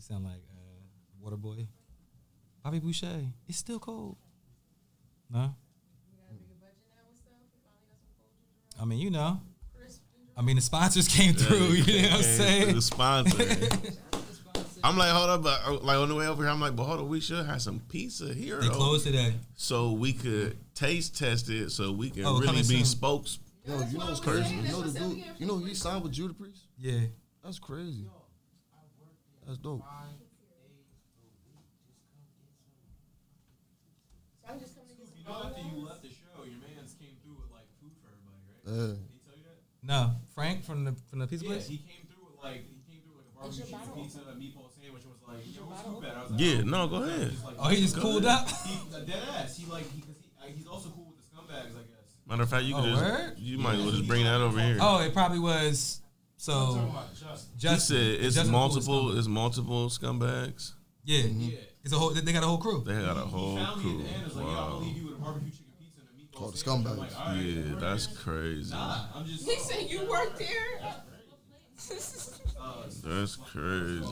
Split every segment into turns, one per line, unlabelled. sound like uh, Waterboy. Bobby Boucher. It's still cold. No. I mean, you know. I mean, the sponsors came through. You know what I'm saying?
The sponsor. I'm like, hold up, but, uh, like on the way over here, I'm like, but hold on, we should have some pizza here,
They closed today.
so we could taste test it, so we can
Oh,
really
coming
be
soon.
spokes.
Yo, you know what's crazy? You know the dude. You know he signed with Judah Priest.
Yeah.
That's crazy. That's dope.
I'm just coming to get
You know, after you left the show, your man's came through with like food for everybody, right?
Uh,
Did he tell you that?
No, Frank from the from the pizza
Yeah,
place.
he came through with like he came through with like a barbecue
your
chicken
bottle.
pizza, a meatball sandwich. and was like, yo, what's food better? I was like,
Yeah,
oh,
no,
food
go
better.
ahead.
Just like-
Oh, he just cooled up.
He a dead ass. He like because he, uh, he's also cool with the scumbags, I guess.
Matter of fact, you could
Oh,
just,
word?
you might as well just bring that over here.
Oh, it probably was. So
he
just
said it's
Justin Cool's
multiple,
company.
it's multiple scumbags.
Yeah,
Yeah.
it's a whole. They got a whole crew.
They had a
He
whole
found me
crew.
at the end. I was like, yo, I'll
Oh, Wow.
leave you with a barbecue chicken pizza and a meatball
Called
sandwich. I'm
scumbags.
like, all right,
Yeah, that's crazy.
Nah, I'm just.
He said you work there.
uh,
That's crazy.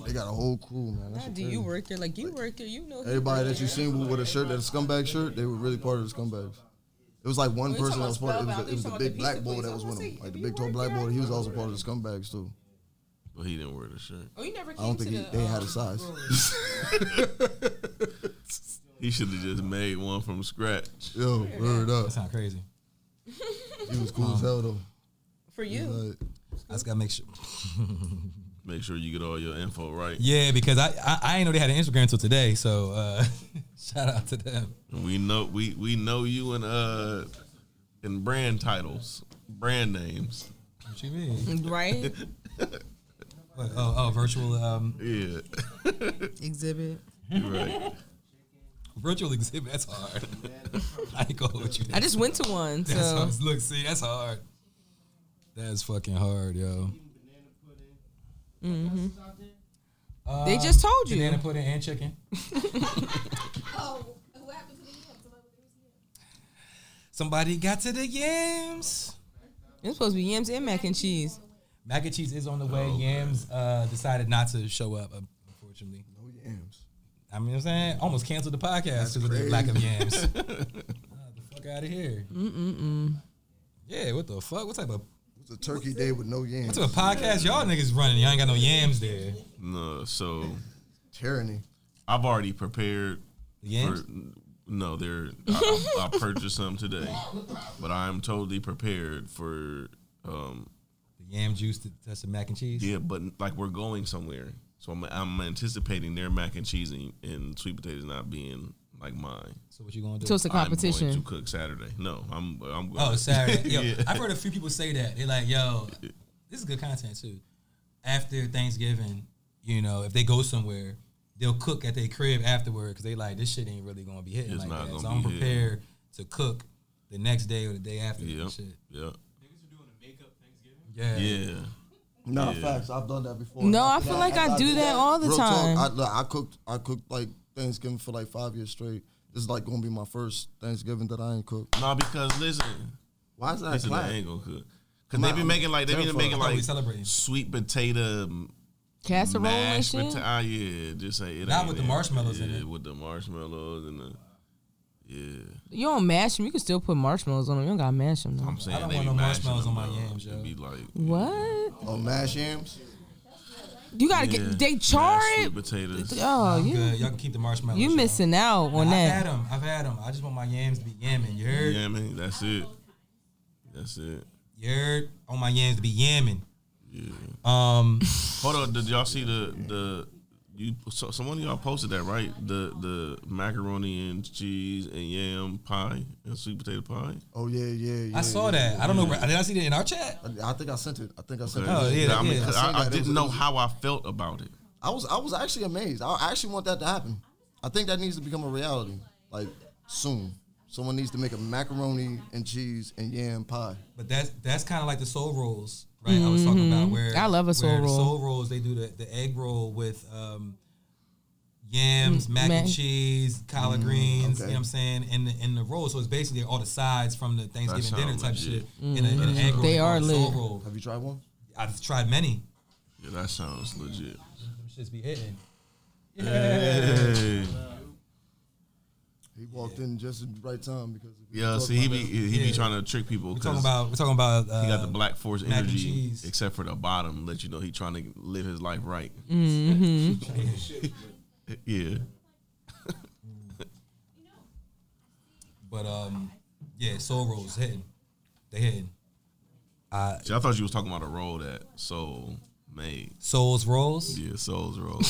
they, they got a whole crew, man. That's
Not
so
do
crazy.
you work there? Like you work there, you know. he
Everybody
work
that you
there.
seen with a shirt, that a scumbag shirt, they were really part of the scumbags. It was like one
Oh, you
person that was
talking
part. It
about
was, a, it was
Spellbound,
the
you
big
talking
black
about
boy
the
that was
pizza
with
place?
him, like the
You
big tall
work
black
there?
boy. He was also part of the scumbags too.
But he didn't wear the shirt.
Oh, you never
I
came
don't
to
think he,
the,
they had
um,
a size.
He should have just made one from scratch.
Yo, word up.
That sound crazy.
He was cool as hell though.
for
He
you.
was like,
I just gotta make sure.
Make sure you get all your info right.
Yeah, because I I, I ain't know they had an Instagram until today. So uh, shout out to them.
We know we we know you in uh in brand titles, brand names.
What you mean?
right?
What, oh oh, virtual um
Yeah,
Exhibit.
you're right.
virtual exhibit. That's hard. I ain't going with you.
I just went to one,
That's
so
hard. look, see, that's hard. That's fucking hard, yo. Uh,
Mm-hmm. they just told you.
banana pudding and chicken.
Oh, what happened to the yams? Somebody was
Somebody got to the yams.
It's supposed to be yams and mac and cheese.
Mac and cheese is on the way. Yams uh, decided not to show up, unfortunately.
no yams.
I mean, what I'm saying almost canceled the podcast because of the
crazy.
lack of yams. Nah, the fuck out of here. Mm-mm-mm. Yeah, what the fuck? What type of
It was a turkey day with no yams.
what type of podcast y'all niggas running? Y'all ain't got no yams there.
No, so
Tyranny.
I've already prepared.
The yams?
For, no, there. I, I, I purchased some today, but I'm totally prepared for. um
The yam juice to touch the mac and cheese.
Yeah, but like we're going somewhere, so I'm I'm anticipating their mac and cheese and, and sweet potatoes not being like mine.
So what you gonna do?
So it's a
I'm going
competition.
to cook Saturday. No, I'm I'm going.
Oh, Saturday. Yo,
Yeah.
I've heard a few people say that. They're like, yo, this is good content too. After Thanksgiving, you know, if they go somewhere, they'll cook at their crib afterward because they like, this shit ain't really going to be hitting
It's
like
not
that.
gonna
So I'm
be hitting.
prepared to cook the next day or the day after
Yeah,
and shit.
yeah,
Niggas are doing a makeup Thanksgiving.
Yeah.
yeah.
Nah, facts. I've done that before.
No, I feel like I do that all the
Real
time.
talk. I, look, I cooked. I cooked like Thanksgiving for like five years straight. This is like gonna be my first Thanksgiving that I ain't cooked.
No, because listen,
Why is that?
listen,
clap?
they ain't gonna cook. Cause they be
I'm
making like they be
terrified.
making
I thought we
like
celebrating.
sweet potato
Casserole and
mashed
shit.
pota- ah, yeah, just say it.
Not
ain't
with the
it.
marshmallows in
Yeah,
it.
With the marshmallows and the yeah,
You don't mash them. You can still put marshmallows on them. You don't gotta mash them. Though.
I'm saying
don't
they
want
be
no
mashing
marshmallows
them
on my
up.
yams,
It
yo.
Be like
What?
Oh, mashed yams.
You gotta
yeah,
get. They char
mashed
it.
sweet potatoes.
Oh,
I'm
you
good. Y'all can keep the marshmallows.
you
y'all.
missing out on
I've
that.
had them. I've had them. I just want my yams to be yamming. You heard?
Yamming, that's it. That's it.
You heard? I want my yams to be yamming.
Yeah.
Um,
Hold on, did y'all see the the you? So, someone of y'all posted that right? The the macaroni and cheese and yam pie and sweet potato pie.
Oh yeah, yeah, yeah.
I saw
yeah.
that. I don't know. Did I see that in our chat?
I, I think I sent it. I think I sent
Oh,
it.
yeah,
I, mean,
yeah.
'cause
I
I,
seen
I
that. It was-
didn't
it
know
was-
how I felt about it.
I was I was actually amazed. I actually want that to happen. I think that needs to become a reality. Like soon. Someone needs to make a macaroni and cheese and yam pie.
But that's that's kind of like the soul rolls, right? I was talking about where
Mm-hmm. I love a soul
where the
roll.
soul rolls they do the, the egg roll with um, yams, mac
mac.
and cheese, collard
Mm,
greens.
okay.
You know what I'm saying? In the in the roll, so it's basically all the sides from the Thanksgiving dinner
sound
type shit.
legit.
In, a, in an egg roll,
Mm-hmm. They
they
are
call it a soul
lit.
roll.
Have you tried one?
I've tried many.
Yeah, that sounds legit.
Them shits be hitting.
Hey.
He walked in just at the right time because. if we
Yeah,
talk
see, he
about
be
that-
he be
Yeah.
trying to trick people
We're talking
because
about we're talking about uh,
he got the black force
mac and
energy,
cheese.
except for the bottom. Let you know he trying to live his life right.
uh,
yeah,
But um, yeah, Soul Rose hitting. They hitting. Uh,
see, I thought you was talking about a role that Soul made.
Souls Rolls.
Yeah, Soul's role.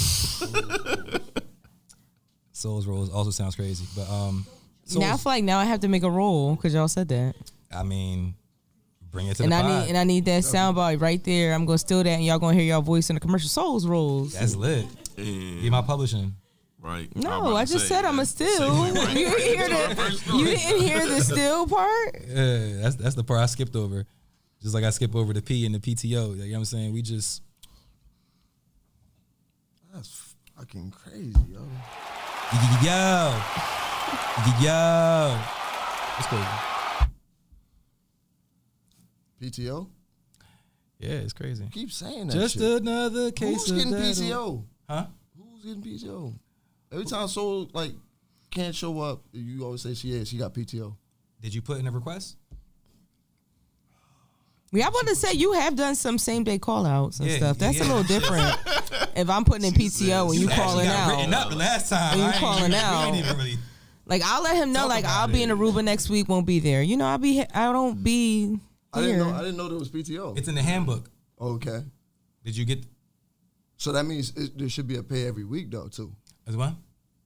Souls Rolls also sounds crazy, but um,
Now I
Souls-
feel like now I have to make a roll because y'all said that,
I mean, bring it to
and
the
I
pod.
need and I need that soundbite right there. I'm gonna steal that, and y'all gonna hear y'all voice in the commercial. Souls rolls.
That's lit.
And-
Get my publishing.
right?
No,
was about
I
to
just
say,
said I'm a
man.
steal.
Segue right
You didn't hear
into our
the
first
you
story.
didn't hear the steal part.
Yeah, that's that's the part I skipped over. Just like I skip over the P and the PTO. Like, you know what I'm saying? We just
That's fucking crazy, yo.
yo yo. That's crazy.
PTO.
Yeah, it's crazy.
Keep saying that.
Just
shit.
another case
Who's getting
of that old-
PTO?
Huh?
Who's getting PTO? Every time Soul like can't show up, you always say she is. She got PTO.
Did you put in a request?
Yeah, I want to say you have done some same day call outs and
Yeah,
stuff. That's
yeah.
a little different. if I'm putting in PTO and you
actually
calling
got
out,
written up the last time.
And you
I ain't
calling
even- we
out.
ain't even really-
like I'll let him know.
Talk
Like
about
I'll be in
it.
Aruba next week. Won't be there. You know, I'll be. I don't be here.
I didn't know. I didn't know there was PTO.
It's in the handbook.
okay,
Did you get
so that means it, there should be a pay every week though too.
as well?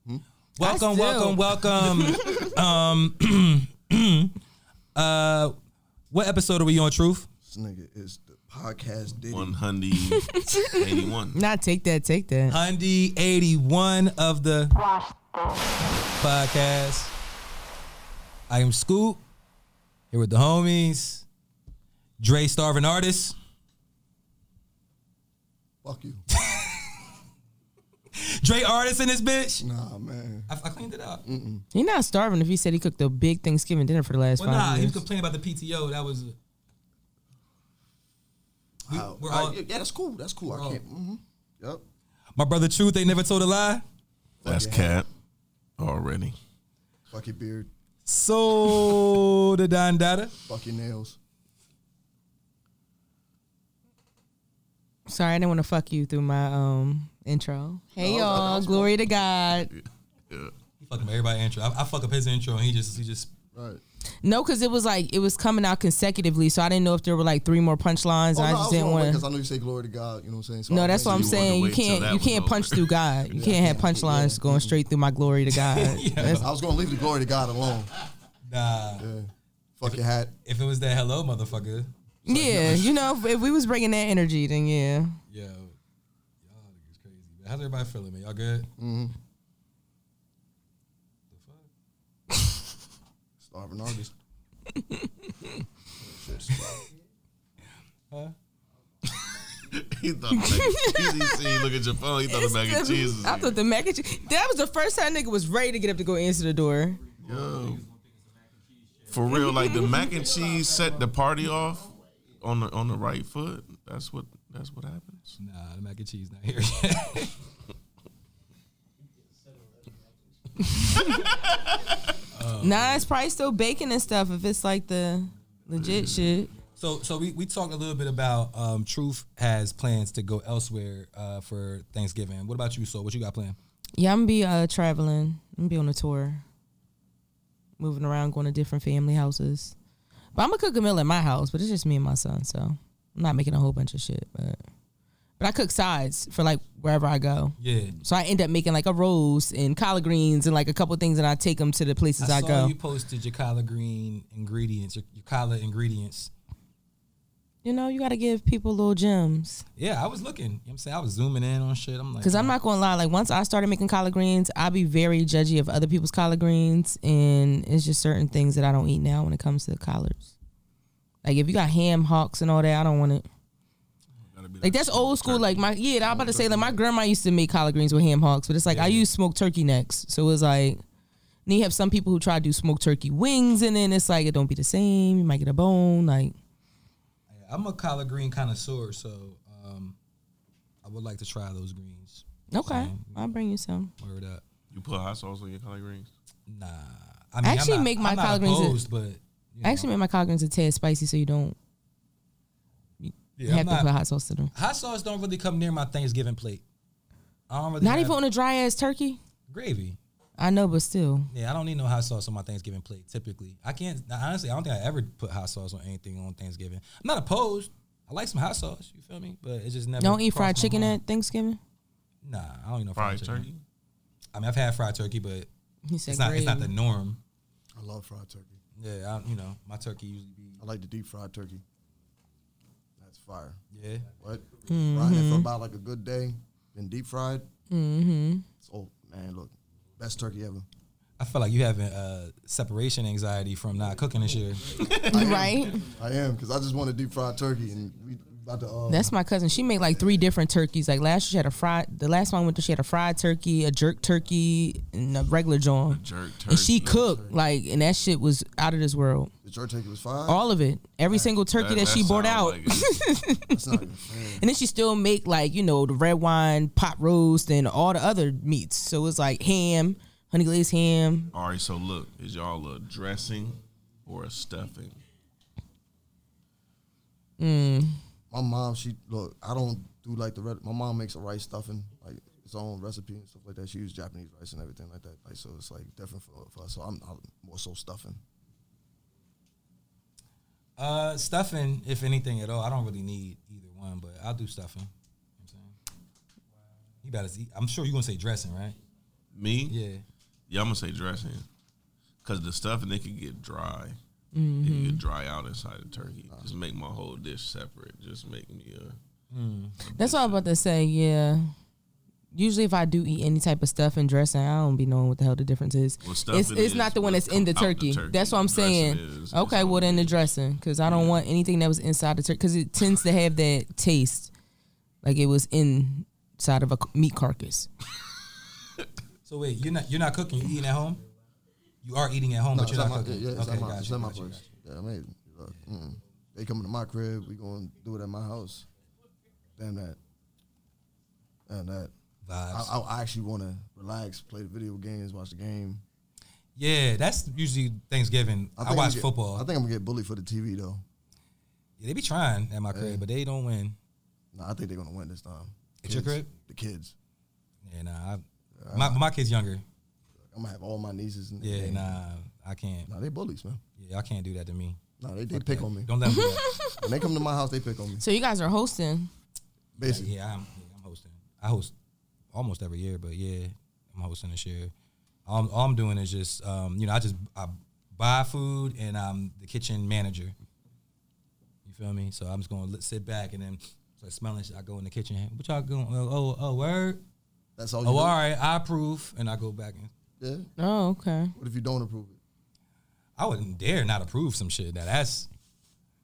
Hmm? I
Welcome,
still-
welcome, welcome. um, uh, what episode are we on, Truth?
This nigga is the podcast diddy.
One hundred eighty-one.
Not take that. Take that.
Hundy 81 of the podcast. I am Scoop here with the homies. Dre Starving Artist.
Fuck you.
Dre Artist in this bitch.
Nah, man.
I, I cleaned it up.
He not starving if he said he cooked a big Thanksgiving dinner for the last
Well,
five
nah, he was
years.
complaining about the PTO. That was. uh, We-
Wow.
we're
I-
all-
yeah, that's cool. That's cool. I can't. Mm-hmm. Yep.
my brother Truth. They never told a lie.
That's cat already.
Fuck your beard.
So the Don Dada.
Fuck your nails.
Sorry, I didn't want to fuck you through my um intro. Hey
No, that- that
y'all,
was
glory to God.
He fuck up everybody intro. I, I fuck up his intro, and he just he just
Right.
No, because it was like it was coming out consecutively, so I didn't know if there were like three more
Oh,
punchlines. and I just didn't want
because
to.
Oh, I know you say glory to God. You know what I'm saying? So
No,
I
that's what I'm
waited.
wanted to
saying. You
wait till
can't
that
you
was
can't punch
over.
through God. You can't have punchlines going straight through my glory to God. That's-
I was gonna leave the glory to God alone.
nah.
Yeah. Fuck your hat.
If it was that hello motherfucker,
yeah, you know, if, if we was bringing that energy, then yeah.
yo, y'all niggas crazy. Man. How's everybody feeling, man? Y'all good?
Starving artist.
He thought mac and cheese. He look at your phone. He thought the mac and cheese. Was
I thought the mac and cheese. That was the first time nigga was ready to get up to go answer the door.
Yo. For real, like the mac and cheese set the party off on the on the right foot. That's what that's what happens.
Nah, the mac and cheese not here yet.
Oh,
Nah, it's probably still baking and stuff. If it's like the legit shit.
so, so we, we talked a little bit about um, Truth has plans to go elsewhere uh, for Thanksgiving. What about you, Soul? What you got planned?
Yeah, I'm gonna be uh, traveling. I'm gonna be on a tour, moving around, going to different family houses. But I'm gonna cook a meal at my house, but it's just me and my son, so I'm not making a whole bunch of shit. But but I cook sides for like wherever I go.
Yeah,
So I end up making like a roast and collard greens and like a couple things, and I take them to the places I,
saw
go.
you
You,
posted your collard green ingredients, your, your collard ingredients.
know, you gotta give people little gems.
Yeah, I was looking. You know what I'm saying I was zooming in on shit. I'm like,
Cause I'm not gonna lie, like once I started making collard greens, I be very judgy of other people's collard greens, and it's just certain things that I don't eat now when it comes to collards. Like if you got ham hocks and all that, I don't want it.
Gotta be
Like that's old school. Like my yeah, I'm about to say like my grandma used to make collard greens with ham hocks, but it's like I use smoked turkey necks, so it's like. And you have some people who try to do smoked turkey wings, and then it's like it don't be the same. You might get a bone, like
I'm a collard green connoisseur, so um, I would like to try those greens.
Okay,
Same.
I'll bring you some.
Word up.
You put hot sauce on your collard greens.
Nah. I mean,
actually
I'm not,
make my
I'm not
collard greens a-
opposed, but you
I actually
know.
made my collard greens a tad spicy, so you don't
Yeah, I'm
have to
not-
put hot sauce to them.
hot sauce don't really come near my Thanksgiving plate. I don't really
Not
have
even on a dry ass turkey.
gravy.
I know, but still,
Yeah, I don't need no hot sauce on my Thanksgiving plate. Typically, I can't. Honestly, I don't think I ever put hot sauce on anything on Thanksgiving. I'm not opposed. I like some hot sauce. You feel me? But it just never.
don't eat
crossed
fried
my
chicken
mind.
at Thanksgiving.
Nah, I don't eat no fried,
Fried
chicken.
turkey.
I mean, I've had fried turkey, but
He said,
it's not. It's not the
gravy.
norm.
I love fried turkey.
Yeah, I, you know, my turkey usually be.
I like the deep fried turkey. That's fire.
Yeah,
What?
Mm-hmm.
Frying it for about like a good day, then deep fried. Mm-hmm. Oh man, look, best turkey ever.
I feel like you having uh, separation anxiety from not cooking this year.
right.
I am because I just want a deep fried turkey, and we about to. Uh,
That's my cousin. She made like three different turkeys. Like last year, she had a fried. The last one I went to, she had a fried turkey, a jerk turkey, and a regular John.
Jerk turkey.
And she cooked like, and that shit was out of this world.
the jerk turkey was fire.
All of it, every single turkey that, she
sound
bought out.
like it.
That's not even fair.
and then she still make like you know the red wine pot roast and all the other meats. So it's like ham, honey glazed ham.
All right, so look, is y'all a dressing or a stuffing?
My mom, she look. I don't do like the red. My mom makes a rice stuffing, like its own recipe and stuff like that. She uses Japanese rice and everything like that. Like so, it's like different for, for us. So I'm, I'm more so stuffing.
Uh, stuffing, if anything at all. I don't really need either one, but I'll do stuffing. You know what I'm saying? You better see. I'm sure you're gonna say dressing, right?
Me?
Yeah.
Yeah, I'm gonna say dressing, cause the stuffing they can get dry. It
Mm-hmm.
can get dry out inside the turkey. Just make my whole dish separate. Just make me a.
That's what I'm about to say. Yeah. Usually, if I do eat any type of stuff and dressing, I don't be knowing what the hell the difference is.
Well,
it's
stuffing
it's
is
not the one
what
that's in the
come out the
turkey.
turkey.
That's what I'm
Dressing
saying.
is-
okay,
is
well
what
then the
it is.
dressing, because I don't want anything that was inside the turkey, because it tends to have that taste, like it was inside of a c- meat carcass.
So wait, you're not you're not cooking. You're eating at home. You are eating at home,
No,
but
Oh, it's
you're
not
not,
my, yeah,
cooking.
yeah, it's
okay,
not my,
gotcha,
it's not my
gotcha,
place.
gotcha.
Yeah, I mean, look, mm, they coming to my crib. We going to do it at my house. Damn that. Damn that. I,
Vibes.
I, I actually want to relax, play the video games, watch the game.
Yeah, that's usually Thanksgiving. I,
think I'm
watch
get-
football.
I think I'm gonna get bullied for the TV though.
yeah, they be trying at my crib,
Yeah.
but they don't win.
No, I think they're gonna win this time.
At your
Kids,
crib?
The kids.
Yeah, nah. I,
Uh-huh.
my my kid's younger.
I'm gonna have all my nieces. And
Yeah,
and-
nah. I can't.
Nah, they bullies, man.
Yeah, I can't do that to me.
Nah, they, they pick on me.
Don't let me. Do that.
When they come to my house, they pick on me.
So you guys are hosting.
Basically,
Yeah, I'm, yeah, I'm hosting. I host almost every year, but yeah, I'm hosting this year. Um, all I'm doing is just, um, you know, I just I buy food and I'm the kitchen manager. You feel me? So I'm just gonna li- sit back and then start smelling. Shit. I go in the kitchen. What y'all going? Oh, oh, oh word.
that's all. You
Oh,
do?
all right. I approve, and I go back and
Yeah.
Oh, okay.
What if you don't approve it?
I wouldn't dare not approve some shit. Now that's,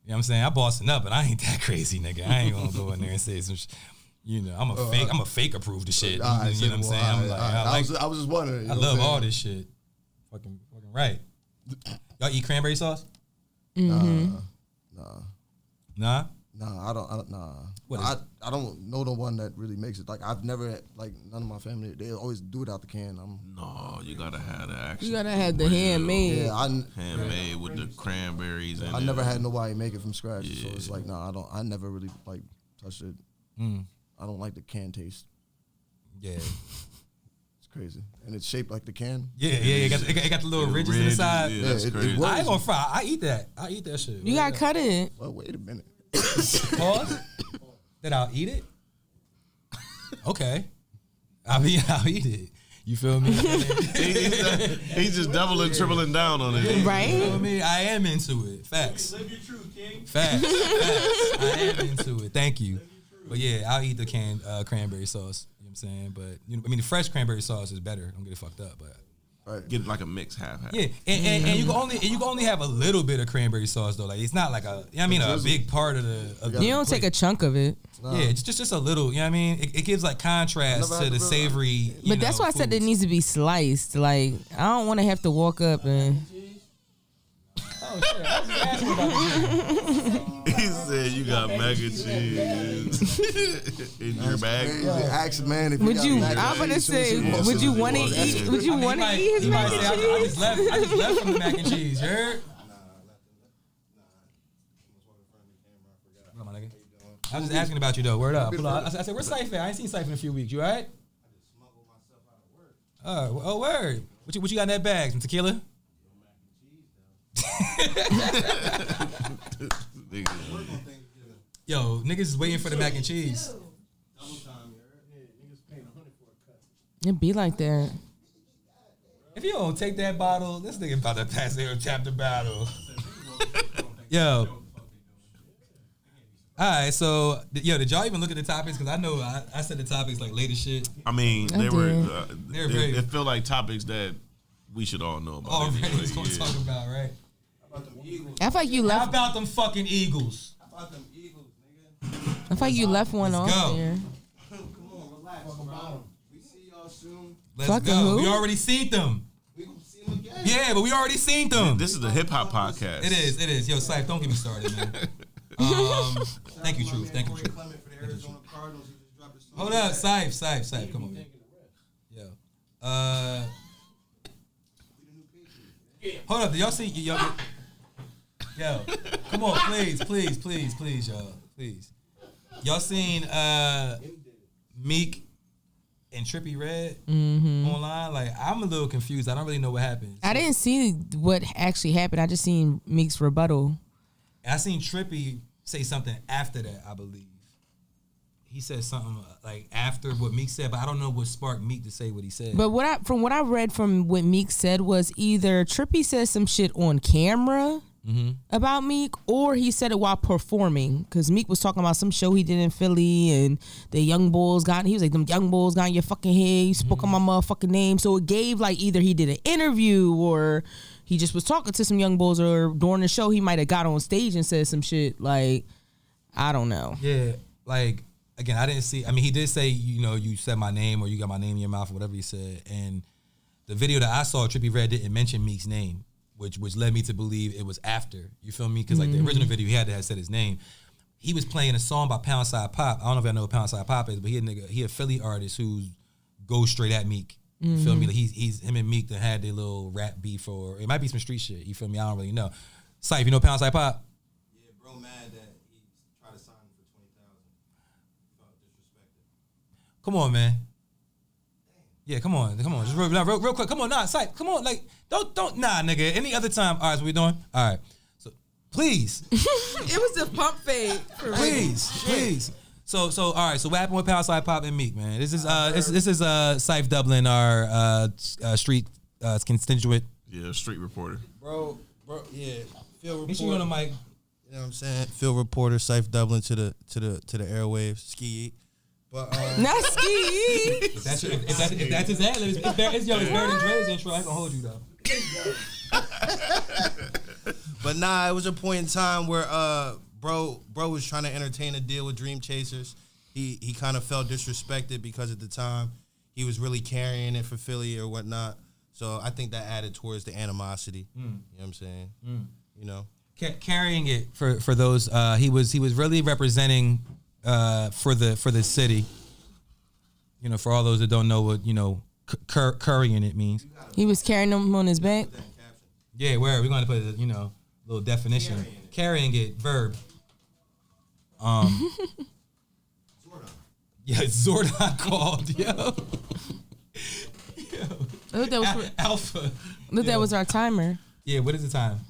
you know what I'm saying? I'm bossing up, but I ain't that crazy, nigga. I ain't gonna go in there and say some shit. You know, I'm a
Uh,
fake. I'm a fake approve the shit.
All right,
you know what I'm
well,
saying?
all
I'm
right,
like,
all right.
I,
I
like,
was, I was just wondering. you
I
know what
love
I'm
all
saying?
this shit. Fucking, fucking right. Y'all eat cranberry sauce?
Mm-hmm.
Nah,
Nah.
Uh, nah, I don't. I don't nah,
What
I,
is
I don't know the one that really makes it. Like I've never had, like none of my family. They always do it out the can. I'm
No, you gotta have the action.
You gotta have the handmade.
yeah. I n-
handmade with the cranberries. And
I never
it.
had nobody make it from scratch. So it's like nah, I don't. I never really like touched it. I don't like the can taste.
Mm, Yeah.
It's crazy, and it's shaped like the can.
Yeah, yeah, yeah. It got, the- it got, it got the little
The
ridges in the
ridges,
side.
Yeah, that's
Yeah, it- it
crazy.
works.
I ain't gonna fry. I eat that. I eat that shit.
You gotta cut it.
Well, wait a minute.
pause. That I'll eat it. Okay. I mean, I'll eat it. You feel me?
He- he's, just- he's just doubling, tripling down on it.
You know what I
Right?
mean? I am into it. Facts.
Live your truth, King.
Facts. Facts. I am into it. Thank you. But yeah, I'll eat the canned uh, cranberry sauce. You know what I'm saying? But you know, I mean, the fresh cranberry sauce is better. Don't get it fucked up. But
Right.
Get it like a mix half half.
yeah, and, and, and you can only and you can only have a little bit of cranberry sauce though. Like it's not like a. I mean, a big part of the. Of the
You don't take a
plate.
chunk of it.
Yeah, it's just just a little. You know what I mean? It, it gives like contrast to
never
the
had the real-
savory. you
But that's
know,
why I said it
foods.
needs to be sliced. Like I don't want to have to walk up and
he said said you got mac and cheese in your bag.
Crazy. Ask a man if he
Would
got
you?
mac and
I'm gonna
cheese,
say,
soon
yeah.
as he
would
walks
you
in the
want to
door, that's
eat?
it.
Would you want to
might-
eat his
he might
mac and
say, I, I
cheese?
just left. I just left from the mac and cheese. You heard? What up, my nigga? I was just asking about you though. Word up. Pull up. I, said- I said, "Where's Siphon? I ain't seen Siphon in a few weeks. You all right?" Uh, w- oh, word. What you, what you got in that bag? Some tequila?
Nigga.
Yo, niggas is waiting for the mac and cheese.
It'd be like that.
If you don't take that bottle, this nigga about to pass there and tap the bottle. yo. All right, so th- yo, did y'all even look at the topics? Because I know I, I said the topics like later shit.
I mean, they were.
did.
Uh,
They're
it,
very-
it felt like topics that we should all know about.
Already,
anyway,
it's gonna
yeah.
talk about right.
I feel like you
How
left.
about them fucking Eagles?
I feel like you left one
Let's
off
go.
there.
Let's
Fucking
go.
who?
We already seen them. Yeah, but we already seen them.
This is the hip hop podcast.
It is. It is. Yo, Syfe, don't get me started, man. um, thank you, Truth. Thank you, Truth. Hold up, Syfe, Syfe, Syfe. Come on, man. Yo. Uh, hold up. Did y'all see? Yo, yo, yo, come on, please, please, please, please, y'all. Please. Y'all seen uh, Meek and Trippy Red online? Like, I'm a little confused. I don't really know what happened.
I didn't see what actually happened. I just seen Meek's rebuttal.
And I seen Trippy say something after that, I believe. He said something uh, like after what Meek said, but I don't know what sparked Meek to say what he said.
But what I from what I read from what Meek said was either Trippy said some shit on camera about Meek, or he said it while performing. Because Meek was talking about some show he did in Philly, and the young bulls got. He was like, "Them young bulls got in your fucking head. You spoke on my motherfucking name." So it gave like either he did an interview or he just was talking to some young bulls, or during the show he might have got on stage and said some shit like, I don't know.
yeah, like again, I didn't see. I mean, he did say, you know, you said my name or you got my name in your mouth or whatever he said. And the video that I saw, Trippy Red didn't mention Meek's name, which which led me to believe it was after. You feel me? Because like the original video, he had to have said his name. He was playing a song by Pound Side Pop. I don't know if y'all know what Pound Side Pop is, but he a nigga, he a Philly artist who goes straight at Meek. You feel me? Like he's he's him and Meek that had their little rap beef or it might be some street shit. You feel me? I don't really know. Syfe, you know Pound Side Pop?
bro, mad that he tried to sign him for twenty thousand. Felt disrespected.
Come on, man. Yeah, come on, come on, just real, nah, real, real quick. Come on, nah, sight. Come on, like, don't, don't, nah, nigga. Any other time? All right, so we doing? All right, so please,
It was the pump fade.
please, please. So, so, all right. So, what happened with Pound Side Pop and Meek, man? This is, uh, this, this is, uh, Syfe Dublin, our uh, s- uh street uh, constituent.
Yeah, street reporter.
Bro, bro, yeah. Phil
Make sure you on the
You
mic.
know what I'm saying? Field reporter, safe Dublin to the to the to the airwaves. Ski. But um,
Not ski.
If that's, your, if, if that's, if that's his ad, it's, it's, Bar- it's, yo, it's Bird and Dre's intro. I ain't gonna hold you though.
but nah, it was a point in time where uh bro bro was trying to entertain a deal with Dream Chasers. He he kind of felt disrespected because at the time he was really carrying it for Philly or whatnot. So I think that added towards the animosity. You know what I'm saying?
Mm.
You know?
ca- carrying it for for those. Uh, he was he was really representing uh, for the for the city. You know, for all those that don't know what you know, c- cur- currying it means.
He was carrying them on his back.
Yeah, where we're going to put a you know little definition. Carrying it, verb. Um. yeah, Zordon called. Yo,
I thought that was,
Al- Alpha.
I thought that was our timer.
Yeah, what is the time?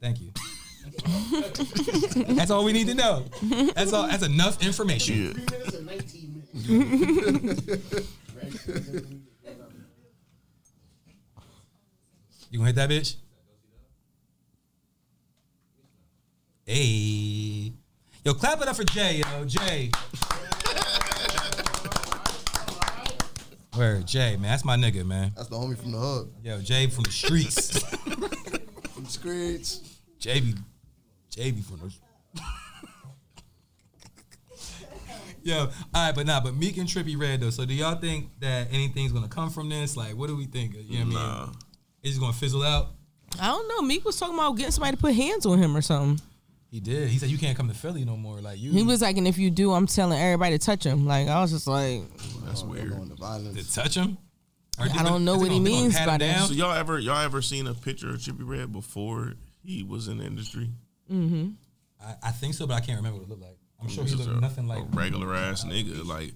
Thank you. that's all we need to know. That's all. That's enough information.
Yeah.
You gonna hit that bitch? Hey, yo, clap it up for Jay, yo, Jay. Where Jay, man? That's my nigga, man.
That's the homie from the hood.
Yo, Jay from the streets.
From Screech.
Jay be, Jay be from the. Yo, all right, but nah, but Meek and Trippy Red though. So, do y'all think that anything's gonna come from this? Like, what do we think? You know what I mean?
Nah.
It's just gonna fizzle out.
I don't know. Meek was talking about getting somebody to put hands on him or something.
He did. He said you can't come to Philly no more. Like you,
He was like, and if you do, I'm telling everybody to touch him. Like I was just like,
That's weird.
on the violence.
to touch him. Or
I
they
don't
gonna-
know
they
what he
gonna- they gonna
means
pat
by
him
that.
down?
So y'all ever y'all ever seen a picture of Chippy Red before he was in the industry?
I, I think so, but I can't remember what it looked like. I'm sure he
Just
looked
a-
nothing like
a regular ass nigga. Like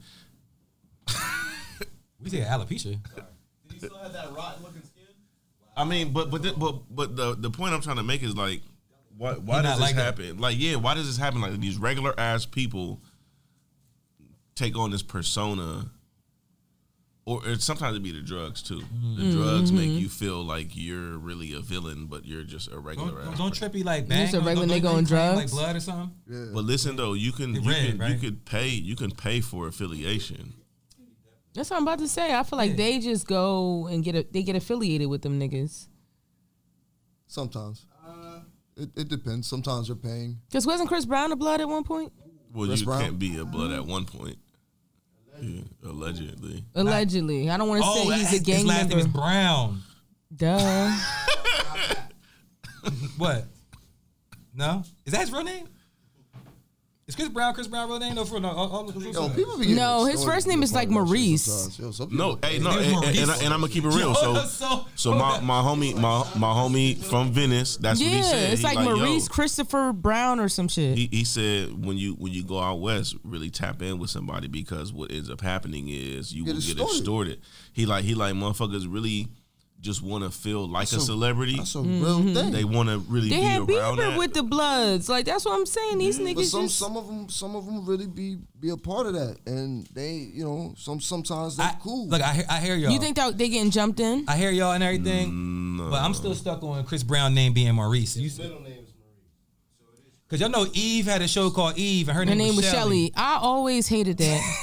we say alopecia.
Did he still have that rotten looking skin?
I mean, but but th- but but the the point I'm trying to make is like, why why
He not
does this
like that.
happen? Like, yeah, why does this happen? Like these regular ass people take on this persona, or it's sometimes it be the drugs too.
Mm-hmm.
The drugs make you feel like you're really a villain, but you're just a regular
Don't,
ass.
don't, don't
person.
trippy like bang.
a
don't-
regular
don't-
nigga
don't
on
claim, Like
drugs?
blood or something.
But listen though, you can you
red,
can you
right?
could pay you can pay for affiliation.
that's what I'm about to say. I feel like they just go and get a, they get affiliated with them niggas.
Sometimes. Uh, it, it depends. Sometimes you're paying.
Cause wasn't Chris Brown a blood at one point?
Well,
Chris
you
Brown?
can't be a blood at one point, yeah, allegedly.
Allegedly, I don't want to
Oh,
say he's a
his
gang
last name
member.
is Brown.
Duh.
What? No, is that his real name? Is Chris Brown Chris Brown real name? No, for no. I'll, I'll,
Yo, people be getting
No, his
extorted
first name is,
for
like,
that shit
Maurice.
sometimes. Yo, some people-
No, hey, no,
They
and,
were
and, and, I,
racist.
am gonna keep it real.
Yo,
So,
that's so-
so my, my homie, my my homie from Venice, that's what
yeah,
he said.
it's
He
like,
yo,
Maurice Christopher Brown or some shit.
he, he said when you when you go out west, really tap in with somebody because what ends up happening is you
Get
will get
extorted.
extorted. He like he like motherfuckers really just want to feel like a
a-
celebrity.
That's a
Mm-hmm.
real thing.
They want to really
they
be
had
around
Bieber
that.
with the Bloods. Like that's what I'm saying. These
But
niggas
some
just
some of them some of them really be be a part of that, and they you know some sometimes they're
I,
cool.
Look, I, hear- I hear y'all.
you think that they getting jumped in?
I hear y'all and everything, but I'm still stuck on Chris Brown name being Maurice. You said, Cause y'all know Eve had a show called Eve, and her,
Her name was Shelly. I always hated that.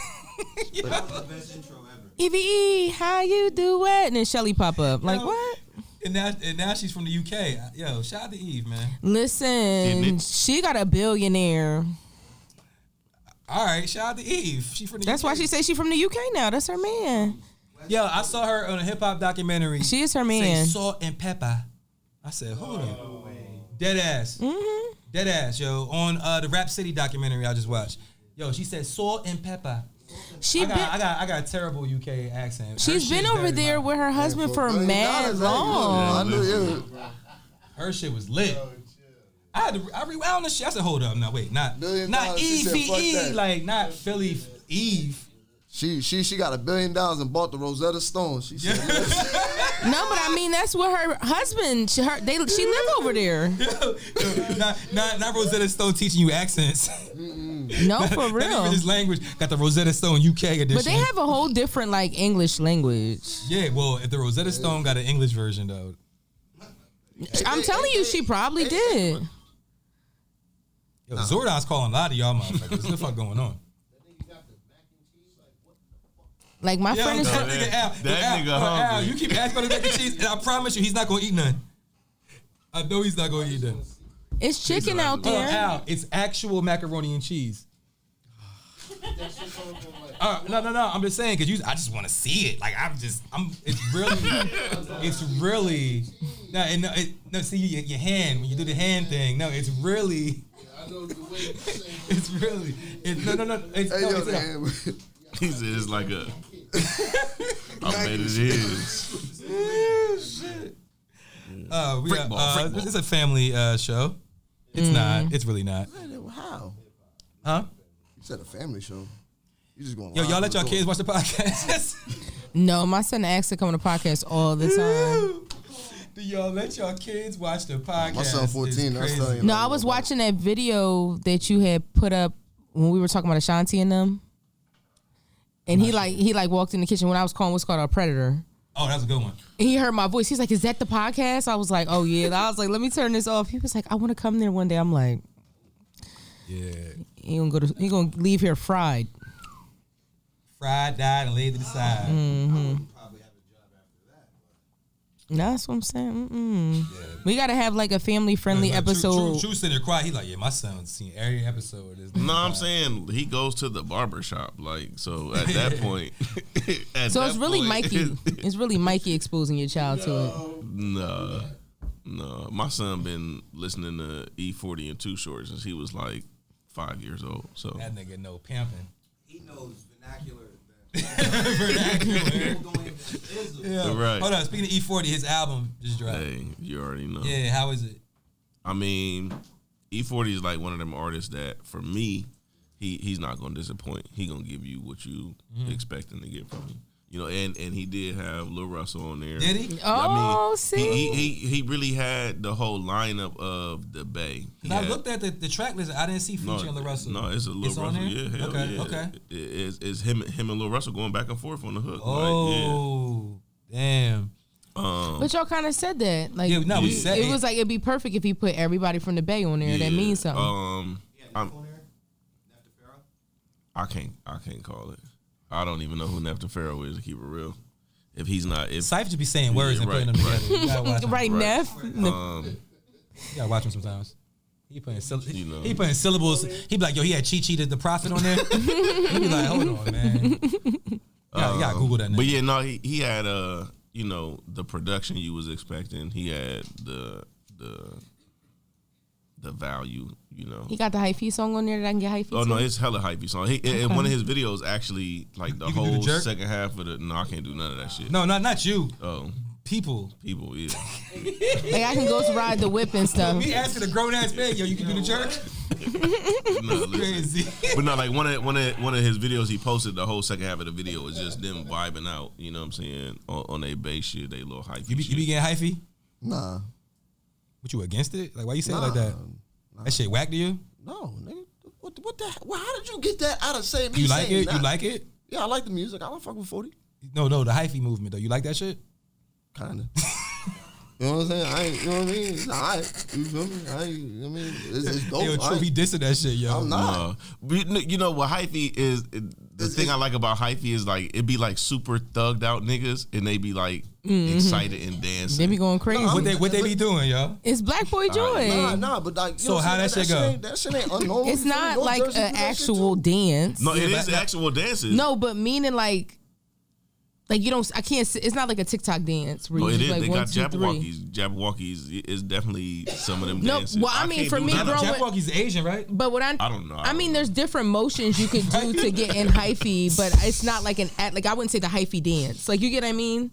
The best intro ever.
Eve, E how you do it? And then Shelly pop up. Like
Yo.
what?
And now, and now she's from the UK. Yo, shout out to Eve, man.
Listen,
it?
she got a billionaire.
All right, shout out to Eve. She from the
That's
UK.
why she say she from the UK now. That's her man.
Yo, I saw her on a hip hop documentary.
She is her
say
man.
salt and pepper. I said, hold on. Dead ass.
Mm-hmm.
Dead ass, yo. On uh, the Rap City documentary I just watched. Yo, she said salt and pepper.
She
I
been,
got, I got, I got a terrible UK accent. Her
she's been
shit's
over
very
there
loud.
with her husband for
I mean,
mad
dollars, hey,
long.
look, I knew, yeah,
Her shit was lit.
Oh,
I had to, I rewound the shit. I said, hold up, now wait, not
Billion
not
dollars, she
Eve,
said, fuck that.
like not Philly Eve.
she she she got a billion dollars and bought the Rosetta Stone. She said,
No, but I mean that's what her husband. She, her, they she live over there.
not, not not Rosetta Stone teaching you accents.
No, for
Not even
real.
This language got the Rosetta Stone UK edition.
But they have a whole different like English language.
yeah. Well, if the Rosetta Stone got an English version though,
I'm telling you, she probably did.
Yo, Zordon's calling a lot of y'all motherfuckers. what the fuck going on?
Like my
Yeah,
friend
I'm
is.
telling
that-
nigga Al.
that
Al,
nigga
yo, Al,
hungry.
you keep asking for the mac and cheese, and I promise you, he's not gonna eat none. I know he's not gonna eat none.
It's chicken out
Oh,
there.
Al, it's actual macaroni and cheese. All right, no, no, no. I'm just saying because you. I just want to see it. Like I'm just. I'm. It's really. it's really. No, and no, it, no. See your, your hand when you do the hand thing. No, it's really. It's really. It, no, no, no. It's,
"Hey
no,
yo,
it's, no.
man,
He said it's like a. I bet it is.
Uh, we
Freak
are,
ball,
uh,
freak ball.
it's a family uh, show. It's
Mm.
not. It's really not.
how?"
Huh?
You said a family show. You just going.
Yo,
live
y'all
to
let
the
y'all
door.
kids watch the podcast.
No, my son asks to come on the podcast all the time.
Do y'all let y'all kids watch the podcast?
My son
It's
14. That's
crazy.
telling you.
No, I was watching that video that you had put up when we were talking about Ashanti and them. And he like he like walked in the kitchen when I was calling what's called a predator.
Oh, that's a good one.
And he heard my voice. He's like, "Is that the podcast?" I was like, "Oh yeah." And I was like, "Let me turn this off." He was like, "I want to come there one day." I'm like,
Yeah.
"He gonna go to, he gonna leave here fried."
Fried, died, and laid to the
Mm.
side.
Mm.
No, That's what I'm saying. Mm-mm. We gotta have like a family friendly episode.
True, sitting there quiet. He's like, yeah, my son's seen every episode. Of this
No, I'm saying he goes to the barber shop. Like so, at that point, at
So
that
it's really
point,
Mikey. it's really Mikey exposing your child to it.
Nah. No, my son been listening to E forty and Two Short since he was like five years old. So
That nigga no pimping.
He knows vernacular. vernacular. People don't even fizzle.
Yeah.
Right.
Hold on. Speaking of E40, his album just dropped.
hey, you already know.
Yeah. How is it?
I mean, E forty is like one of them artists that for me, he he's not gonna disappoint. He gonna give you what you expecting to get from him. You know, and and he did have Lil Russell on there.
Did he?
Oh, see.
He, he he he really had the whole lineup of the Bay. He
Cause I
had-
looked at the, the track list. I didn't see
no,
featuring Lil Russell.
No, it's a Lil
It's
Russell.
on there?
Yeah, hell
Okay,
yeah.
okay.
It- it's, it's him him and Lil Russell going back and forth on the hook.
Oh, damn.
like, yeah. um,
But y'all kind of said that, like,
Yeah, no, we said
it
it.
was like it'd be perfect if he put everybody from the Bay on there.
yeah,
That means something.
Um,
Yeah,
I'm,
on there. After Pharaoh.
I can't I can't call it. I don't even know who Nepta Pharaoh is to keep it real. If he's not, if
Cypher just be saying words
Yeah,
and putting
right,
them together. You gotta watch him.
right, Neff.
um,
You gotta watch him sometimes. He putting syll-
You know.
he putting syllables. He be like, yo, he had Chi Chi the, the prophet on there. he be like, hold on, man. You gotta, you gotta Google that.
Um, But
nigga.
yeah, no, he, he had uh, you know, the production you was expecting. He had the the the value, you know.
He got the hyphy song on there that I can get hyphy.
Oh
to?
no, it's hella hypey song. He, and- And one of his videos actually like the
You can do the
whole
jerk?
second half of the. No, I can't do none of that shit.
No, not not you.
Oh,
People.
people, yeah.
like I can go ride the whip and stuff.
Me asking a grown ass man, yo, you can do the jerk.
No, listen.
Crazy.
But no, like one of one of one of his videos, he posted the whole second half of the video was just them vibing out. You know what I'm saying? On, on their bass shit, they little hypey.
You be, you be
shit.
getting hyphy?
Nah,
But you against it? Like why you say it like
Nah,
that? That shit whack to you?
no, nigga. What, what the? Well, how did you get that out of saying? Me
You like
saying
it? You
that?
like it?
Yeah, I like the music. I don't fuck with forty.
No, no, the hyphy movement though. You like that shit?
Kinda. you know what I'm saying? I ain't, you know what I mean? It's all right. You feel me? I ain't, you know what I mean? It's, it's dope.
yo,
I
True,
ain't-
he dissing that shit, yo.
I'm not.
No. But you kn- you know what hyphy is the thing I like about hyphy is like it be like super thugged out niggas and they be like excited and
They
dancing.
be going crazy.
What Mm-hmm. they what they be doing, yo?
it's Black Boy Joy.
Nah, nah, but like, you
So
know what
how
I'm
that
saying?
shit go?
Ain't, that shit ain't unknown. You
it's
feel me?
not
North
like
Jersey do
an
that shit too.
actual dance.
no, it
Yeah,
is
but-
actual dances.
No, but meaning like, like you don't. I can't. s- It's not like a TikTok dance where
No,
you
it
just
is.
like
they
one,
got
two, three.
Jabberwockies. Jabberwockies is definitely some of them
No,
dances.
well, I mean,
can't
for
do
me,
none of
growing-
them.
Jabberwocky's Asian, right?
But what I,
I don't know. I
I
don't
mean,
know.
there's different motions you could do to get in hyphy, but it's not like an at. Like I wouldn't say the hyphy dance. Like you get what I mean?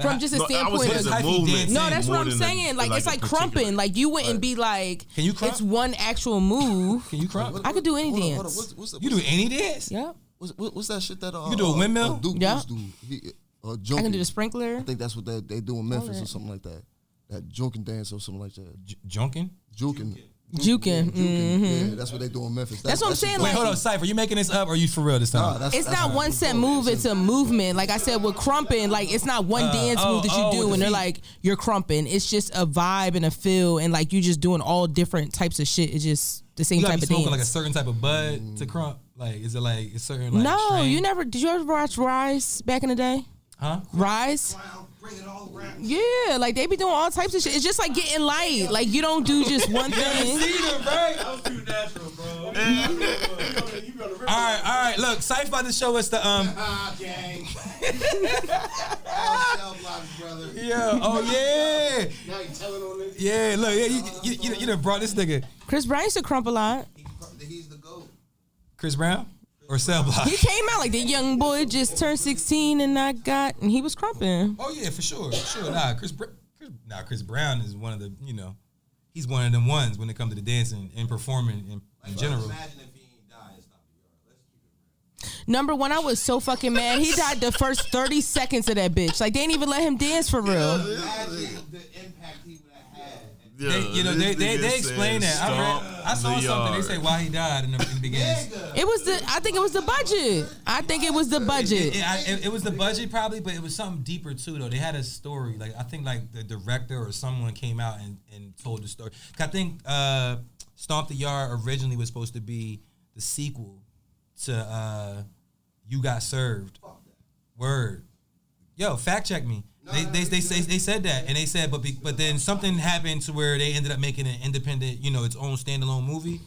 From just a
No, I was
standpoint
saying
of
it's a
hyphy
movement.
dancing.
No, that's what
more
I'm
than a-
saying. like, it's
a
like
particular-
crumping. Like you wouldn't be like,
Can you crump?
It's one actual move.
Can you crump?
What-
I could do any
hold on, hold on.
dance.
What's- what's the-
You do any dance?
yep,
What's, what- what's that shit that uh,
You can do a
uh,
windmill?
Uh, Duke
Yeah.
used to do. He, uh,
I can
junkin'.
do the sprinkler.
I think that's what they, they do in Memphis or
Alright.
something like that. That junkin dance or something like that.
J- junkin?
Juking.
Juking.
Juking. Yeah, that's what they do in Memphis.
Mm-hmm. That's what I'm saying,
Wait,
Like-
hold on, Cypher, you making this up or you for real this time?
Nah, that's-
It's
that's
not
how
one
it
set
goes.
move, it's a movement. Like I said, with crumping, like it's not one dance
oh,
move that you
oh, with
do
the
and they're
feet.
like, you're crumping. It's just a vibe and a feel and like you just doing all different types of shit. It's just the same
you gotta
type
be
of
smoking
dance.
like a certain type of bud to crump. Like, is it like a certain like
no,
strain?
you never did you ever watch Rise back in the day?
Huh?
Rise?
Wow, bring it all around.
Yeah, like they be doing all types of shit. It's just like getting light. Like you don't do just one thing.
That was too natural, bro. I mean, you gotta remember.
All right, all right. Look, Cypher about to show us the um.
Ah, gang. All cell blocks, brother.
Yeah. Oh yeah.
Now you telling on this.
Yeah. Look. Yeah. You you, you, you done brought this nigga
Chris Brown used to crump a lot.
He pro- He's the goat.
Chris Brown or Cell Block.
He came out like the young boy just turned 16 and I got and he was crumping.
Oh yeah, for sure. for Sure. Nah. Chris. Br- Chris nah. Chris Brown is one of the you know, he's one of them ones when it comes to the dancing and performing in, in general.
Imagine if he ain't die and stop the yard. Let's keep it
Number one, I was so fucking mad. He died the first 30 seconds of that bitch. Like, they didn't even let him dance for real.
real. Imagine the impact he would have had.
Yeah,
They, you know they,
this
they,
nigga
they explain
said,
that. I, read,
"Stomp
I saw
the
something. They
yard."
say why he died in the, in the beginning.
Nigga.
It was the, I think it was the budget. I think it was the budget.
It, I, it, it was the budget probably, but it was something deeper too. Though they had a story. Like I think like the director or someone came out and, and told the story. 'Cause I think uh, Stomp the Yard originally was supposed to be the sequel to uh, You Got Served. Word. Yo, fact check me. They, they, they, say they said that, and they said, but be, but then something happened to where they ended up making an independent, you know, its own standalone movie,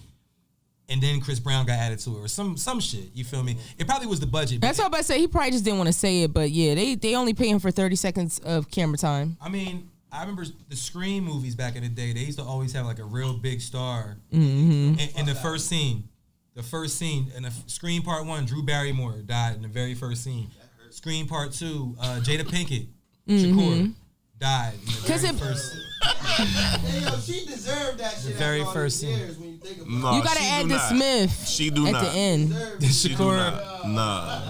and then Chris Brown got added to it, or some some shit. You feel me? It probably was the budget. but
That's what I'm about to say. He probably just didn't want to say it, but yeah, they, they only pay him for 30 seconds of camera time.
I mean, I remember the Scream movies back in the day. They used to always have like a real big star
Mm-hmm.
in, in the first scene. The first scene in the f- Scream Part One, Drew Barrymore died in the very first scene. Scream Part Two, uh, Jada Pinkett Shakur died in the
Mm-hmm. Cause
very
it-
first.
Damn, she deserved that shit.
very
after all
first
these
scene.
years When you think about
Nah,
you gotta
Oh, she do
add the
not.
Smith
She do
at
not.
the end.
it.
She do
Shakur
not.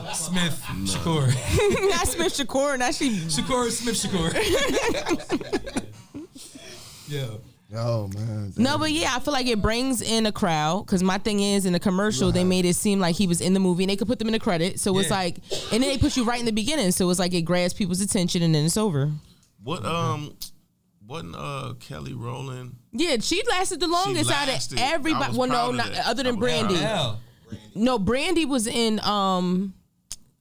Nah.
Smith Shakur.
not Smith Shakur, not she.
Shakur Smith Shakur. yeah.
Yo, man.
No, but yeah, I feel like it brings in a crowd because my thing is in the commercial they made it seem like he was in the movie and they could put them in the credit, so it's
Yeah.
like, and then they put you right in the beginning, so it's like it grabs people's attention and then it's over.
What um wasn't uh Kelly Rowland?
Yeah, she lasted the longest
lasted.
out of
I
everybody.
was
Well, no,
proud of
not,
that.
other
I
than
was proud of
Brandy.
that.
Hell.
No, Brandy was in. Um,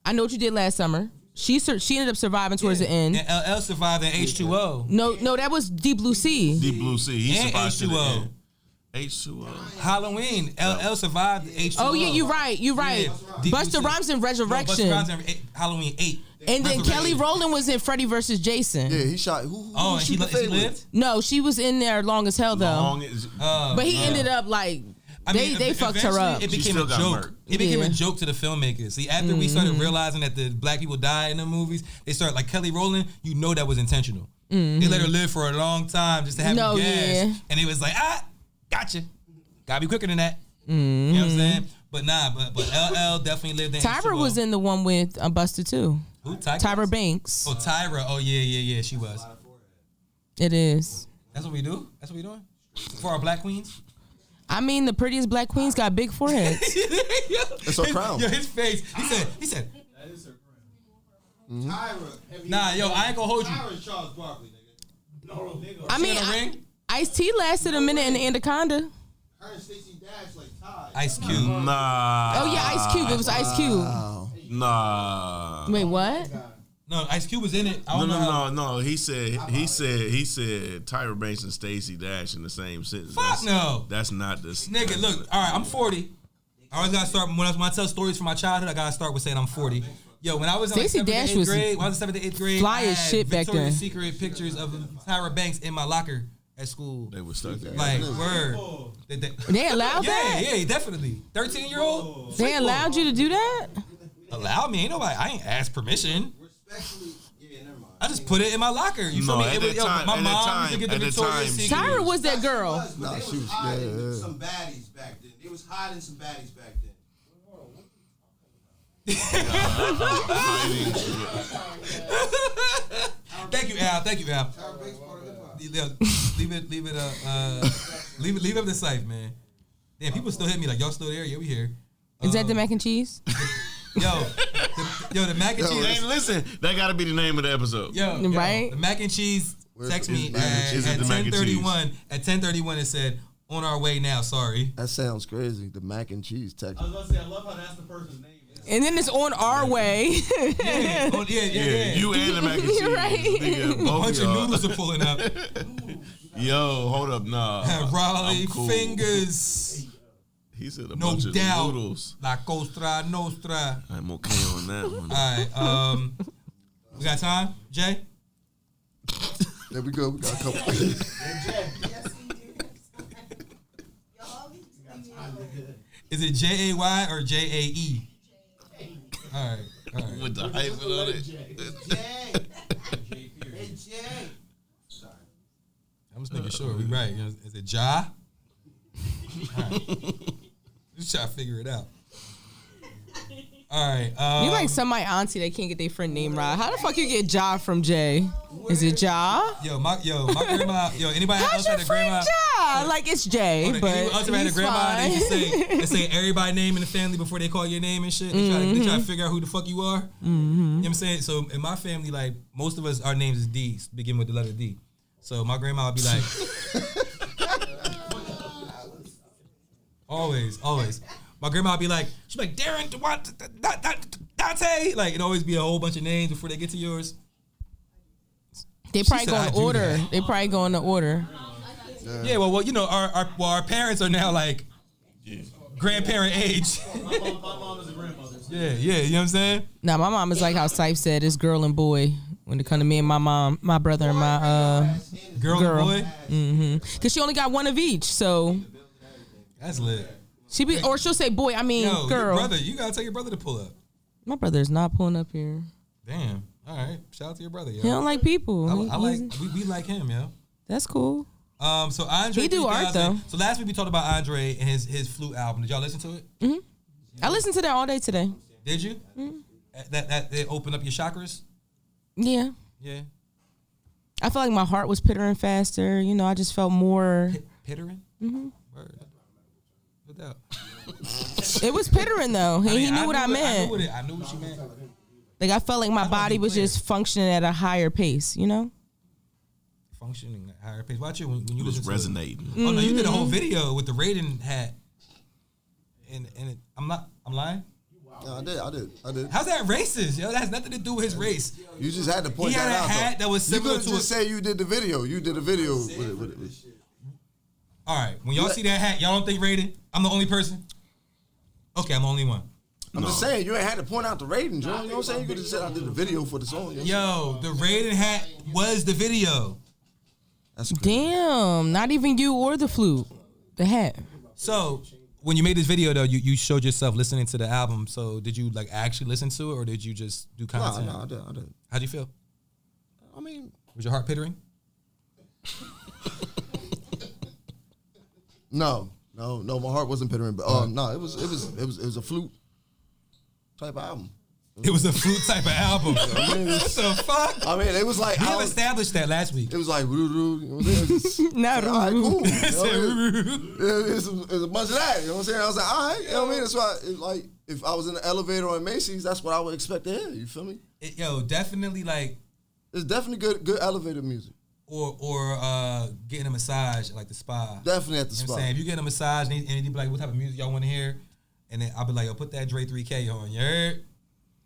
I know what you did last summer. She sur- she ended up surviving towards the end.
And LL survived in H2O.
No, no, that was Deep Blue Sea.
Deep Blue Sea. He
And
survived to the
H2O.
end. H2O.
Halloween. LL survived H2O.
Oh yeah, you're right. You're right.
Yeah. Deep
Buster
Blue Sea.
Rhymes in
No, Busta
Resurrection,
Rhymes in eight- Halloween 8.
and then
Resurrection.
Kelly Rowland was in Freddy versus Jason.
Yeah, he shot. Who, who
Oh, and
shoot
he,
the
li- he
fade with?
lived?
No, she was in there long as hell though.
Long as
Oh.
but he ended up like they they
ev-
fucked her
eventually
up.
It
She
became
still
a
got
joke.
murked.
It became
Yeah. Mm-hmm.
a joke to the filmmakers. See, after we started realizing that the black people died in the movies, they started like Kelly Rowland. You know that was intentional. They let her live for a long time just to have
Mm-hmm. No,
the gas,
yeah.
and it was like, ah, gotcha. Gotta be quicker than that. You know what I'm saying? But nah, but but LL definitely lived in.
Mm-hmm. Tyra was in the one with uh, Buster too.
Who, Tyra?
Tyra Banks.
Oh, Tyra. Oh yeah, yeah, yeah. She was.
It is.
That's what we do. That's what we doing for our black queens.
I mean, the prettiest black queens got big foreheads.
It's her crown.
Yo, his face. He said. He said.
Tyra, have you-
Nah, yo, I ain't gonna hold you.
Tyra's Charles Barkley, nigga.
I
She
mean,
in a
I,
ring.
Ice T lasted a minute in Anaconda.
Her and Stacey Dash like ties.
Ice Cube.
nah.
Oh yeah, Ice Cube. It was Ice Cube.
Nah.
Wait, what?
No, Ice Cube was in it. I
No,
don't know. how-
no, no, no. He said, he said, he said, Tyra Banks and Stacey Dash in the same sentence.
Fuck
that's,
no.
That's not this.
Nigga, look, all right, I'm 40. I always gotta start when I, when I tell stories from my childhood. I gotta start with saying I'm 40. Yo, when I was in like
Stacey
seventh
Dash
Dash eighth
was
grade, when I was in seventh to eighth grade,
fly
I
as
had
shit back
Victoria's
then.
Secret pictures of Tyra Banks in my locker at school.
They were stuck together.
Like, word. They- they-
They allowed
yeah,
that?
yeah, definitely. 13 year old.
They allowed you to do that?
Allow me. Ain't nobody. I ain't asked permission.
Respectfully, yeah, never mind.
I just put it in my locker. You feel
No,
me?
at
It was,
that
yo,
time-
my
at that
mom
time-
used to get
at
the
that
Victoria's
time, she-
Secret.
Tyra was that
Oh,
girl.
Was, but
Nah,
they
she
was
was-
hiding
Ah, yeah, yeah.
some baddies back then. They was hiding some baddies back then.
Thank you, Al. Thank you, Al.
Tyra Banks part of the pod.
Yeah, leave it, leave it, uh, uh leave it, leave it up to safe, man. Damn, people still hit me like y'all still there? Yeah, we here.
Is that the mac and cheese?
Yo, the, yo, the mac and
Yo,
cheese.
Hey, listen, that got to be the name of the episode.
Yo, yo,
Right?
The mac and cheese.
Where's-
Text
is
me
it mac and
at,
cheese? Is it
at
the mac
ten
and
thirty one. At ten thirty one, it said on our way now. Sorry.
That sounds crazy. The mac and cheese text.
I was gonna say, I love how that's the person's name.
And then it's on our way.
Yeah, oh, yeah, yeah.
Yeah,
yeah.
you and the mac and cheese.
You're right.
Nigga, both
a bunch of
y'all.
noodles are pulling up.
Yo, hold up, nah.
Raleigh
I'm cool.
fingers,
He said a
no
bunch
doubt.
of noodles.
La Costra Nostra.
I'm okay on that one.
All right, um, we got time, Jay.
There we go. We got a couple.
Yes, we do. Y'all need to leave me alone.
Is it J A Y or J A E? All right, all right.
With the hyphen on it.
Jay. Hey, Jay.
I'm just making sure we Uh, right. You know, Is it Ja? All right. Just try to figure it out. All right. Um,
You like some my auntie that can't get their friend name right. How the fuck you get Ja from Jay? Is it Ja?
yo, my yo, my grandma. Yo, anybody else
How's your
had a grandma?
friend Ja? Like it's Jay,
Hold on,
but
anyone else ever had a
he's
grandma? They used to
fine.
say they say everybody name in the family before they call your name and shit. They, try, to, they
Mm-hmm.
try to figure out who the fuck you are. You know what I'm saying? So in my family, like most of us, our names is D's, begin with the letter D. So my grandma would be like, always, always. My grandma would be like, she's like Darren, Dewant, Da- Da- Da- Dante. Like it always be a whole bunch of names before they get to yours.
They
She
probably
said,
go
"I
in
do
order.
that."
They probably go in the order.
Yeah, well, well, you know, our our, well, our parents are now like grandparent age.
My mom, my mom is a grandmother.
yeah, yeah, you know what I'm saying?
Now my mom is like how Sype said, it's girl and boy. when it come to me and my mom, my brother and my uh
Girl,
girl.
and boy,
Mm-hmm. Cause she only got one of each, so
that's lit.
she be or she'll say boy. I mean
Yo, your
girl.
brother, you gotta tell your brother to pull up.
My brother's not pulling up here.
Damn. All right. Shout out to your brother, yo.
He don't like people.
I,
He-
I like.
he's-
We, we like him, yo.
That's cool.
Um. So Andre.
He do art,
3000
though.
So last week we talked about Andre and his his flute album. Did y'all listen to it?
I listened to that all day today.
Did you?
Mm-hmm.
Uh, That that it opened up your chakras.
Yeah.
Yeah.
I felt like my heart was pittering faster. You know, I just felt more.
Pit- Pittering. Mm-hmm. Word. No doubt.
It was pittering though. and he
mean,
knew what I
I
meant.
knew what, it, I knew what she meant.
like I felt like my
don't
body
be
was
clear.
just functioning at a higher pace. You know.
Functioning at higher pace. Watch it when, when you
It was
listen to it.
resonating.
Oh no, you did a
Mm-hmm.
whole video with the Raiden hat. And and it, I'm not. I'm lying.
Yeah, I did. I did. I did.
How's that racist? Yo, that has nothing to do with his race.
You just had to point
He had
that
a
out.
hat
though.
that was similar
you could've
to
just
a-
say you did the video. You did the video with it. With it, with it.
All right. When y'all see that hat, y'all don't think Raiden. I'm the only person. Okay, I'm the only one.
I'm just
No.
saying you ain't had to point out the ratings. You know what I'm saying? You could have said I did the video for the song. yo.
Yo, the Raiden hat was the video.
That's crazy.
Damn. Not even you or the flute. The hat.
So when you made this video though, you, you showed yourself listening to the album. So did you like actually listen to it, or did you just do
Nah,
content?
nah, I did. I did.
How'd you feel?
I mean,
Was your heart pittering?
no, no, no. My heart wasn't pittering, but um, no, it was, it was, it was, it was a flute type album.
It was a flute type of album. what the fuck?
I mean, it was like,
We
I
have
was,
established that last week.
it was like, roo, roo, you know what I'm saying?
Not
All right, cool. You know
I
what
said,
I mean?
"Roo-roo-roo."
It- it's, it's a bunch of that. You know what I'm saying? I was like, all right. You know what I mean? That's why, it, like, if I was in the elevator on Macy's, that's what I would expect to hear. You feel me?
It- yo, definitely like
It's definitely good, good elevator music.
or or uh, getting a massage at, like the spa.
Definitely at the
You know what
spot.
I'm saying? If you get a massage and he, and he be like, what type of music y'all want to hear? And then I'll be like, yo, put that Dre 3K on. You heard?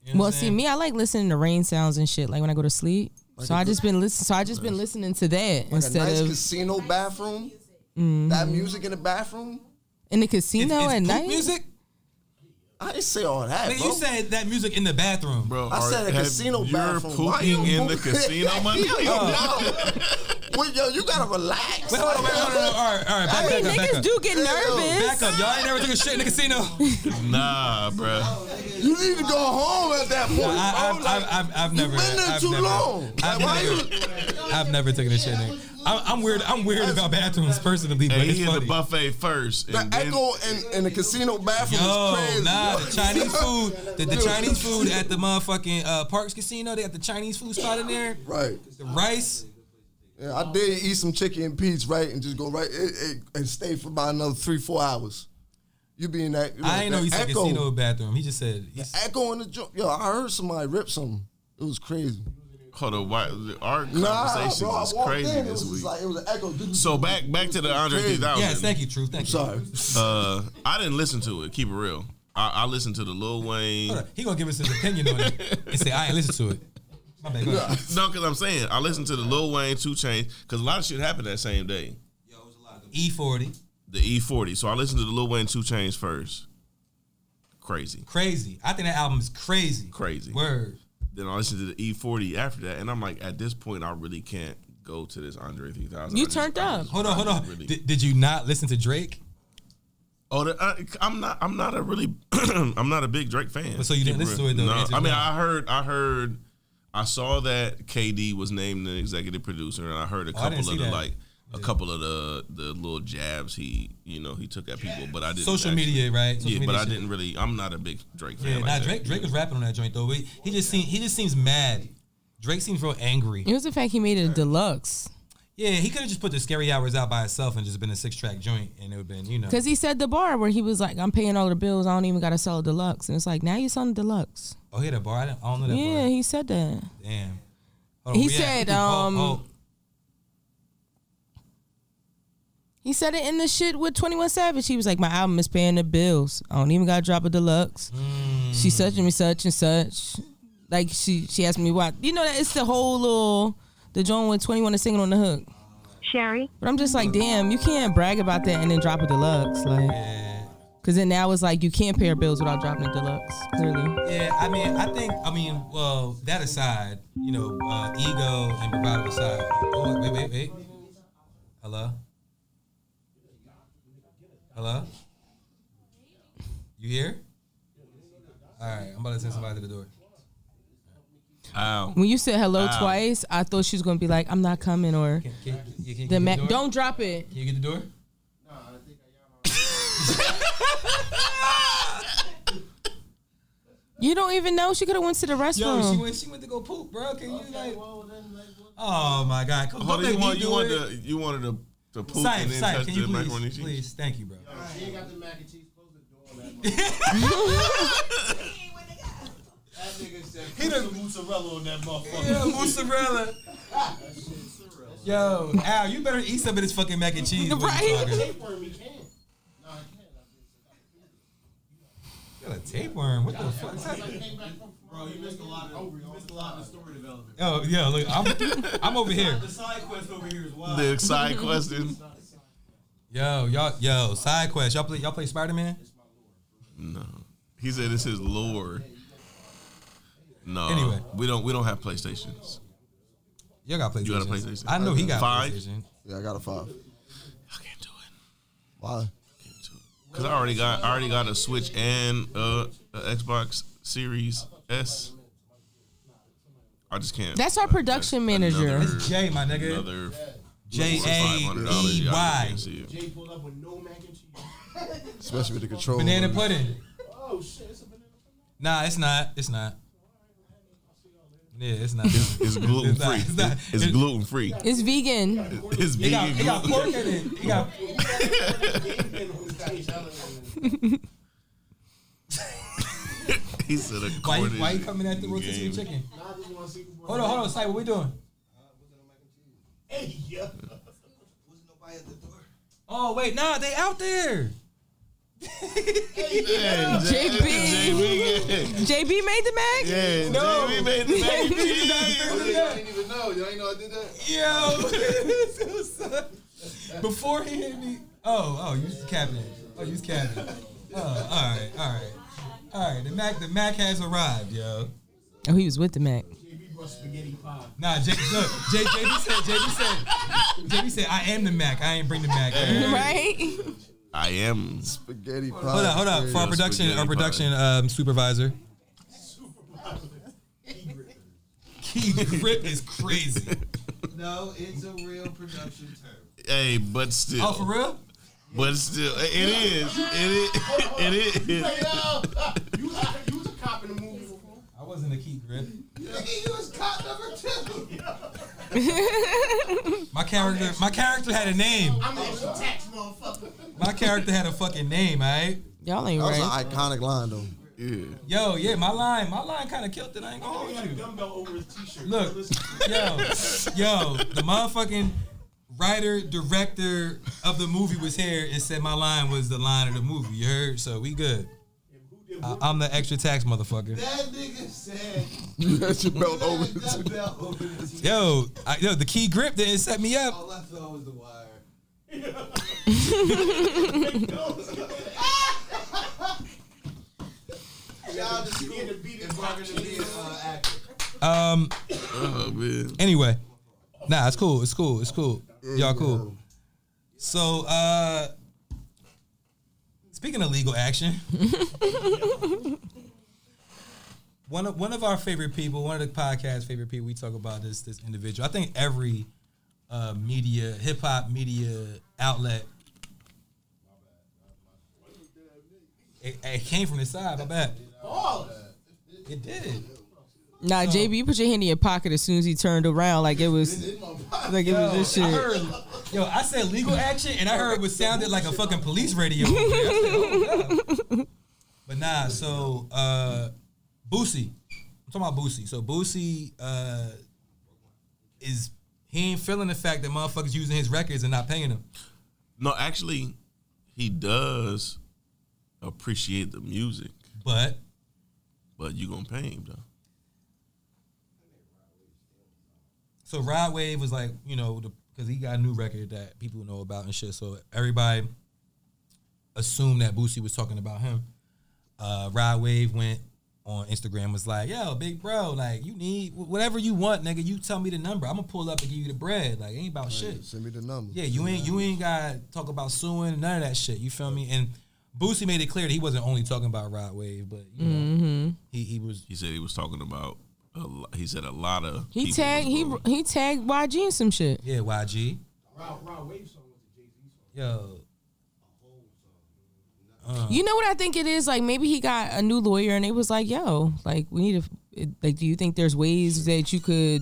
You know what
Well,
I'm
see,
saying?
me, I like listening to rain sounds and shit. Like when I go to sleep. So I just been listen. So I just been listening to that
Like a
instead
nice
of
casino bathroom. That music in the bathroom.
in the
It's-
casino
it's
at
poop
night.
music?
I didn't say all that,
Nigga,
bro.
you said that music in the bathroom.
Bro,
I
are-
said a
have-
casino
you're
bathroom. Why
pooping
you
in the
pooping?
casino, my nigga?
Yo, well, yo, you gotta relax.
Wait, hold on, wait, hold on, hold on. All right, all right. Back,
I mean,
back up, back
niggas
up.
do get nervous.
Back up. Y'all ain't never took a shit in the casino. I,
Nah, bro.
You need to go home at that point, bro.
I, I've,
Oh, like,
I've, I've, I've
you've
never.
been there
I've
too
never,
long.
I've
Like, why
never,
you?
I've never taken a shit. Nigga. I'm, I'm weird. I'm weird about bathrooms personally, but
Hey,
it's
he hit the
funny.
buffet first, and
The
then
echo in, in the casino bathroom is
Yo,
crazy.
nah,
yo.
the Chinese food, the, the Chinese food at the motherfucking uh, Parks Casino, they got the Chinese food spot in there.
Right.
The rice.
Yeah, I did eat some chicken and peas, right, and just go right it, it, and stay for about another three, four hours. You be in that. you
I ain't know
that
he said
echo,
casino bathroom. He just said he s-
Echo in the joint. Yo, I heard somebody rip something. It was crazy.
hold on. Why, our
Nah,
conversations
bro, I
is
walked
crazy
in. It was
this
just
week.
like it was an echo.
So back back to the Andre
Crazy.
3000.
Yes, thank you, Truth. Thank you.
Sorry.
Uh, I didn't listen to it. Keep it real. I, I listened to the Lil Wayne.
Hold on. He gonna give us his opinion on it and say I ain't listen to it. My bad. go ahead.
No, because I'm saying I listened to the Lil Wayne Two Chains because a lot of shit happened that same day.
E E40,
The E40. So I listened to the Lil Wayne Two Chains first. Crazy,
crazy. I think that album is crazy.
crazy.
Word.
Then I listened to the E40 after that, and I'm like, at this point, I really can't go to this Andre 3000.
You
I just-
turned
I
up.
just-
Hold on,
I
hold
just
on.
really-
Did- did you not listen to Drake?
Oh, the, I, I'm not. I'm not a really. I'm not a big Drake fan.
So you didn't
Keep it
listen to
real.
it, though, the
No,
answer
I
is
mean,
no.
I heard. I heard. I saw that KD was named the executive producer, and I heard a
Oh, I
couple
didn't
of
see
the
that.
like a couple of the the little jabs he you know he took at people, but I didn't
Social
actually-
media, right? Social
yeah,
media
but I
shit.
didn't really. I'm not a big Drake fan.
Yeah,
like
nah,
that.
Drake. Drake was rapping on that joint though. He, he just seems he just seems mad. Drake seems real angry.
It was the fact he made it a deluxe
Yeah, he could have just put the scary hours out by itself and just been a six track joint, and it would have been you know.
because he said the bar where he was like, "I'm paying all the bills. I don't even got to sell a deluxe." And it's like now you're selling deluxe.
Oh, he had a bar. I, didn't, I don't know that
yeah,
bar.
he said that.
Damn. Hold
He
we at-
said,
oh,
um,
oh.
He said it in the shit with 21 Savage. He was like, My album is paying the bills. I don't even got to drop a deluxe.
Hmm.
She such and me such and such. Like she she asked me why. You know that it's the whole little the joint with 21 is singing on the hook.
Sherry,
But I'm just like, damn, you can't brag about that and then drop a deluxe. Like Cause then now it's like you can't pay your bills without dropping the deluxe. Clearly,
Yeah, I mean, I think, I mean, well, that aside, you know, uh, ego and bravado aside. Oh, wait, wait, wait. Hello? Hello? You here? All right, I'm about to send somebody to the door.
Ow.
when you said hello twice, I thought she was gonna be like, "I'm not coming," or
Can, can, can, you- can you
the
get
ma-
door?
don't drop it.
Can you get the door?
You don't even know she could have went to the
Yo,
restroom.
she went. She went to go poop, bro. Can you like? Oh my God! Come,
Hold
don't
on,
make
you, want,
me
you,
do
wanted
it.
to, you wanted to, to poop
Sipe,
and then
Sipe,
touch
can
the
you
macaroni and
please,
cheese?
please, thank you, bro.
She ain't got the mac and cheese. Close the door on that
ain't where to go.
That nigga said, put some mozzarella on that motherfucker.
Yeah, mozzarella. Yo, Al, you better eat some of this fucking mac and cheese. before you
Right?
talking.
Tapeworm, he can. No, I can't.
You got a tapeworm. What the fuck? is that?
Bro, you missed a lot of you missed a lot of story development.
Yo, yo, look, I'm, I'm over here.
The side quest over here is wild.
The side question.
Yo, y'all, yo, side quest. Y'all play, y'all play Spider Man.
No. He said it's his lore. No.
Anyway.
We don't we don't have PlayStations.
Y'all got PlayStation.
You got a PlayStation?
I know he got
Five?
PlayStation.
Yeah, I got a five.
I can't do it.
Why?
Cause I already got I already got a Switch and uh, a Xbox Series S. I just can't.
That's our production manager.
It's Jay, my nigga.
Another
J
$500.
A E
I
Y.
can't see it.
Jay pulled up with no mac and cheese.
Especially with the control.
Banana pudding.
Oh shit, it's a banana.
Nah, it's not. It's not. Yeah, it's not.
It's gluten free.
It's not-
It's, gluten free.
It's vegan.
It's
It got,
vegan.
it got
gluten.
pork in it. It got.
He said a
Why you,
corny
why you coming at the rotisserie
game.
chicken? Hold on, hold on, Sai, what we doing?
Hey, yeah. Wasn't nobody at the door.
Oh wait, nah, they out there.
Yeah,
JB.
JB.
JB made the mag.
Yeah, yeah JB made the mac and cheese.
Yeah.
even know. Y'all ain't know I did that.
Yo, before he hit me. Oh, oh, you just capping. it. Oh, you just capping. it. Oh, all right, all right, all right. The Mac, the Mac has arrived, yo.
Oh, he was with the mag.
JB brought spaghetti pie.
Nah, J, look, J, JB said, JB said, JB said, I am the Mac. I ain't bring the Mac.
Right?
I am.
Spaghetti pie.
Hold up, hold up. For our production, our production um, supervisor. Keith Grip is crazy.
No, it's a real production term.
Hey, but still.
Oh, for real?
But still, it is. It is. It is.
You was, you was a cop in the movie before.
I wasn't a Keith Grip.
Nigga, you was cop number two.
My character, my character had a name.
I'm an extra tax motherfucker.
My character had a fucking name, all right?
Y'all ain't
That was
right.
an iconic line though.
Yeah.
Yo, yeah, my line, my line kind of killed it. I ain't gonna
He had a
hold you.
dumbbell over his t-shirt.
Look, yo, yo, the motherfucking writer director of the movie was here and said my line was the line of the movie. You heard? So we good. I, I'm the extra tax motherfucker.
That nigga said
That's your belt over.
that dumbbell over his t-shirt.
Yo, I, yo, the key grip didn't set me up.
All I saw was the wire. Y'all just scared to beat it. Rocking to be an uh, actor.
Um,
Oh man.
anyway, nah, it's cool. It's cool. It's cool. Y'all cool. So, uh, speaking of legal action, one of one of our favorite people, one of the podcast favorite people, we talk about this this individual. I think every uh, media, hip hop media outlet, it, it came from the side. My bad. It did.
Nah, JB, you put your hand in your pocket as soon as he turned around, like it was, like it
Yo,
was this
Oh, I
shit.
heard, yo, I said legal action, and I heard what sounded like a fucking police radio. over there. I said, "Oh, God." but nah, so uh, Boosie, I'm talking about Boosie. So Boosie uh, is he ain't feeling the fact that motherfuckers using his records and not paying him.
No, actually, he does appreciate the music,
But
but you gonna pay him though.
so Rod Wave was like, you know, because he got a new record that people know about and shit. So everybody assume that Boosie was talking about him. Uh, Rod Wave went on Instagram was like, "Yo, big bro, like you need wh- whatever you want, nigga. You tell me the number. I'm gonna pull up and give you the bread. Like ain't about shit.
Send me the number.
Yeah, you ain't you ain't got to talk about suing none of that shit. You feel me? And Boosie made it clear that he wasn't only talking about Rod Wave, but you know, he he was
He said he was talking about. A lo- he said a lot of.
He
people
tagged
was
he
wrong.
he tagged YG and some shit.
yeah YG.
Rod, Rod Wave song was a Jay Z song.
Yo,
You know what I think it is? Like maybe he got a new lawyer and they was like, "Yo, like we need to like do you think there's ways that you could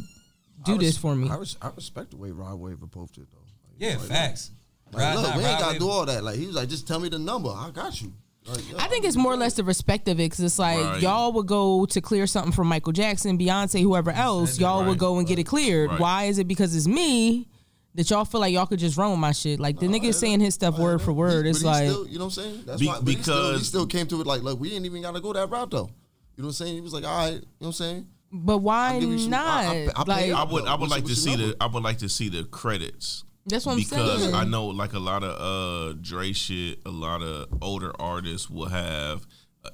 do
I
this
res-
for me?"
I, res- I respect the way Rod Wave approached it though. Like,
yeah,
like,
facts.
Like,
Rod-
look,
nah,
we
Rod
ain't gotta
Wave-
do all that. Like he was like, just tell me the number. I got you. Like, yo,
I think it's more or less the respect of it because it's like
Right.
y'all would go to clear something from Michael Jackson, Beyonce, whoever else. Y'all all
right,
would go and get it cleared.
right.
Why is it because it's me that y'all feel like y'all could just run with my shit? Like the nigga saying his stuff word for word.
But
It's
he
like
still, you know what I'm saying? That's
Be-
why, because he still, he
because-
still came to it like, look, we ain't even gotta go that route though. You know what I'm saying? He was like, all right, you know what I'm saying?
But why
I'll give you some-
not?
I- I- I pay
like
I would. I would
What's-
like to
what's
see
your
the.
number?
I would like to see the credits.
that's what I'm
because
saying.
I know like a lot of uh Dre shit, a lot of older artists will have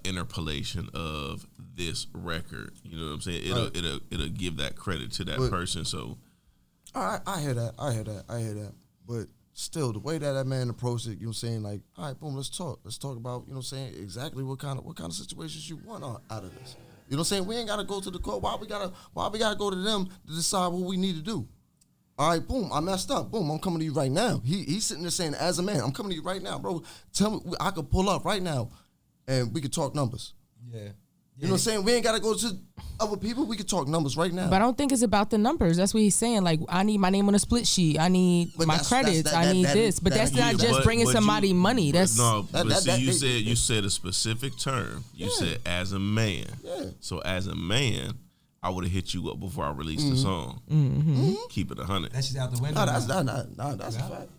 an interpolation of this record. You know what I'm saying? It'll
Right.
it'll it'll give that credit to that
But-
person. So
All right, I hear that. I hear that. I hear that. But still, the way that that man approached it, you know what I'm saying? Like, all right, boom, let's talk. Let's talk about, you know what I'm saying, exactly what kind of what kind of situations you want out out of this. You know what I'm saying? We ain't gotta go to the court. Why we gotta why we gotta go to them to decide what we need to do? All right, boom, I messed up. Boom, I'm coming to you right now. He he's sitting there saying, as a man, I'm coming to you right now, bro. Tell me I could pull up right now and we could talk numbers.
Yeah,
You know what I'm saying? We ain't gotta go to other people. We could talk numbers right now.
But I don't think it's about the numbers. That's what he's saying. Like, I need my name on a split sheet. I need
But
my
that's- that's-
credits.
that-
I
that-
need
that-
this. But
that-
that's
yeah,
not just
but-
bringing
but you-
somebody money. That's
no,
That-
but
that-
see,
that-
you
they-
said you said a specific term. You said as a man.
Yeah.
So as a man, I would have hit you up before I released
Mm-hmm.
the song.
Mm-hmm.
Keep it a hundred.
that's just out the window.
nah, that's
now.
nah, nah, nah, that's a fact.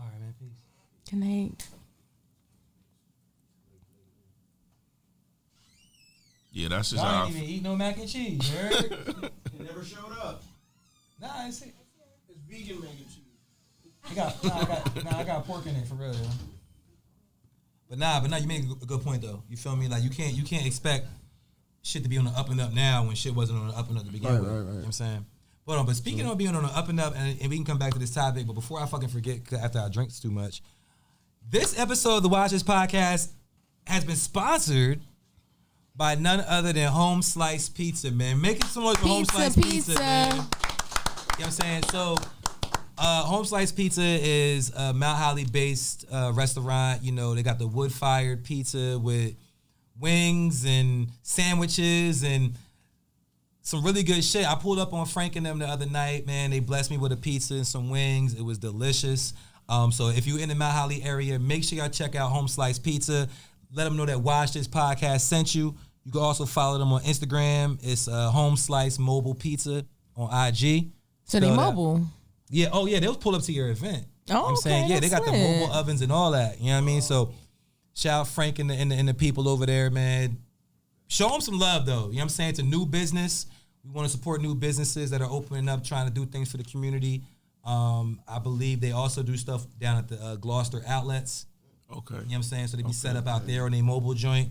All right, man. Peace.
Good night.
Yeah, that's just
Y'all
how. I
ain't even
feel.
eat no mac and cheese. you heard?
It never showed up.
nah, I see.
It's vegan mac and cheese.
I got, nah, I got, nah, I got pork in it for real. yo. But nah, but nah, you make a good point though. You feel me? Like you can't, you can't expect shit to be on the up and up now when shit wasn't on the up and up to begin
Right,
with.
right, right.
You know what I'm saying. Hold on, but speaking of being on the up and up, and, and we can come back to this topic, but before I fucking forget, 'cause after I drinks too much, this episode of the Watch This Podcast has been sponsored by none other than Home Slice Pizza, man. Making some noise for Home Slice
Pizza,
Pizza,
pizza.
man. You know what I'm saying? So, uh, Home Slice Pizza is a Mount Holly based uh, restaurant. You know, they got the wood fired pizza with wings and sandwiches and some really good shit. I pulled up on Frank and them the other night, man. They blessed me with a pizza and some wings. It was delicious. Um, so if you're in the Mount Holly area, make sure y'all check out Home Slice Pizza. Let them know that Watch This Podcast sent you. You can also follow them on Instagram. It's uh, Home Slice Mobile Pizza on IG.
So they
Spell that.
mobile.
Yeah. Oh, yeah. They'll pull up to your event.
Oh,
You know what I'm
okay,
saying, yeah, they got
that's
the
lit.
mobile ovens and all that. You know what I mean? So, shout out Frank and the, and the and the people over there, man. Show them some love, though. You know what I'm saying? It's a new business. We want to support new businesses that are opening up, trying to do things for the community. Um, I believe they also do stuff down at the uh, Gloucester outlets.
Okay.
You know what I'm saying? So they be set up out there on a mobile joint.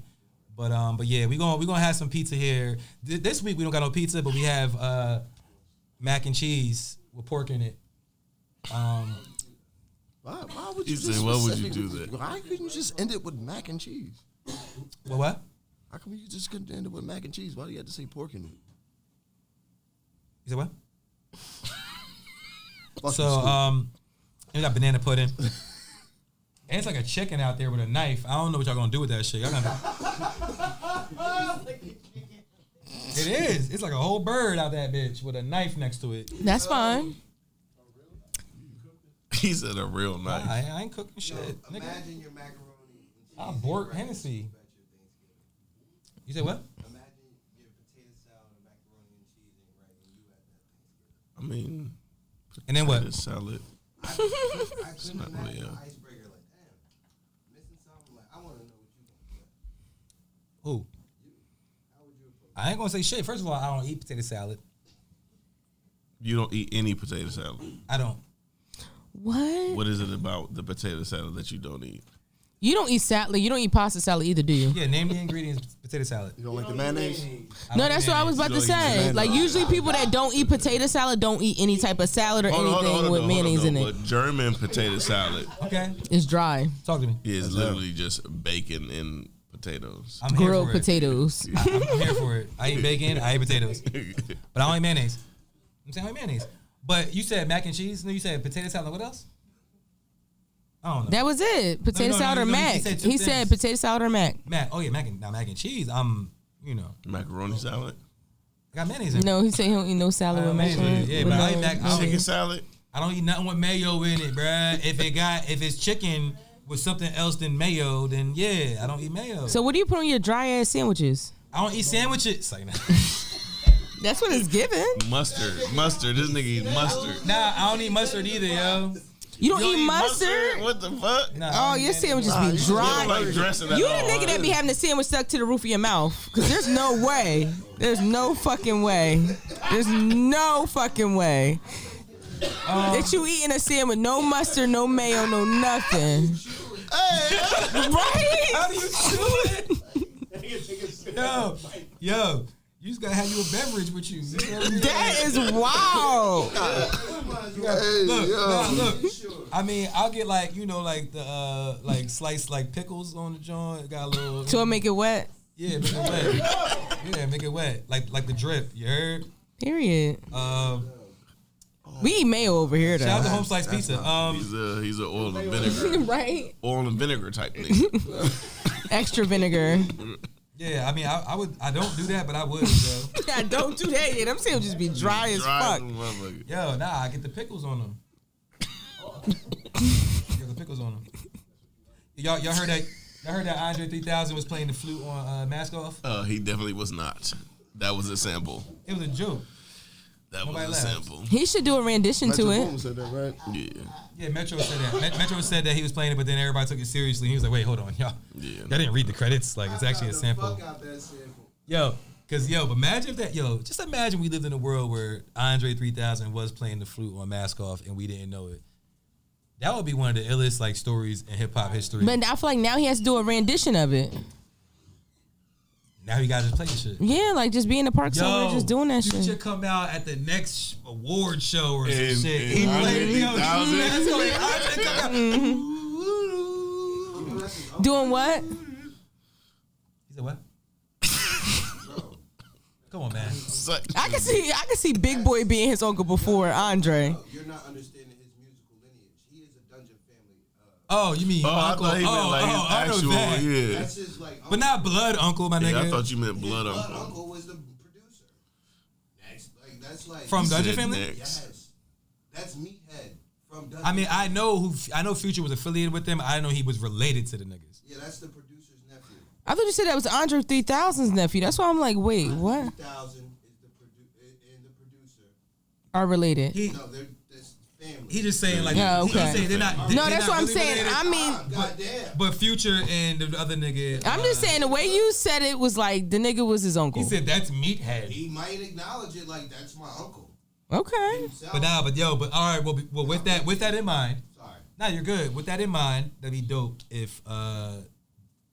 But um, but yeah, we gonna we gonna have some pizza here. Th- this week we don't got no pizza, but we have uh, mac and cheese with pork in it.
Why, why would
He
you?
said,
Just
"Why would you
specifically-
do that?"
Why couldn't you just end it with mac and cheese?
What what?
How come you just couldn't end it with mac and cheese? Why do you have to say pork in it?
You said what?
Fucking
So
stupid.
um, we got banana pudding. and it's like a chicken out there with a knife. I don't know what y'all gonna do with that shit. Y'all gonna. it is. It's like a whole bird out that bitch with a knife next to it.
That's fine.
He said a real
Nah,
nice.
I, I ain't cooking shit. nigga.
Imagine your macaroni. and cheese
I
and
bork
rice
Hennessy.
at your Thanksgiving.
You said what?
Imagine your potato salad and macaroni and cheese and rice and you at that Thanksgiving.
I mean,
And then
potato
what?
salad.
I couldn't
not
imagine
real.
an icebreaker like, damn, missing something. Like, I want to know what you gonna put.
Who? I ain't gonna say shit. First of all, I don't eat potato salad.
You don't eat any potato salad.
I don't.
What?
What is it about the potato salad that you don't eat?
You don't eat salad. You don't eat pasta salad either, do you?
Yeah, name the ingredients. Potato salad.
You don't like the mayonnaise?
I
No,
don't
that's
get
what I
it.
was about
You
to
don't eat
say.
salad.
Like usually people that don't eat potato salad don't eat any type of salad or
Hold on, hold on, hold
anything
on,
with
hold on,
mayonnaise
hold
in
on,
it.
But German potato salad
Okay,
It's dry.
talk to me.
is literally just bacon and potatoes.
I'm here for
Grilled
it.
potatoes.
I'm here for it. I eat bacon. I eat potatoes, but I don't eat mayonnaise. I'm saying I don't eat mayonnaise. But you said mac and cheese. No, you said potato salad. What else? I don't know.
That was it. Potato
no,
salad
no,
or
no, he
mac.
said two
He said
things.
potato salad or mac.
mac. Oh yeah, mac and now mac and cheese. I'm you know
Macaroni salad,
I got mayonnaise in. it.
No, he said he don't eat no salad
I
with
don't
mac.
eat it. Yeah,
with
but I
no-
eat mac- I
no-
don't
chicken salad.
I don't eat nothing with mayo in it, bruh. If it got if it's chicken with something else than mayo, then yeah, I don't eat mayo.
So what do you put on your dry ass sandwiches?
I don't eat sandwiches. Like, nah,
That's what it's given.
Mustard, mustard. This nigga eat mustard.
Nah, I don't eat mustard either, yo.
You don't eat mustard.
What the fuck?
Nah,
Oh,
I don't
your
eat that.
sandwiches be
I
dry.
like dressing
You the nigga that be having the sandwich stuck to the roof of your mouth. Cause there's no way. There's no fucking way. There's no fucking way. that you eating a sandwich, no mustard, no mayo, no nothing.
How
right?
do you do it? yo, yo, you just gotta have you a beverage with you. You know what I mean?
That is wild.
look,
yo.
nah, look. I mean, I'll get like you know, like the uh, like sliced like pickles on the joint. Got a little
So it make it wet.
yeah, make it wet. Yeah, make it wet. Like like the drip. You heard?
Period.
Um,
We eat mayo over here
shout out to
though.
home sliced pizza. Um,
He's a he's an oil and vinegar,
right?
oil and vinegar type nigga.
Extra vinegar.
yeah, I mean, I, I would, I don't do that, but I would. Yo,
yeah, don't do that yet. Them sandwiches be dry as
Dry
fuck.
as a motherfucker.
yo, nah, I get the pickles on them. Get the pickles on them. Y'all, y'all heard that? Y'all heard that Andre 3000 was playing the flute on uh, Mask Off?
Uh, he definitely was not. That was a sample.
It was a joke.
That
Nobody
was a
laughs.
sample.
He should do a rendition
Metro
to it.
Boomin said that, right?
Yeah,
Yeah, Metro said that. Met- Metro said that he was playing it, but then everybody took it seriously. He was like, "Wait, hold on, y'all.
Yeah.
Y'all didn't read the credits. Like, it's actually a sample."
Fuck out that sample.
Yo, cause yo, but imagine if that yo, just imagine we lived in a world where Andre three thousand was playing the flute on Mask Off and we didn't know it. That would be one of the illest like stories in hip hop history.
But I feel like now he has to do a rendition of it.
now you guys just play the shit.
Yeah, like just be in the park somewhere, just doing that
you
shit.
should come out at the next award show or some
And-
shit.
and
He played the
100,000.
That's gonna be Andre come out.
Doing what?
He said what? come on, man.
Suck.
I can see, I can see Big Boy being his uncle before Andre.
You're not understanding his musical lineage. He is a dungeon family. Uh,
Oh, you mean
Oh, I
uncle?
thought he meant
oh,
like his
oh, I know
actual.
that.
Yeah.
that's his like.
But not blood uncle, my nigga.
yeah, I thought you meant blood
uncle. His blood
uncle.
uncle was the producer. Next, like that's like
From Dungeon
Said
Family?
next.
Yes, that's Meathead from Dungeon.
I mean, I know who I know Future was affiliated with them. I know he was related to the niggas.
yeah, that's the producer's nephew.
I thought you said that was Andre 3000's nephew. That's why I'm like, wait, what?
Two thousand is the produ- and the producer.
Are related?
He
No, they're that's family.
he just saying like
Yeah,
he- he
okay.
saying they're not.
No,
they're
that's
not
what I'm
really
saying.
related,
I mean,
Ah, Goddamn.
but Future and the other nigga.
I'm
uh,
just saying the way you said it was like the nigga was his
He
uncle.
said that's meathead.
He might acknowledge it like that's my uncle.
Okay.
But nah, but yo, but all right. Well, be- well, with that with that in mind,
Sorry.
nah, you're good. With that in mind, that'd be dope if uh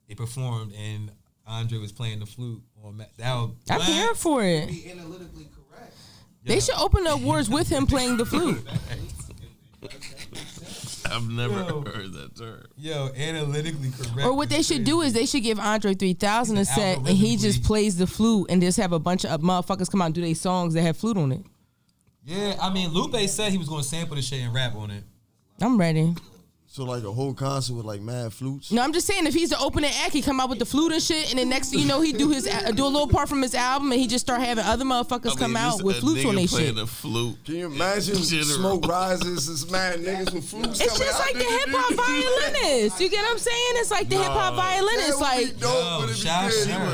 it performed and Andre was playing the flute on Ma- that. Would,
I'm
what?
here for it.
Be analytically correct.
They should open the awards with him playing the flute.
I've never
Yo.
heard that term.
Yo, analytically correct.
Or what they
is
should
crazy.
do is they should give Andre 3000 a
He's an
set and he
algorithmically-
just plays the flute and just have a bunch of motherfuckers come out and do their songs that have flute on it.
Yeah, I mean, Lupe said he was gonna sample the shit and rap on it.
I'm ready.
So like a whole concert with like mad flutes.
No, I'm just saying if he's the opening act, he come out with the flute and shit, and then next thing you know, he do his do a little part from his album, and he just start having other motherfuckers
I
come
mean,
out
just
with
a
flutes
nigga
on their
playing
shit.
a flute.
Can you imagine
In general.
smoke rises is mad niggas with flutes?
It's just like the hip hop violinist. You get what I'm saying? It's like the hip hop
No.
violinist. Like,
Yo, shout out to her.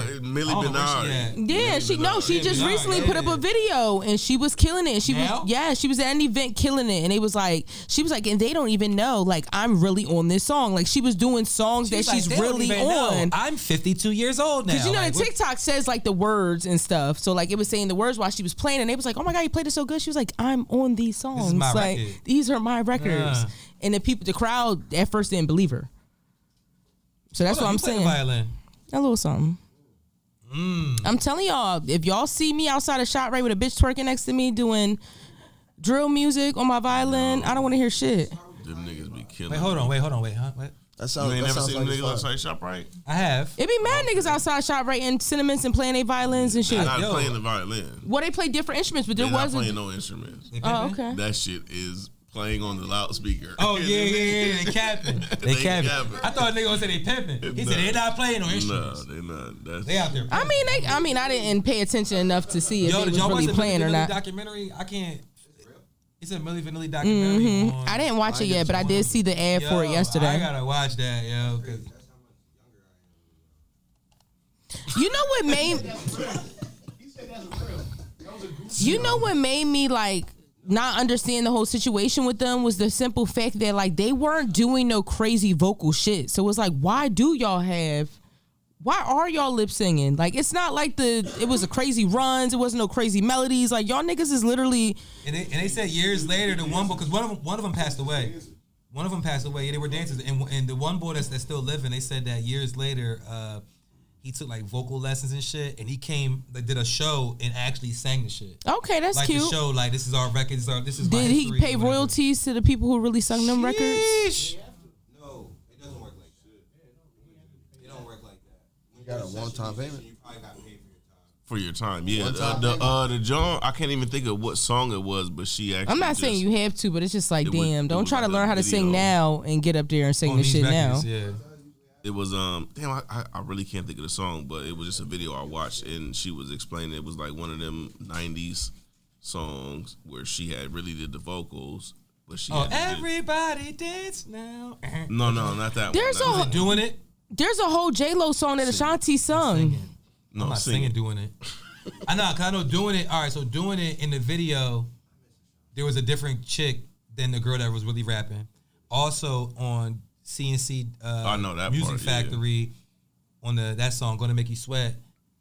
She was- Millie
I don't know where she
Bernard.
at.
yeah, she no, she
Yeah,
just
yeah,
recently
yeah,
put up
yeah.
a video and she was killing it. She
Now?
was yeah, she was at an event killing it, and it was like she was like, and they don't even know like I'm really on this song. Like she was doing songs that
like,
she's
they don't
really
even know.
on.
I'm 52 years old now.
Cause you know
Like,
the
what-
TikTok says like the words and stuff. So like it was saying the words while she was playing, and they was like, "Oh my god, you played it so good." She was like, "I'm on these songs.
my
like
record."
these are my records."
Yeah.
And the people, the crowd at first didn't believe her. So that's
Hold
what
on,
I'm
you play the
saying.
Violin. Mm.
A little something. I'm telling y'all, if y'all see me outside a shot right with a bitch twerking next to me doing drill music on my violin, I don't want to hear shit.
Them niggas be killing.
Wait, hold on. Wait, hold on. Wait, huh? Wait.
That
You
sounds.
ain't
That
never
sounds
seen
like
them niggas
it's fire.
outside shop right?
I have.
It be mad niggas outside shop writing sentiments and playing their violins and shit.
Not
yo.
playing the violin.
Well, they play different instruments, but there
They're not
wasn't.
playing no instruments.
Oh, okay.
That shit is playing on the loudspeaker.
Oh yeah, yeah, yeah. yeah, They capping. They,
They
capping.
capping.
I thought a nigga gonna say they pimping. He
Nah.
said they not playing no
no,
instruments.
they not. That's
They out there.
I mean, they, I mean, I didn't pay attention enough to see if
Yo,
they
did
was
y'all watch
really
the
playing
Milli
or
Vanilli
not.
documentary? I can't. It's a Millie Vanilli documentary. on-
Mm-hmm. I didn't watch it yet, but I did see the ad for it
Yo,
yesterday.
I gotta watch that, yo. 'cause-
You know what made You know what made me like not understand the whole situation with them was the simple fact that like they weren't doing no crazy vocal shit. So it's like why do y'all have why are y'all lip singing? Like it's not like the it was a crazy runs, it wasn't no crazy melodies. Like y'all niggas is literally
And they, and they said years later, the one because one of them, one of them passed away. One of them passed away. Yeah, they were dancers, and, and the one boy that's, that's still living, they said that years later, uh, he took like vocal lessons and shit, and he came, like, did a show and actually sang the shit.
okay, that's
like the
cute.
show, like this is our records, our this is. my
Did he
history,
pay
whatever.
royalties to the people who really sung them records?
Sheesh.
No, it doesn't work like that. It don't work like that. When
got
you're
a
session
one-time
musician,
payment?
You probably got paid for your time.
for your time. Yeah,
One time
uh,
thing.
the uh, the John. I can't even think of what song it was, but she actually.
I'm not
just-
saying you have to, but it's just like,
It was-
damn,
it
don't
was
try to
like a
learn how to sing
video.
now and get up there and sing
On
this
these
shit now.
records, yeah.
It was um. Damn, I, I I really can't think of the song, but it was just a video I watched, and she was explaining it was like one of them '90s songs where she had really did the vocals, but she.
Oh,
had to do-
everybody dance now. Uh-huh.
No, no, not that.
There's
one.
a-
Not that-
Doing it.
There's a whole J Lo song that Ashanti sung.
no
I'm not singing.
singing.
doing it. I know, cause I know doing it. All right, so doing it in the video, there was a different chick than the girl that was really rapping. Also on CNC, uh,
I know that
Music
part, yeah.
Factory on the that song "Gonna Make You Sweat."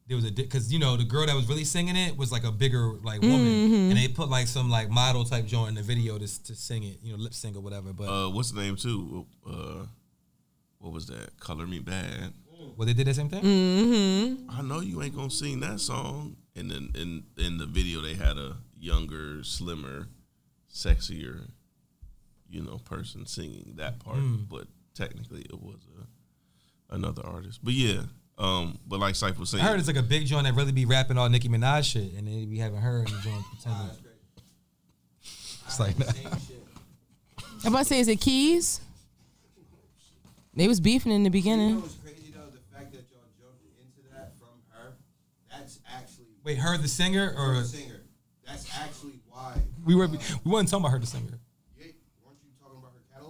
There was a because you know the girl that was really singing it was like a bigger like woman, and they put like some like model type joint in the video to to sing it, you know, lip sync or whatever. But
Uh, what's the name too? Uh, what was that? Color Me Bad.
well, they did the same thing.
I know you ain't gonna sing that song. And then in in the video they had a younger, slimmer, sexier, you know, person singing that part.
Hmm.
But technically it was a, another artist. But yeah. Um, but like Cypher was saying,
I heard it's like a big joint that really be rapping all Nicki Minaj shit, and then we haven't heard the joint pretending. It's like
I'm about to say, is it Keys? They was beefing in
You know
the beginning.
what's crazy though? The fact that y'all jumped into that from her, that's actually
wait, her the singer
her
or
singer. That's actually why.
we were we weren't talking about her the singer.
Yeah, weren't you talking about her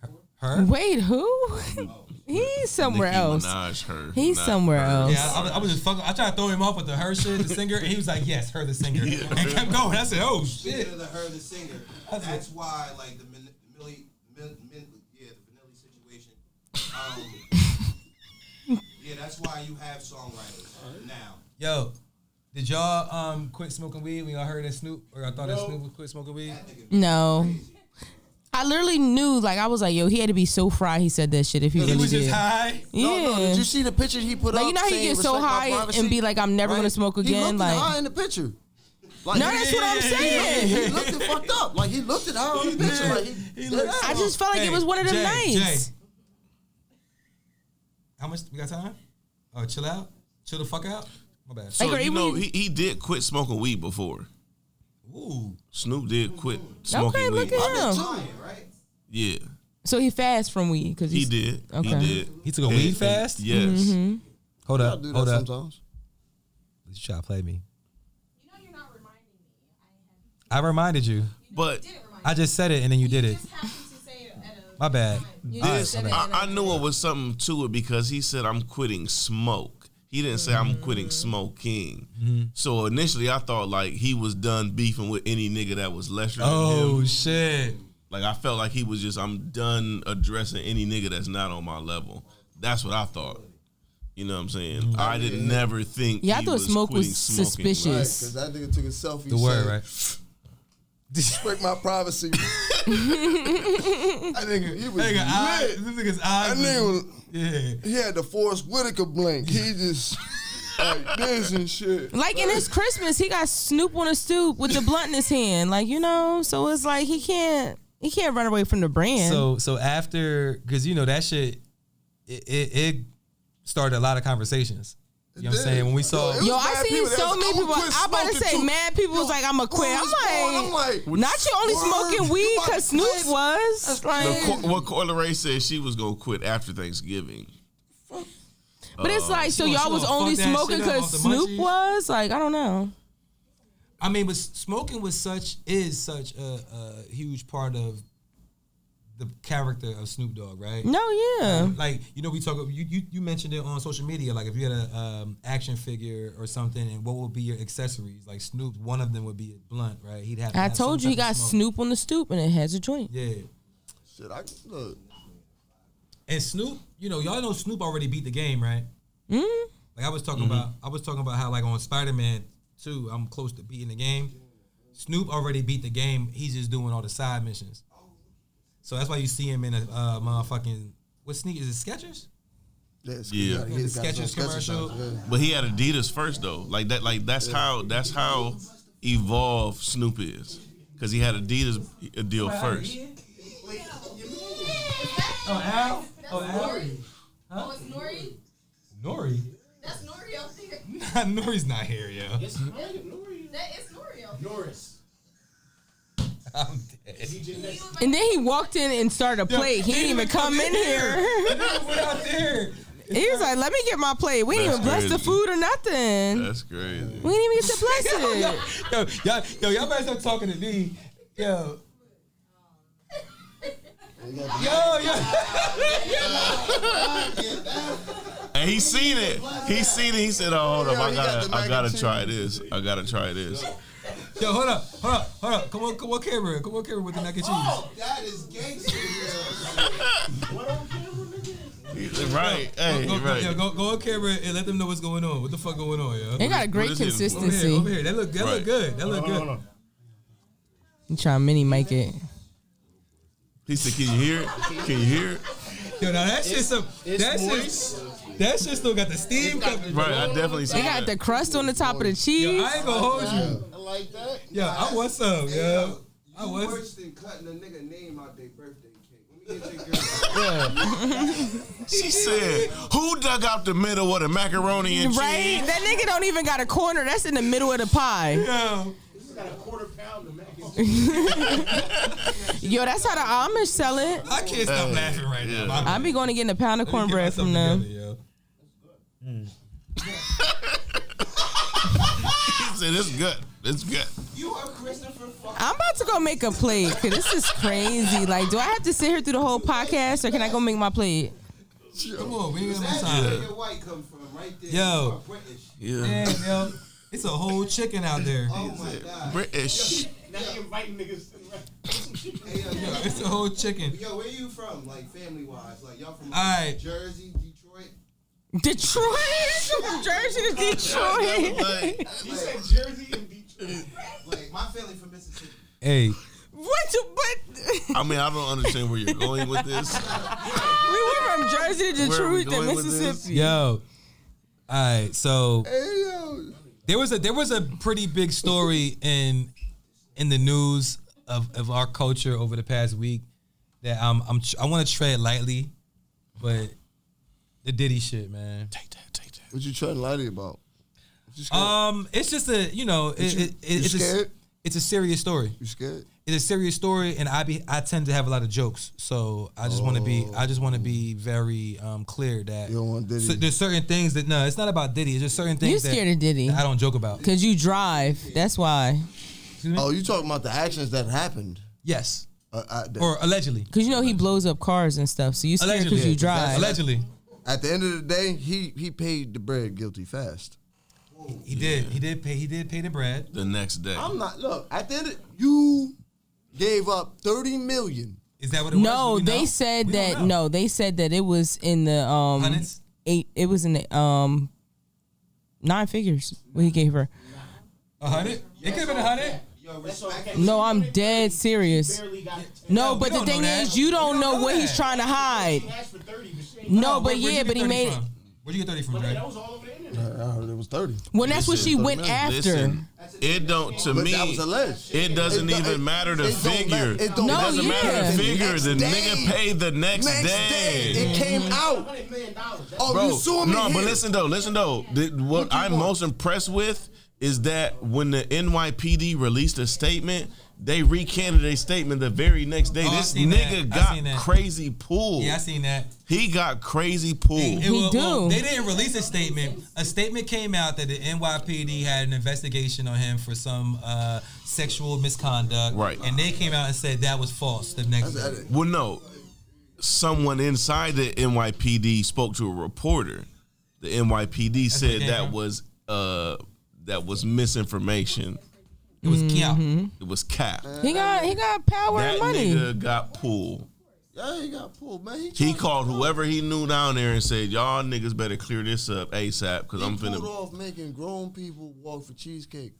catalog? Before?
Her?
Wait, who? He's somewhere
Nicki
else.
Minaj, her,
He's
not
somewhere
her.
else.
Yeah, I, was- I was just fucking. I tried to throw him off with the her shit, the singer, and he was like, "Yes, her the singer," and kept going. I said, "Oh shit."
Speaking of the her, the singer,
That's
that's why like the Min- Millie, Min- Min- yeah, the Vanilli situation. Um, yeah, that's why you have songwriters now.
Yo, did y'all um quit smoking weed when y'all heard that Snoop or I thought that Snoop would quit smoking weed?
No. I literally knew, like, I was like, yo, he had to be so fried he said that shit if he
He
really
was just
did.
high.
Yeah.
No, no, did you see the picture he put
like,
up?
you know how you
saying,
get so
"Respect my
high
privacy"?
and be like, I'm never
Right?
going to smoke
He
again?
looked at her
Like,
in the picture. Like,
no, that's what I'm
Yeah, yeah, yeah,
saying.
he, he looked it fucked up. Like he looked at her in the picture. Like he,
He looked-
I just felt like
Hey,
it was one of them
Jay,
nights.
Jay. How much? We got time? Oh, chill out. Chill the fuck out. My bad.
So,
Like,
you
are
know,
we-
Oh, he, he did quit smoking weed before.
Ooh.
Snoop did quit smoking
Okay,
weed.
look at him.
Lying, right?
Yeah,
So he fast from weed because
he did.
Okay.
He did.
He took a
And-
weed
and-
fast?
Yes.
Mm-hmm.
Hold
I
up.
do
Hold
that
up.
sometimes.
You try to play me.
You know you're not reminding me. I have.
I reminded you.
But
Didn't remind
I
me.
just said it and then you did it.
Just happened to say it at a
My bad.
time.
This,
All right,
I, I knew it was something to it because he said, I'm quitting smoke. He didn't say, I'm
Mm.
quitting smoking. So initially, I thought like he was done beefing with any nigga that was lesser than
Oh
him.
shit.
Like, I felt like he was just, I'm done addressing any nigga that's not on my level. That's what I thought. You know what I'm saying? I did never think.
Yeah, I
he
thought smoke was
quitting smoking.
suspicious.
Like,
Right, cause that nigga took a selfie.
The word,
said,
right?
Respect my privacy. That nigga, he was
Nigga, eye,
lit.
this nigga's eyes.
That nigga was,
yeah.
he had the Forrest Whitaker blink. He just like this and shit.
Like in his Christmas, he got Snoop on a stoop with the blunt in his hand. Like you know, so it's like he can't he can't run away from the brand.
So so after because you know that shit, it, it, it started a lot of conversations. You know what I'm
It did.
saying? When we saw,
Yo, it
Yo,
was
I
mad
seen
people that
so
was-
many
I'ma
people.
quit
I'm about to
smoking
say,
too.
mad people was like, "I'm a quit." I'm
Forrest Whitaker,
like,
I'm like,
not you only
Word.
smoking weed
You
because
about to
Snoop was like,
The Co- what Coyle Ray said she was gonna quit after Thanksgiving.
but it's like, so
She gonna-
y'all
she
was
gonna
only
fuck that shit
smoking
up off
because
the
Snoop
munchies?
was like, I don't know.
I mean, but smoking was such is such a, a huge part of the character of Snoop Dogg,
Mm-hmm.
right?
No, yeah,
Like you know, we talk. You, you you mentioned it on social media. Like if you had a um, action figure or something, and what would be your accessories? Like Snoop, one of them would be a blunt, right? He'd have. to
I
have
told
some
you he
type
got
of smoke.
Snoop on the stoop and it has a joint.
Yeah,
Shit, I look.
and Snoop, you know, y'all know Snoop already beat the game, right?
Mm?
Like I was talking about, I was talking about how like on Spider Man Two, I'm close to beating the game. Snoop already beat the game. He's just doing all the side missions. So that's why you see him in a uh, motherfucking what sneak is it Skechers?
Yeah, it's-
Yeah.
gotta get-
The
gotta get
Skechers
some Skechers
commercial.
shots, yeah.
But he had Adidas first though. Like that. Like that's how. That's how evolved Snoop is. Because he had Adidas a deal first.
Oh Al, oh Al,
Nori. Oh, it's Nori.
Nori.
That's Nori out there.
Nori's not here, yo.
That is Nori out there.
Norris.
I'm dead.
He was like,
And then he walked in and started a plate. He didn't even come in here.
What out there?
He was like, "Let me get my plate. We
That's
didn't even bless the
crazy.
food or nothing.
That's crazy.
We didn't even get to bless it."
Yo, y'all, yo, y'all better stop talking to me. Yo. Yo, yo.
And he seen it. He seen it. He said, "Oh, hold up.
Yeah,
I
he got
gotta.
the
I
mac
gotta
and
try this. I gotta try this."
Yo, hold up, hold up, hold up. Come on, come on, camera. Come on, camera with the mac and cheese.
That is gangster.
He's Right. Hey.
Go, go, yo,
Right.
go, go on camera and let them know what's going on. What the fuck going on, yo?
They got a great
is it?
Over here,
consistency.
over here. That look, that look
Right.
good. That look
Hold on,
good.
hold on.
You trying to mini make it?
He said, "Can you hear it? Can you hear it?"
Yo, now that shit some. That shit, that shit still got the steam coming.
Right. I definitely
They
seen
got the
that.
crust on the top of the
Yo,
cheese.
I ain't gonna hold you.
I like that.
Yo, I want some, yo. I want.
Worse than cutting a nigga name out their birthday cake. Let me get your girl.
She said, "Who dug out the middle with a macaroni and
Right?
cheese?"
That nigga don't even got a corner. That's in the middle of the pie.
Yo,
Got a quarter pound of mac and
Yo, that's how the Amish sell it.
I can't stop laughing right
yeah.
now.
I be going to getting a pound of cornbread from them.
He said, "It's good. It's good."
You are Christopher fucking
I'm about to go make a plate. 'cause this is crazy. Like, do I have to sit here through the whole podcast or can I go make my plate?
Come on, we ain't got no
where
time.
your white come from, right there.
Yo.
You are British.
Yeah.
Damn, yo. It's a whole chicken out there.
Oh my god.
eh,
British.
Now you inviting niggas to the restaurant.
Hey, yo,
Yo,
yo,
it's a whole chicken.
yo, where you from? Like family wise, like y'all from
Alright.
Jersey, Detroit.
Detroit? From Jersey to Detroit?
Like,
You said Jersey and Detroit.
Like my family from Mississippi.
Hey,
What you, but
I mean, I don't understand where you're going with this.
we went from Jersey to
Where are we
Detroit to
going with this?
Mississippi.
yo. All right, so
Hey, yo.
there was a there was a pretty big story in in the news of, of our culture over the past week that I'm, I'm tr- I want to tread lightly, but the Diddy shit, man.
Take that. Take that.
What you trying to lie to you about? What you scared?
Um, it's just a you know it,
you-
it, it,
you
it's a,
scared?
it's a serious story.
you scared?
It's a serious story, and I be I tend to have a lot of jokes, so I just want to be I just want to be very um clear that
Oh. You don't want Diddy.
so there's certain things that no, it's not about Diddy. It's just certain things
You scared
that,
of Diddy.
that I don't joke about.
Because you drive. That's why.
Oh, you talking about the actions that happened?
Yes,
Uh, at, the,
or allegedly.
Because you know he blows up cars and stuff. So you scared
Allegedly,
because you drive.
Allegedly,
at the end of the day, he he paid the bread guilty fast.
he did. He did pay. He did pay the bread.
The next day.
I'm not. Look, at the end, of, you gave up thirty million.
Is that what it
No,
was? Do we
they
know?
said
We don't
that
know.
no, they said that it was in the um
Hundreds?
eight it was in the um nine figures what he gave her.
A hundred. It could have been a hundred.
Yo, uh, respect.
No, I'm dead serious.
Barely got the check.
No,
No,
but
we
the
don't
thing
know that.
is, you don't
We don't
know
know
what
that.
he's trying to hide.
He asked for 30, but she ain't got
No,
it.
but yeah, but he made.
Where'd you get 30 from,
But
Dre?
that was all over the internet.
I heard it was thirty.
Well, that's what
Listen,
she went after.
Listen, it don't to
But
me.
that was alleged.
It doesn't
It don't-
even
it-
matter the
it don't
figure.
matter.
It,
It don't
No,
doesn't
yeah.
matter the figure. The
Next
nigga
day.
paid the next,
Next day, it came out.
$100 million. That's
Oh,
Bro,
you saw me.
no, but
here.
listen though, listen though. The- what I'm most impressed with is that when the NYPD released a statement, they recanted a statement the very next day.
Oh, I
this
seen that.
nigga
I seen
got
that.
crazy pulled.
Yeah, I seen that.
he got crazy pulled.
It wa-
do.
well, they didn't release a statement. A statement came out that the NYPD had an investigation on him for some uh, sexual misconduct.
Right.
And they came out and said that was false the next
That's
day.
it.
Well, no. Someone inside the NYPD spoke to a reporter. The NYPD said
okay,
that
huh?
was uh that was misinformation.
It was mm
It was cap.
He got he got power
That
and money.
nigga got pulled.
Yeah, he got pulled, man.
He
tried-
called whoever he knew down there and said, "Y'all niggas better clear this up ASAP because
He
I'm
pulled
finna."
off making grown people walk for cheesecake.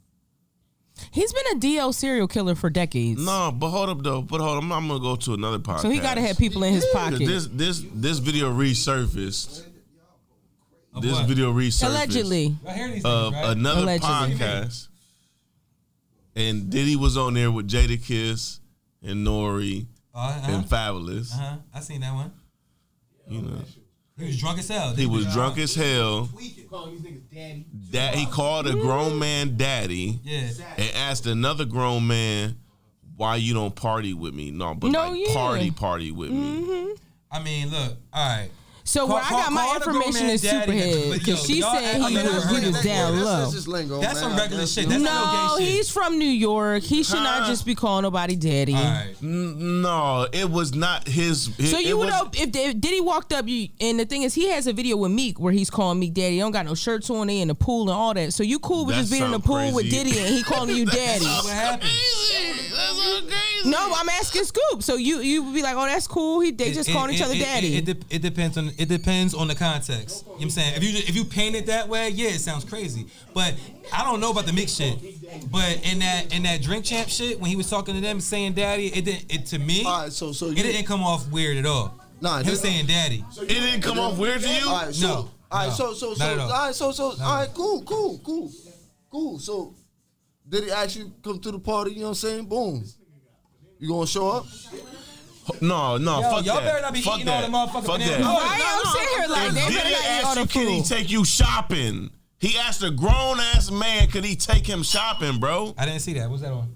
He's been a DL serial killer for decades.
No, but hold up though. But hold, up, I'm, I'm gonna go to another podcast.
so he got to have people in his
'Cause
pocket.
This this this video resurfaced. This
what?
video resurfaced.
Allegedly,
I hear these things,
of
right?
another
Allegedly.
podcast, and Diddy was on there with Jada Kiss and Nori
uh-huh.
and Fabulous.
uh-huh. I seen that one.
You know,
He was drunk as hell.
he was drunk as hell.
calling these niggas daddy.
That he called a grown man daddy
Yeah.
and asked another grown man why you don't party with me. No, but
No,
like
yeah. Mm-hmm.
party party with me.
I mean, look. All right.
so where
Call-
I
call-
got
call
my
the grown
information
man
is
daddy,
Superhead
but
because
yo,
she
y'all
said
act like
he
y'all
was
never
he
heard
was
that
down
That's-
low.
That's just lingo,
That's
man.
some
I
regular
guess,
shit.
you know.
That's not no
No,
gay shit.
he's from New York. He should
Huh?
not just be calling nobody daddy.
All right.
N- No, it was not his.
So
it-
you
it
would
was-
hope if, if Diddy walked up, you and the thing is, he has a video with Meek where he's calling Meek daddy. He don't got no shirts on, he in the pool and all that. So you cool with
That
just being in the
sound
pool with
crazy.
Diddy and he calling you daddy?
What happened?
Crazy. That's so crazy.
No, I'm asking Scoop. So you you would be like, oh, that's cool. He they just
It-
calling
it-
each other
it-
daddy.
It, it, dep- it depends on it depends on the context. You know what I'm saying if you if you paint it that way, yeah, it sounds crazy. But I don't know about the mix shit. But in that in that drink champ shit, when he was talking to them saying daddy, it didn't. It to me,
All right, so so
it
you.
didn't come off weird at all.
Nah,
him
this-
saying daddy.
It didn't come off weird to you.
All right, so,
No,
all right,
no,
so, so,
not at
so,
all.
all right, so, so, all right, cool, cool, cool, cool. So, did he actually come to the party? You know what I'm saying? Boom. You gonna show up?
No, no,
Yo,
fuck
y'all
that.
better not be
fuck
eating all
that.
the motherfucking
fuck
bananas.
that.
No,
I am sitting here like
If
they better
Diddy
not eat all
asked
the
you, can he
food.
take you shopping? He asked a grown ass man, could he take him shopping, bro?
I didn't see that. What's that on?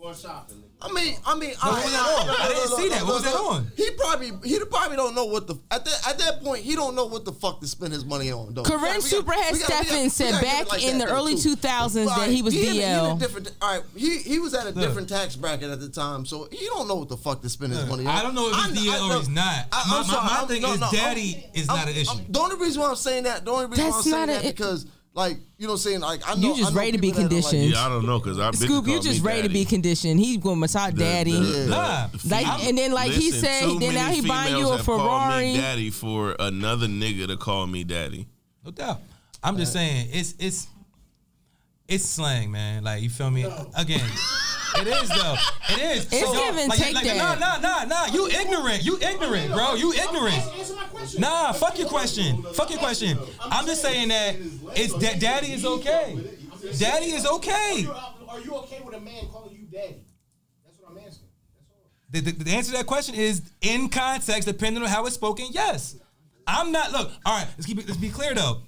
Going shopping. nigga.
I mean, I mean, I,
what was that on? I didn't see that. What was that on?
He probably, he probably don't know what the at that at that point he don't know what the fuck to spend his money on. Though.
Corinne
We gotta- we gotta-
Superhead
we gotta- we gotta-
Steffen
we
said
gotta give it
back
like
in
that,
the
though,
early
too.
2000s that
Alright,
he was
in a- in a
DL.
different, all right, he he was at a
Look.
different tax bracket at the time, so he don't know what the fuck to spend his
Look,
money on.
I don't know if he's DL or
look,
he's not.
I-
My- my-
I'm sorry,
my
I'm-
thing
no,
is
no, I'm-
daddy is not an issue.
the only reason why I'm saying that, the only reason
That's
why I'm
not
saying
a-
that
it-
because like you know, what I'm saying like I
You
know
just
I know
ready to be
people that are like-
conditioned.
Yeah, I don't know, cause I bitch
Scoop, you
called
just
me
ready to
daddy.
be conditioned. He's going massage
The-
daddy.
the- the-
Nah.
the
Like,
fem-
and then, like he said,
too
then now
many
he buying
females
you a
have called me
Ferrari.
daddy for another nigga to call me daddy.
No doubt. I'm just saying it's it's it's slang, man. Like you feel me? Again. It is though. It is. It's
giving take that.
Nah, nah, nah, nah. You ignorant. You ignorant, bro. You ignorant.
Answer my question.
Nah, fuck your question. Fuck your question. I'm just saying that it's that daddy is okay. Daddy is okay.
You're out- Are you okay with a man calling you daddy? That's what I'm asking. That's all.
The, the, the answer to that question is in context, depending on how it's spoken. Yes, I'm not. Look, all right. Let's keep it. Let's be clear though.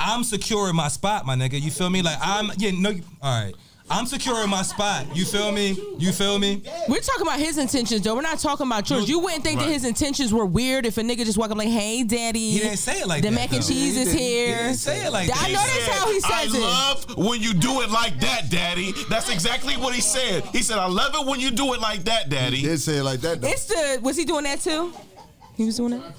I'm secure in my spot, my nigga. You feel me? Like I'm. Yeah. No. you- All right. I'm secure in my spot. You feel me? You feel me?
We're talking about his intentions, though. We're not talking about yours. You wouldn't think that
Right.
his intentions were weird if a nigga just walk up like, "Hey, daddy."
He didn't say it like
the
that,
mac and
though.
cheese
He
is
didn't- he
here.
didn't
Say it like
I
that.
know that's how he
I
says it.
love when you do it like that, daddy. That's exactly what he said. He said, I love it when you do it like that, daddy.
Did say it like that. Though.
It's the was he doing that too? He was doing that.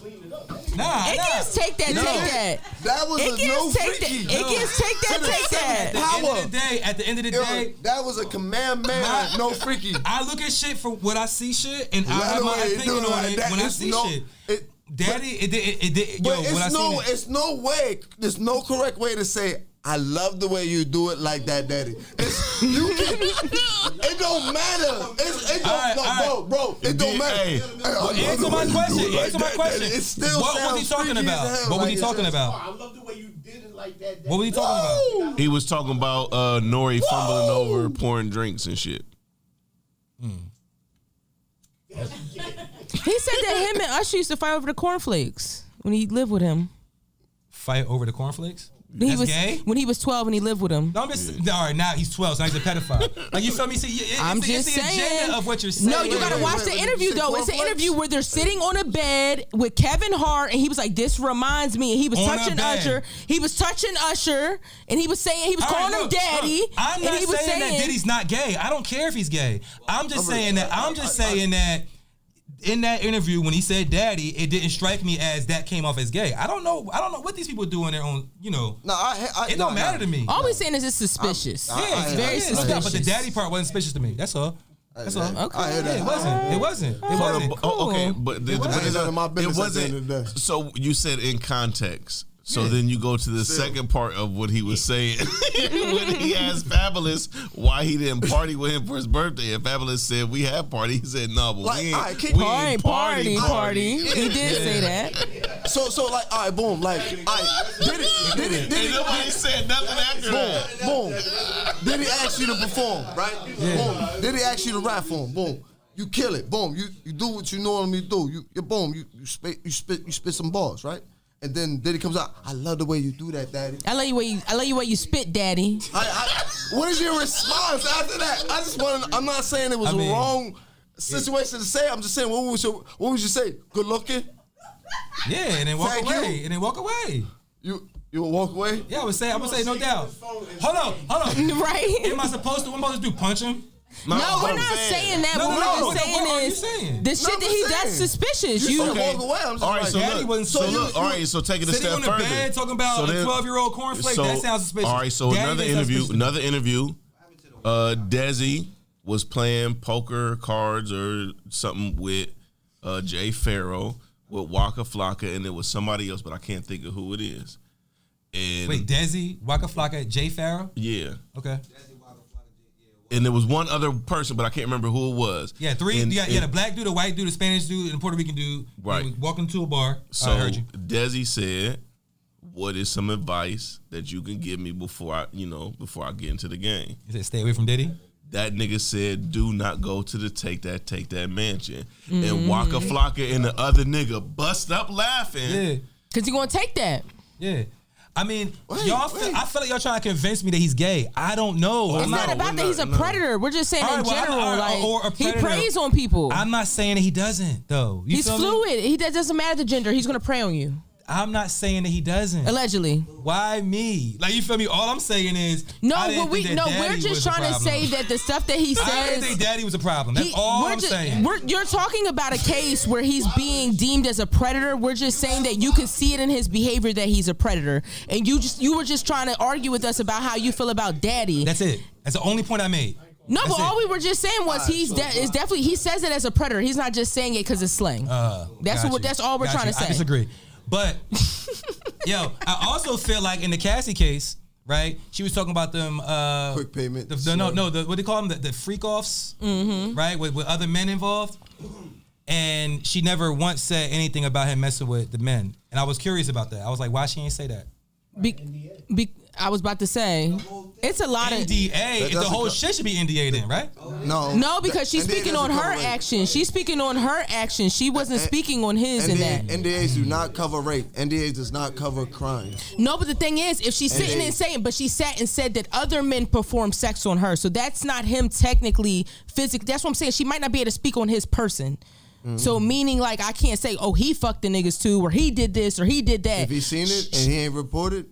Nah.
It
nah.
gives take that,
No.
take that.
That was
It
a no
gives take that.
freaky.
It gives take that, take
At the
that.
end
Power.
of the day, at the end of the day,
Yo, that was a command man,
My-
no freaky.
I look at shit for what I see shit, and I
Right
have my
away, you
opinion
do it
on
like
it
that.
when I
It's
see
no-
shit.
it-
Daddy, it did. It, it, did-
But
yo, when I
it's
seen
no,
it.
it's no way. There's no correct way to say I love the way you do it like that, Daddy. It's, you can, it don't matter. It's, it don't,
All right,
no,
all
bro, bro, it don't
Yeah,
matter.
hey.
I love the
answer
way
my
you do
question.
it like
Answer my
that,
question.
Daddy. It still
What was
sounds
he talking
freaky as
about?
hell,
What was
like
he
it's
talking
just-
about?
I love the way you did it like that.
What was he talking about?
Woo!
He was talking about uh, Nori fumbling over pouring drinks and shit.
He said that him and Usher used to fight over the cornflakes when he lived with him.
Fight over the cornflakes?
he
That's
was
gay?
when he was twelve and he lived with him.
Don't be, all right, now he's 12, so now he's a pedophile. like, you feel me? See, it- it's,
I'm
the-
just
it's the
saying.
agenda of what you're saying.
No, you
wait,
gotta
wait,
watch
wait,
the
wait,
interview
you said
though. It's an
cornflakes?
interview where they're sitting on a bed with Kevin Hart, and he was like, "This reminds me." And he was
On a
touching
bed.
Usher. He was touching Usher, and he was saying he was
All right,
calling him
look,
daddy.
look, I'm
and
not
he was
saying, that Diddy's not gay. I don't care if he's gay. I'm just
I'm re-
saying that. I'm just saying that. In that interview, when he said "daddy," it didn't strike me as that came off as gay. I don't know. I don't know what these people do in their own. You know,
No, I, I,
it
no,
don't
no.
matter to me.
All we're saying is it's suspicious.
I-
yeah,
I-
it's
I-
very
I-
suspicious. but the
suspicious.
daddy part wasn't suspicious to me. That's all. That's all.
Okay.
I hear
Yeah,
that.
it wasn't. It wasn't. It wasn't.
But- oh, okay, but the,
It
but
wasn't.
it-
None of my business
it
at the end of the day.
wasn't. So you said in context. So
Yeah.
then you go to the
Still.
second part of what he was saying when he asked Fabulous why he didn't party with him for his birthday, and Fabulous said we had party. He said no, but
Like,
we ain't,
alright, keep-
we
Party,
ain't
party, party.
party.
He did say that.
So, so like, all right, boom, like, all right, did it, did it, did
And
it,
nobody said nothing after
boom,
that.
boom. Then he asked you to perform, right? Boom. Then he asked you to rap for him, boom. You kill it, boom. You you do what you normally do. You you boom. You you spit you spit you spit some bars, right? And then then he comes out. I love the way you do that, daddy.
I love you way. You, I love you way you spit, daddy.
I, I, what is your response after that? I just want. to I'm not saying it was
I mean,
a wrong situation to say. I'm just saying what was your what would you say? Good looking.
Yeah, and then walk
Thank
away.
you.
And then walk away.
You you would walk away.
Yeah, I would say. I would say no doubt. Hold on. Hold on.
Right?
Am I supposed to? What am I supposed to do? Punch him?
No,
that's what
we're
I'm
not
saying.
saying that.
No,
what
no,
we're
no,
saying
what are you
is
saying?
the shit
I'm
that he
just
that's
saying.
suspicious.
You
You,
said walk away. I'm just
All right,
like,
so
Daddy
look,
wasn't
so
saying-
look, all right, so take it a
Sitting
step
on the
further.
bed talking about a 12-year-old cornflake, that sounds suspicious.
All right, so
Daddy
another
is
interview,
suspicious.
another interview. Uh, Desi was playing poker cards or something with uh, Jay Farrell with Waka Flocka, and it was somebody else, but I can't think of who it is. And
Wait, Desi, Waka Flocka, Jay Farrell.
yeah,
Okay.
and there was one other person, but I can't remember who it was.
Yeah, three.
And-
yeah, yeah, the
and-
black dude, the white dude, the Spanish dude, and the Puerto Rican dude.
Right.
They was Walking to a bar.
So
I heard you.
Desi said, "What is some advice that you can give me before I, you know, before I get into the game?"
He said, "Stay away from Diddy."
That nigga said, "Do not go to the take that take that mansion."
Mm-hmm.
And Waka Flocka and the other nigga bust up laughing.
Yeah,
because you gonna take that.
yeah. I mean,
Wait,
y'all. Feel,
wait.
I feel like y'all trying to convince me that he's gay. I don't know.
Well,
I'm
It's
no,
not.
not
we're
about that. He's a
not- no.
predator. We're just saying
All
in
right, well, I'm-
general,
all right,
like
or a
he
predator.
preys on people.
I'm not saying that he doesn't though. You
he's
feel me?
fluid. He that doesn't matter the gender. He's gonna prey on you
I'm not saying that he doesn't.
allegedly.
Why me? Like you feel me? All I'm saying is
No,
I didn't
what we
think that
no,
daddy
we're
was
just
a
trying to
problem.
say that the stuff that he
I didn't
says.
think daddy was a problem. That's
he-
all
we're
I'm
just,
saying.
We're, you're talking about a case where he's being deemed as a predator. We're just saying that you can see it in his behavior that he's a predator, and you just you were just trying to argue with us about how you feel about daddy.
That's it. That's the only point I made.
no,
that's
but all
it.
we were just saying was he's de- is definitely he says it as a predator. He's not just saying it because it's slang.
Uh,
That's
got
what-
you.
that's all we're
Got
trying
you.
to say.
I disagree, but yo, I also feel like in the Cassie case, right? She was talking about them uh,
Quick payment,
The, the- no,
slow.
no, the, what they call them, the, the freak offs,
Mm-hmm.
right? With, with other men involved, and she never once said anything about him messing with the men. And I was curious about that. I was like, why she ain't say that?
Be, be, I was about to say it's a lot of
NDA. The
doesn't
whole
co-
shit should be NDA then, right?
No,
no because she's
And then
speaking
there's
on
a
her
correlation.
actions. She's speaking on her actions. She wasn't speaking on his in that.
NDA, NDAs do not cover rape. NDAs does not cover crime.
No, but the thing is, if she's sitting
they-
and saying, but she sat and said that other men perform sex on her, so that's not him technically physically. That's what I'm saying. She might not be able to speak on his person.
Mm-hmm.
So meaning like I can't say, oh, he fucked the niggas too, or he did this, or he did that.
If he seen it and he ain't reported,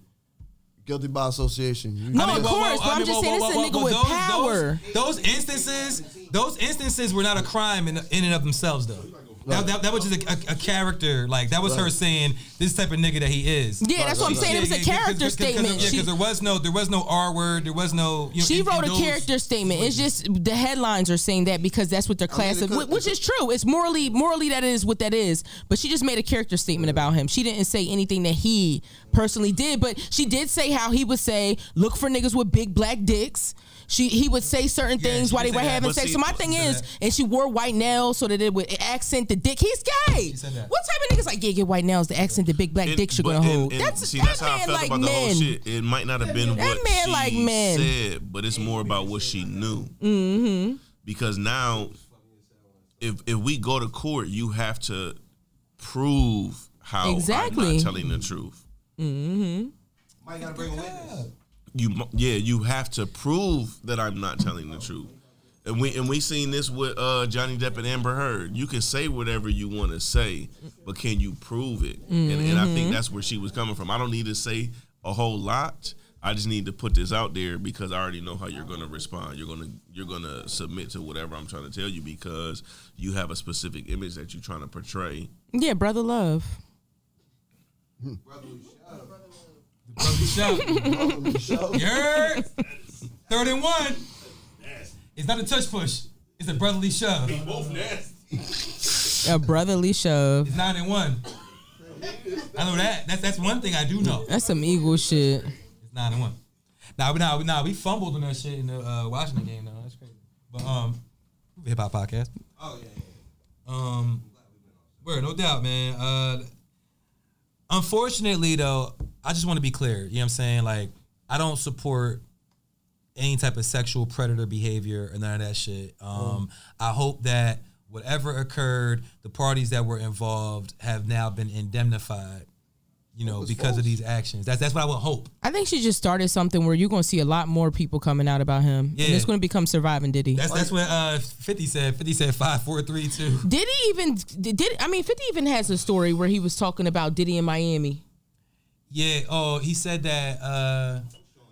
guilty by association. You-
No, of course, but I'm just saying this is a nigga with power.
Those, those instances, those instances were not a crime in, in and of themselves, though. That, that, that was just a, a, a character. Like that was her saying this type of nigga that he is.
Yeah, that's what I'm saying. It was a character statement.
yeah,
She-
because there was no there was no R word. There was no. You know,
She
in- in
wrote a
those-
character statement. It's just the headlines are saying that because that's what they're classified,
could-
which is true. It's morally, morally that is what that is. But she just made a character statement about him. She didn't say anything that he personally did, but she did say how he would say, "Look for niggas with big black dicks." She he would say certain
Yeah,
things
she
while they
did
were
say that,
having
but
sex.
see-
so my thing
said
is,
that.
and she wore white nails so that it would accent the dick. He's gay.
She said that.
What type of niggas like yeah, get white nails to accent the big black
It-
dicks you're
but
gonna
it-
hold?
and
that's
see,
that
that's how I
man
felt
like
about the whole
men.
shit. It might not have been
That
what
man
she
like men.
said, but it's more about what she knew. Mm-hmm. Because now, if if we go to court, you have to prove how I'm
Exactly.
not telling the truth.
Might gotta bring a witness.
You mu- yeah, you have to prove that I'm not telling the truth. And we and we seen this with uh, Johnny Depp and Amber Heard. You can say whatever you want to say, but can you prove it? And, and I think that's where she was coming from. I don't need to say a whole lot. I just need to put this out there because I already know how you're going to respond. You're going to you're going to submit to whatever I'm trying to tell you because you have a specific image that you're trying to portray.
Yeah, brother love.
Yeah. Third and one. It's not a touch push. It's a brotherly shove.
Both nasty.
A brotherly shove.
It's nine and one. I know that. That's that's one thing I do know.
That's some eagle shit.
It's nine and one. Now, now, now we fumbled on that shit in the uh, Washington game though. That's crazy. But um, hip hop podcast.
Oh yeah, yeah.
Um, word, no doubt, man. Uh, unfortunately, though, I just want to be clear. You know what I'm saying? Like, I don't support any type of sexual predator behavior or none of that shit. Um, I hope that whatever occurred, the parties that were involved have now been indemnified. You know, because of these actions. That's that's what I would hope.
I think she just started something where you're gonna see a lot more people coming out about him. And
Yeah.
it's gonna become surviving Diddy.
That's that's what uh, Fifty said. Fifty said five, four, three, two.
Diddy even did I mean 50 even has a story where he was talking about Diddy in Miami.
Yeah. Oh, he said that uh,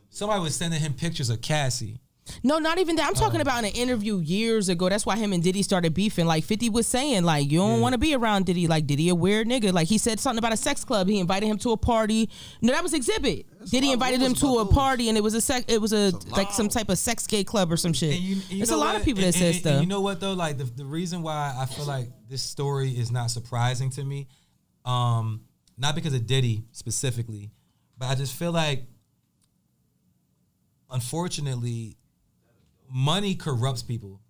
somebody was sending him pictures of Cassie.
No, not even that. I'm talking about in an interview years ago. That's why him and Diddy started beefing. Like 50 was saying, like, you don't want to be around Diddy. Like, Diddy a weird nigga. Like, he said something about a sex club. He invited him to a party. No, that was Exhibit. Diddy
lot of
invited him
rumors
to
about
a
those.
party, and it was a sex. It was a, like some type of sex gay club or some shit.
And you, and you
There's a
know
lot
what?
of people that
And- and-
says stuff.
And you know what though? Like the, the reason why I feel like this story is not surprising to me, um, not because of Diddy specifically, but I just feel like, unfortunately, money corrupts people.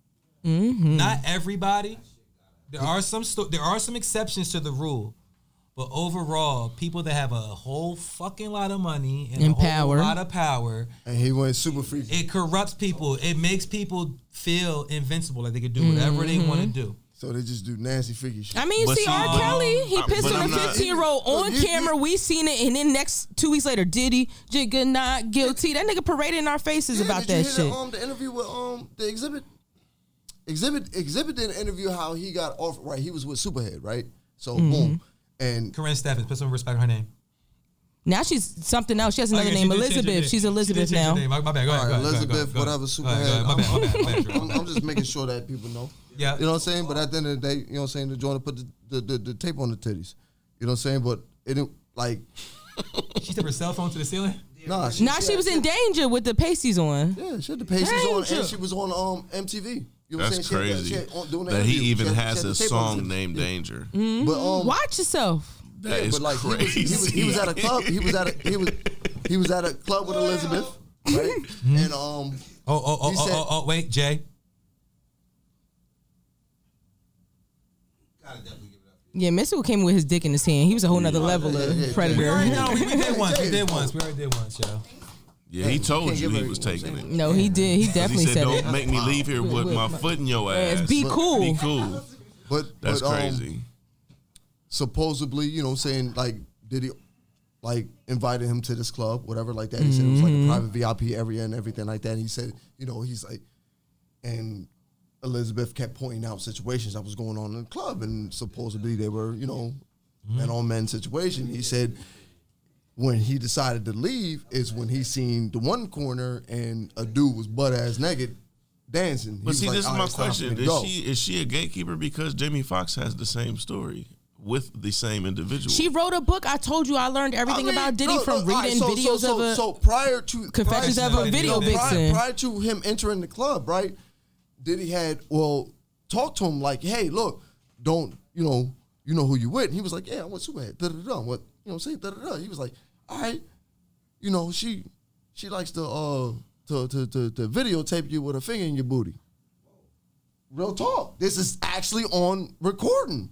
Mm-hmm.
Not everybody. There are some sto- there are some exceptions to the rule, but overall, people that have a whole fucking lot of money and,
And
a whole
power.
lot of power
And he went super free.
it corrupts people. It makes people feel invincible, like they can do whatever
Mm-hmm.
they want to do.
So they just do nasty figure shit.
I mean, you
But
see,
see,
R.
but-
Kelly, he
I-
pissed
but
on
I'm
a
not-
15 year old
Look,
on
you- you-
camera. We seen it, and then next two weeks later, Diddy, Jigga, not guilty. That nigga parading in our faces
Yeah,
about
did you
that
hear
shit.
That, um, the interview with um the exhibit. Exhibit exhibit did an interview how he got off. Right, he was with Superhead, right? So
Mm-hmm.
boom, and
Corinne Stephens, put some respect on her name.
Now she's something else. She has another
Okay, Oh, she
name,
did change her
Elizabeth.
name.
She's
She did
Elizabeth
change her
now.
name. My, my bad. Go ahead.
All
go
right,
ahead, go ahead, go ahead,
Elizabeth,
go ahead.
whatever,
Go ahead, go ahead. My bad. My bad. My bad.
I'm, I'm just making sure that people know.
Yeah.
you know what I'm saying. But at the end of the day, you know what I'm saying. The joint put the, the, the, the tape on the titties. You know what I'm saying. But it didn't like
She took her cell phone to the ceiling.
nah. She,
Now she was in danger with the pasties on.
yeah, she had the pasties on,
Danger.
and she was on um MTV. You know what I'm
That's
saying? She had-
crazy.
she had on- doing the
That he
interview. She
even
had- she
has
had
a
the tape on the
song
titties.
named Danger.
But um,
Watch yourself.
That
Yeah,
is
but like he was-
crazy.
He, was, he was at a club. He was at a he was he was at a club with Elizabeth, right? and um,
Oh, oh, oh,
He
oh,
said-
oh, oh, wait, Jay.
Gotta definitely give it up.
Yeah, Missile came with his dick in his hand. He was a whole nother level
yeah, yeah,
of
yeah.
predator.
No, we, we did once. We
Jay.
did once. We already did once, yo.
yeah, he told
can't
you
give
he
her-
was taking it.
No, he did. He
He
definitely
said,
said
"Don't
it.
make me leave here with my foot in your
Yes,
ass."
be cool.
Be cool.
but
That's
but, um,
crazy.
supposedly, you know, what I'm saying like, did he like invited him to this club, whatever, like that? He said it was like
Mm-hmm.
a private VIP area and everything like that. And he said, you know, he's like, and Elizabeth kept pointing out situations that was going on in the club, and supposedly they were, you know,
Mm-hmm.
man on man situation. He said. When he decided to leave is when he seen the one corner and a dude was butt ass naked dancing. He
But
was
see,
like,
this is
"All
my
right, it's time for me
question:
to
Is
go."
she is she a gatekeeper because Jamie Foxx has the same story with the same individual?
She wrote a book. I told you I learned everything
I mean,
about Diddy
no,
from
no, all right,
reading
so- so-
videos
so,
of a.
so prior to
Confessions
prior,
of a Video Vixen.
Prior, prior to him entering the club, right? Diddy had well talked to him like, "Hey, look, don't you know you know who you with?" And he was like, "Yeah, I'm with Superhead." Da da da. What you know? what I'm saying da da da. He was like, "All right, you know she she likes to uh to to to, to videotape you with a finger in your booty." Real talk. This is actually on recording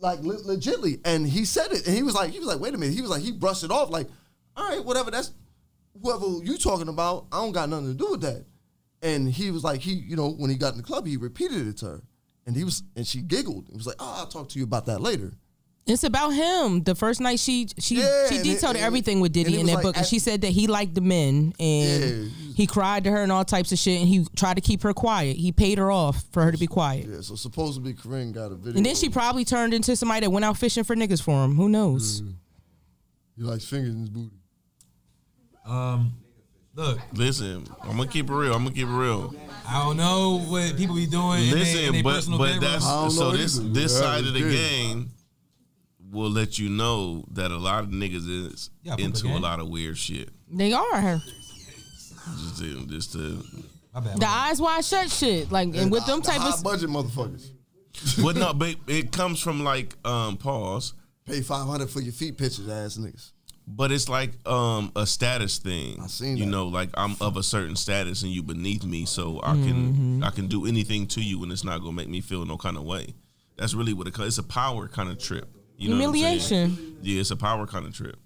like le- legitly, and he said it, and he was like, he was like, wait a minute, he was like, he brushed it off, like, all right, whatever, that's whoever you talking about. I don't got nothing to do with that. And he was like, he, you know, when he got in the club, he repeated it to her, and he was, and she giggled. It was like, oh, I'll talk to you about that later.
It's about him. The first night she she
Yeah,
she
and it-
detailed
and-
everything with
and it
Diddy in
was
that
like
book, and
at-
she said that he liked the men and
Yeah.
he cried to her and all types of shit, and he tried to keep her quiet. He paid her off for her to be quiet,
Yeah, so supposedly Corinne got a video.
and then she probably turned into somebody that went out fishing for niggas for him. Who knows?
Mm. he likes fingers in his booty.
Um, Look,
Listen, I'm gonna keep it real. I'm gonna keep it real.
I don't know what people be doing in their, in
Listen,
their
but
personal
but
bedroom.
that's
I don't
so
know
this
either.
this
Yeah,
side of the
it's good.
game will let you know that a lot of niggas is
Yeah, poop
into a
again.
lot of weird shit.
They are her.
Just to, just to
my bad.
The eyes wide shut shit, like, and with them
The
type
high
of
budget motherfuckers
well, no, but it comes from like um pause,
pay five hundred for your feet pictures, ass niggas.
but it's like um a status thing.
I seen
you
that.
know, like I'm of a certain status and you beneath me, so I
Mm-hmm.
can I can do anything to you and it's not gonna make me feel no kind of way. That's really what it co- it's a power kind of trip. You know what I'm saying?
Humiliation.
Yeah, it's a power kind of trip.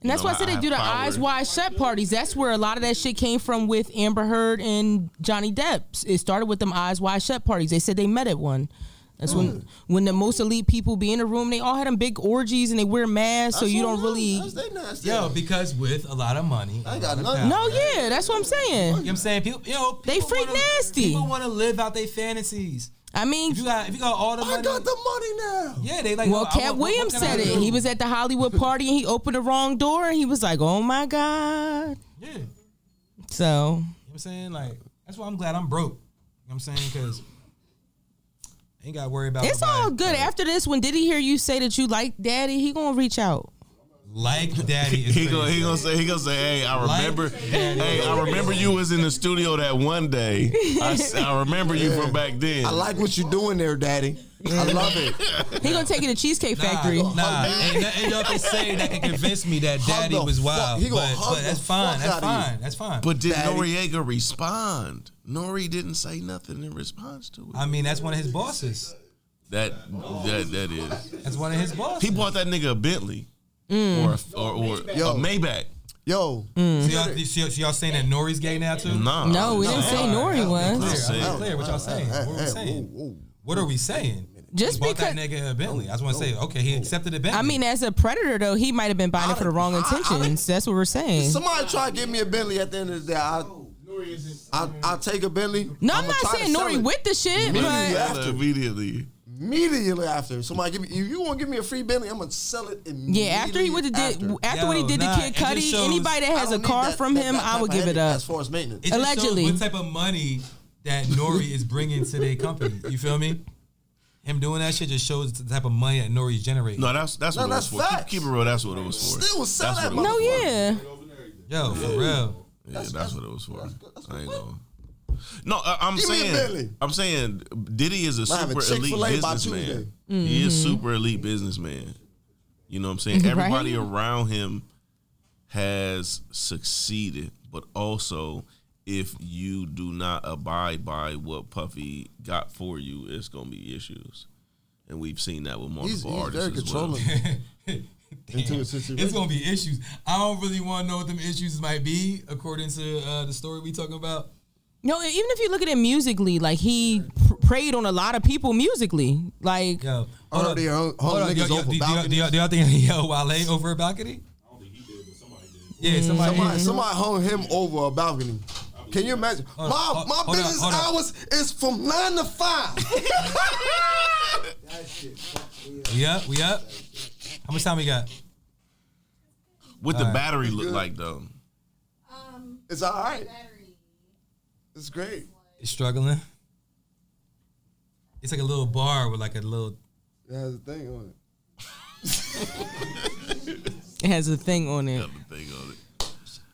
And that's
know,
why I said
I
they do the
have power.
eyes wide shut parties. That's where a lot of that shit came from with Amber Heard and Johnny Depp. It started with them eyes wide shut parties. They said they met at one. That's
Mm.
when when the most elite people be in a room. They all had them big orgies and they wear masks, so
That's
you
what
don't
it
really.
is. That's they nasty.
Yo, because with a lot of money,
I ain't got
a lot of
nothing.
power.
No, yeah, that's what I'm
You
saying.
know what I'm saying? People, you know,
They
people
freak
wanna-
nasty.
People want to live out their fantasies.
I mean,
If you got, if you got all the money,
I got the money now.
yeah, they like.
well,
oh, I
Cat
want- what-
Williams
what can I
said it.
do?
He was at the Hollywood party and he opened the wrong door and he was like, "Oh my god."
Yeah, you know
So
Oh
what I'm saying like that's why I'm glad I'm broke. You know what I'm saying because ain't got to worry about.
it's
nobody.
all good. After this, when did he hear you say that you like daddy? He gonna reach out.
Like daddy is
He
crazy.
gonna he gonna say he gonna say, hey, I
Life
remember,
is
hey, I remember you was in the studio that one day. I, s- I remember you from back then.
I like what you're doing there, Daddy. I love it.
He gonna take you to Cheesecake Factory.
Nah, nah ain't nothing y'all can say that can convince me that
Hug
daddy
the
was
fuck-
wild.
he gonna
but,
hug
but that's
the
fine.
fuck
That's
outta you.
fine. That's fine.
but did
Daddy.
Noriega respond? Nori didn't say nothing in response to it.
I mean, that's one of his bosses.
that that that is.
That's one of his bosses.
He bought that nigga a Bentley or a, or, or
Mm. Yo.
a Maybach.
Yo,
So
Mm-hmm.
y'all, so y'all saying that Nori's gay now too?
Nah,
No, we didn't say Nori
Clear.
was.
That's it.
I'm clear what y'all saying. What are we saying?
whoa, whoa.
What are we saying?
Just
he bought that
because-
nigga a Bentley. I just want to say, okay, he accepted a Bentley.
I mean, as a predator though, he might have been buying it for the wrong intentions. That's what we're saying.
somebody try to get me a Bentley at the end of the day. I, I, I'll take a Bentley.
No, I'm
I'ma
not
try to
saying
sell
Nori
it
with the shit,
Immediately
but
After. Immediately,
immediately after. Somebody give me. If you want to give me a free Bentley, I'm gonna sell it immediately.
yeah, after he would have did
after.
after, what he
Yo,
did
nah,
to Kid
it just
Cudi,
shows-
anybody that has
I
a
don't need
car
that-
from
that-
him,
that
I
type
would
of
give it
headache
up.
As far as maintenance,
It just shows
Allegedly.
what type of money that Nori is bringing to their company. You feel me? Him doing that shit just shows the type of money that Nori's generating.
no, that's that's
No,
what
that's
it was for. Keep,
facts.
keep it real, that's what it was for.
Still sell
that's
that
what it was
No,
for.
yeah,
Yo, for real.
Yeah, that's, what it was for. I ain't going. No, I, I'm
Give me a Bentley.
saying, I'm saying, Diddy is a
I have a
super elite
Chick-fil-A by Tuesday.
businessman. He is super elite businessman. You know what I'm saying?
Right.
Everybody around him has succeeded, but also, if you do not abide by what Puffy got for you, it's gonna be issues. And we've seen that with multiple
he's, he's
artists
very
as well.
controlling. Into a situation.
It's gonna be issues. I don't really want to know what them issues might be, according to uh, the story we talking about.
no. e-, Even if you look at it musically, like he pr- preyed on a lot of people musically. Like
Yo,
All of their hung- hung
up.
niggas
Yo, yo,
over
do, do, y'all- do, y'all-
balconies.
do y'all think he held Wale over a balcony? I don't think he did, but somebody did. Yeah, somebody.
Somebody, somebody hung him over a balcony. Can you imagine?
Hold
my
on,
my
hold on,
business
hold on.
hours is from nine to five.
We up? We up? How much time we got?
What the battery look like though?
Um,
it's all right.
battery.
It's great.
was
It's struggling. It's like a little bar with like a little.
It has a thing on it.
It has a thing on it.
the thing on it.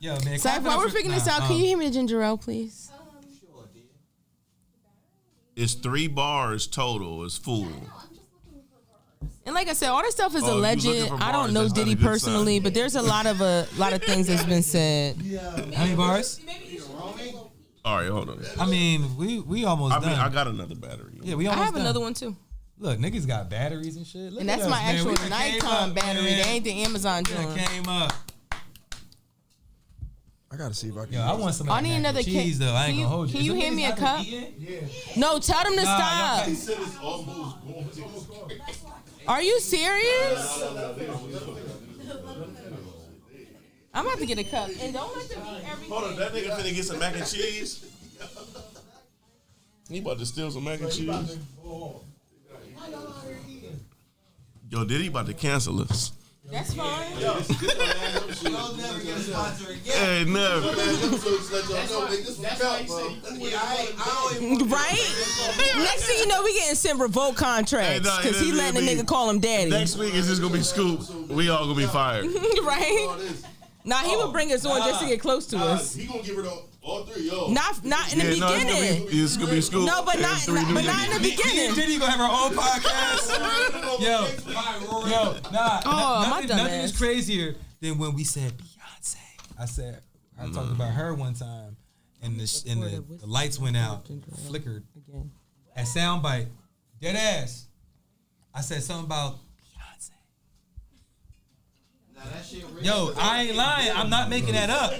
Yo, man.
So
clap it
while
up
we're
for-
figuring this
nah,
out,
um,
can you hear me the ginger ale, please?
It's three bars total. It's full.
And like I said, all this stuff is
Oh, you
alleged.
looking for
I
bars,
don't know
that's not a
Diddy
good sign.
personally, but there's a lot of a lot of things that's been said.
How many bars?
All right, hold on.
I mean, we we almost
I mean,
done.
I got another battery.
yeah, we
I
almost
have
done.
another one too,
Look, niggas got batteries and shit. Look
and
at
that's
us,
my
man. We
actual
done came
Nikon
up,
battery.
man.
They ain't the Amazon
We done
joint.
came up.
I gotta see if I can.
Yo, I want some. of that
I need
mac and
another ca-
cheese though. I ain't
can you-
gonna hold you.
can
Is
you
them
hand me
niggas
a
out
cup?
here eating?
No, tell them to
Nah, y'all
stop.
can't-
Are you serious? I'm about to get a cup, and don't let them eat everything.
That nigga finna get some mac and cheese. He about to steal some mac and cheese. Yo, did he about to cancel us?
That's fine.
Y'all never get a sponsor again.
Hey, no.
I, I don't even
Right? Next thing you know, we getting sent revolt contracts
Hey, no,
because he
it
letting the
is-
nigga call him daddy.
Next week is just gonna be Scoop. We all gonna be fired.
right? Nah, he would bring us on just to get close to us.
He gonna give it all, all three, yo.
Not, not in the
Yeah, no, it's gonna
beginning.
be- it's gonna be Scoop.
No, but
and
not,
three new
but
niggas.
not in the
Me and
beginning.
Diddy gonna have our own podcast. yo, yo, nah.
Oh,
no-
my
nothing,
dumb
nothing is
ass.
crazier than when we said Beyonce. I said I
Mm.
talked about her one time, and the sh- and the, the lights went out, flickered at soundbite, dead ass. I said something about Beyonce.
Now that shit real.
Yo, I ain't lying. I'm not making that up.